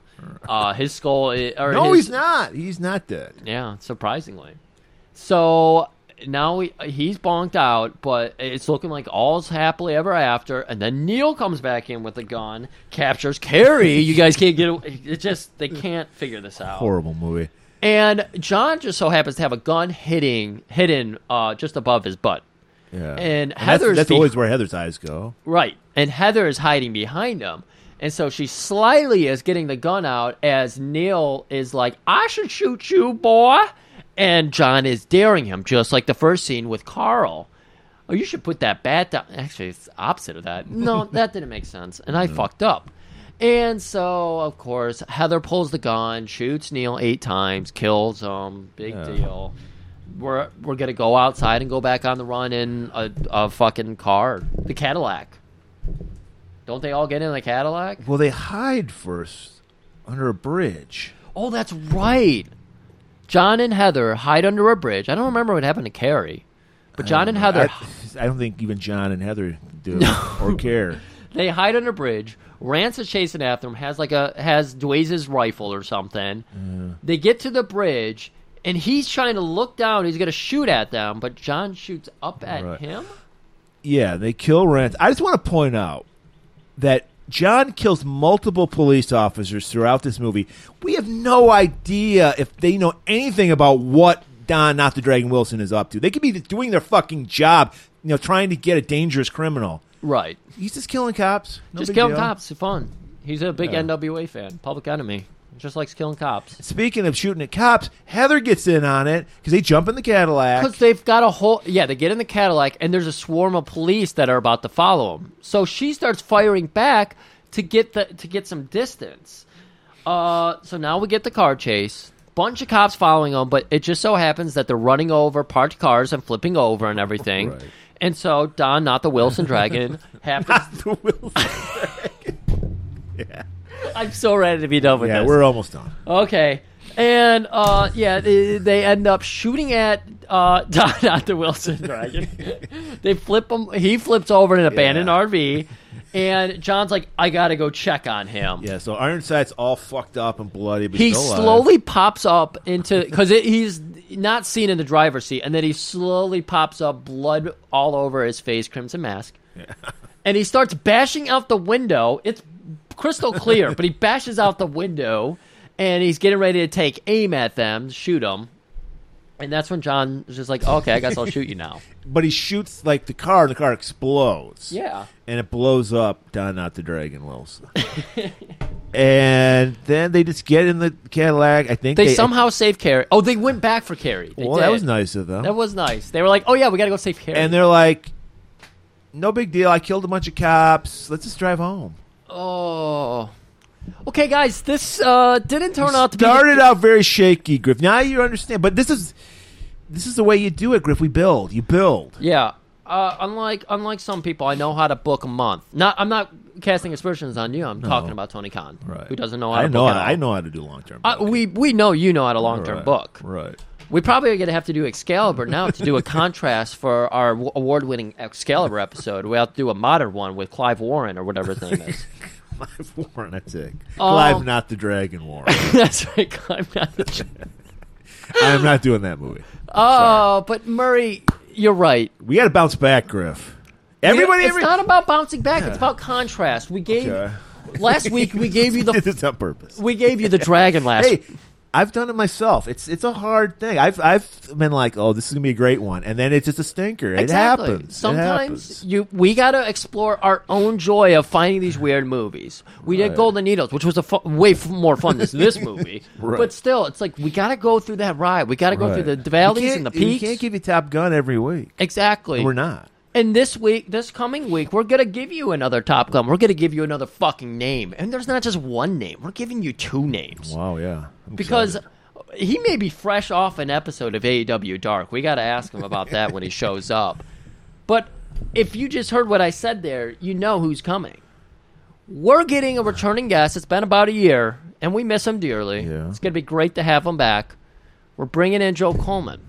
Uh, his skull, i- or
No,
his-
he's not. He's not dead.
Yeah, surprisingly. So now he, he's bonked out, but it's looking like all's happily ever after. And then Neil comes back in with a gun, captures Carrie. You guys can't get away. It just they can't figure this out.
Horrible movie.
And John just so happens to have a gun hitting hidden uh, just above his butt.
Yeah.
And
that's-
Heather's
That's,
the-
always where Heather's eyes go.
Right. And Heather is hiding behind him. And so she slyly is getting the gun out as Neil is like, I should shoot you, boy. And John is daring him, just like the first scene with Carl. Oh, you should put that bat down. Actually, it's the opposite of that. No, that didn't make sense. And I fucked up. And so, of course, Heather pulls the gun, shoots Neil eight times, kills him. Big deal. We're, we're going to go outside and go back on the run in a, a fucking car, the Cadillac. Don't they all get in the Cadillac?
Well, they hide first under a bridge.
Oh, that's right. John and Heather hide under a bridge. I don't remember what happened to Carrie, but John and Heather
I, I don't think even John and Heather do or care.
They hide under a bridge. Rance is chasing after him. Has like a has Dwayne's rifle or something.
Mm.
They get to the bridge, and he's trying to look down. He's gonna shoot at them, but John shoots up at
Right.
him.
Yeah, they kill Rance. I just want to point out that John kills multiple police officers throughout this movie. We have no idea if they know anything about what Don, not the Dragon Wilson, is up to. They could be doing their fucking job, you know, trying to get a dangerous criminal.
Right.
He's just killing cops. No
Just
big
kill him
deal.
cops. It's fun. He's a big NWA fan. Public Enemy. Just likes killing cops.
Speaking of shooting at cops, Heather gets in on it because they jump in the Cadillac.
Because they've got a whole yeah, they get in the Cadillac and there's a swarm of police that are about to follow them. So she starts firing back to get the to get some distance. Uh, so now we get the car chase. Bunch of cops following them, but it just so happens that they're running over parked cars and flipping over and everything.
Right.
And so Don, not the Wilson Dragon, happens.
The Wilson-
I'm so ready to be done with
yeah,
this.
we're almost done.
Okay. And uh, yeah, they, they end up shooting at uh, Don Dr. Wilson Dragon. they flip him. He flips over an abandoned
Yeah.
RV, and John's like, "I gotta go check on him."
Yeah, so Ironside's all fucked up and bloody. But
He
still alive.
slowly pops up into because he's not seen in the driver's seat, and then he slowly pops up, blood all over his face, crimson mask, and he starts bashing out the window. It's crystal clear, but he bashes out the window, and he's getting ready to take aim at them, shoot them, and that's when John is just like, "Okay, I guess I'll shoot you now."
but he shoots like the car, and the car explodes.
Yeah.
and it blows up. Don, not the Dragon Wilson. and then they just get in the Cadillac. I think
They somehow save Carrie. Oh, they went back for Carrie. They
well, that
did.
was nice of them.
That was nice. They were like, "Oh yeah, we gotta go save Carrie."
and they're like, "No big deal. I killed a bunch of cops. Let's just drive home."
Oh. Okay, guys, this uh, didn't turn out to be.
Started out very shaky, Griff. Now you understand, but this is this is the way you do it, Griff. We build. You build.
Yeah. Uh, unlike unlike some people, I know how to book a month. Not I'm not casting aspersions on you. I'm talking about Tony Khan, who doesn't know how
I
to
know.
book. at all.
I know how to do long term.
Uh, we we know you know how to long term
Right.
book.
Right.
We probably are going to have to do Excalibur now to do a contrast for our award winning Excalibur episode. We have to do a modern one with Clive Warren or whatever his name is.
Clive Warren, I think.
Oh.
Clive, not the Dragon Warren.
That's right, Clive. Not the
I'm not doing that movie.
oh, but Murray, you're right.
We got to bounce back, Griff. Everybody,
it's
every-
not about bouncing back. It's about contrast. We gave
Okay.
last week. We gave you
did
the
this on purpose.
we gave you the dragon last.
Hey, I've done it myself. It's it's a hard thing. I've I've been like, oh, this is gonna be a great one, and then it's just a stinker. It
Exactly.
happens. It
Sometimes
happens.
you we got to explore our own joy of finding these weird movies. We did
Right.
Golden Needles, which was a fu- way f- more fun than this movie.
Right.
But still, it's like we got to go through that ride. We got to go
Right.
through the valleys
You
and the
can't-
peaks.
We can't give you Top Gun every week.
exactly.
We're not.
And this week, this coming week, we're gonna give you another Top Gun. We're gonna give you another fucking name, and there's not just one name. We're giving you two names.
Wow. Yeah. I'm
because
excited.
he may be fresh off an episode of AEW Dark. We got to ask him about that when he shows up. But if you just heard what I said there, you know who's coming. We're getting a returning guest. It's been about a year, and we miss him dearly.
Yeah.
It's going to be great to have him back. We're bringing in Joe Coleman,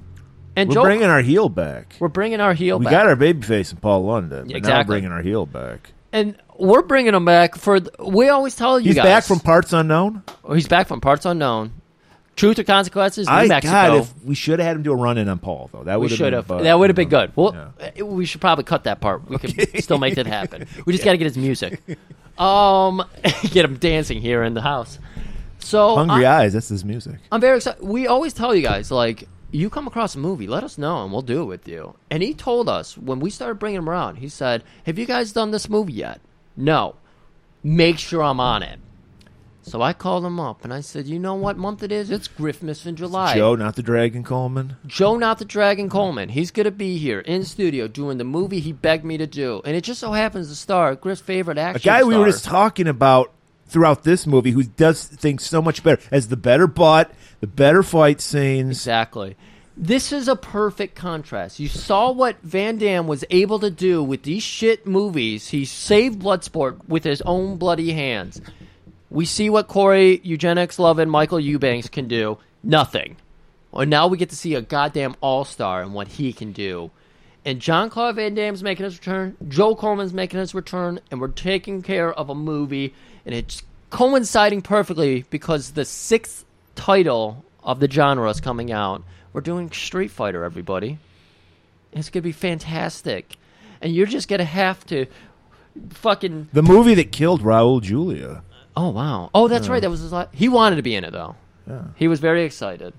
and
we're
Joe,
bringing our heel back.
we're bringing our heel
we
back,
got our baby face in Paul London. But Now we're
Exactly.
bringing our heel back.
and we're bringing him back for. th- We always tell you
He's
guys
back from parts unknown.
he's back from parts unknown. Truth or consequences? New
I
Mexico.
God, if we should have had him do a run in on Paul though. That
We
would
should
been
have.
bu-
That would have been good.
Yeah.
Well, uh, we should probably cut that part. We could still make that happen. We just got to get his music. Um, get him dancing here in the house. So
Hungry
I,
Eyes. That's his music.
I'm very excited. We always tell you guys like you come across a movie, let us know and we'll do it with you. And he told us when we started bringing him around, he said, "Have you guys done this movie yet?" No. Make sure I'm on it. So I called him up and I said, "You know what month it is? It's Griffmas in July."
Joe, not the Dragon Coleman.
Joe Not the Dragon Coleman. He's going to be here in studio doing the movie he begged me to do. And it just so happens to star Griff's favorite
A
action
guy we were
star.
just talking about throughout this movie who does things so much better. Has the better butt, the better fight scenes.
Exactly. This is a perfect contrast. You saw what Van Damme was able to do with these shit movies. He saved Bloodsport with his own bloody hands. We see what Corey, Eugenics Love, and Michael Eubanks can do. Nothing. And now we get to see a goddamn all star and what he can do. And John Claude Van Damme's making his return. Joe Coleman's making his return, and we're taking care of a movie, and it's coinciding perfectly because the sixth title of the genre is coming out. We're doing Street Fighter, everybody. It's gonna be fantastic, and you're just gonna have to fucking.
The movie that killed Raul Julia.
Oh wow! Oh, that's right. That was his. la- He wanted to be in it though. He was very excited.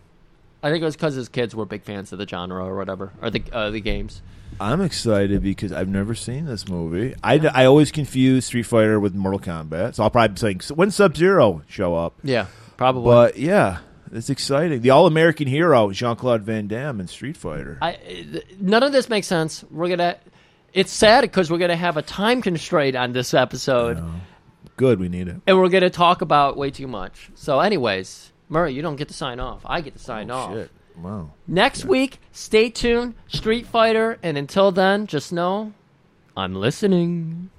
I think it was because his kids were big fans of the genre or whatever, or the uh, the games.
I'm excited because I've never seen this movie. I, I always confuse Street Fighter with Mortal Kombat, so I'll probably be saying, "So when Sub Zero show up?
Yeah. Probably.
But yeah, it's exciting. The All American hero, Jean Claude Van Damme in Street Fighter.
I, th- none of this makes sense. We're gonna. It's sad because we're gonna have a time constraint on this episode,
Good, we need it.
and we're gonna talk about way too much. So, anyways, Murray, you don't get to sign off. I get to sign off.
Oh, Shit. Wow.
Next week, stay tuned. Street Fighter, and until then, just know I'm listening.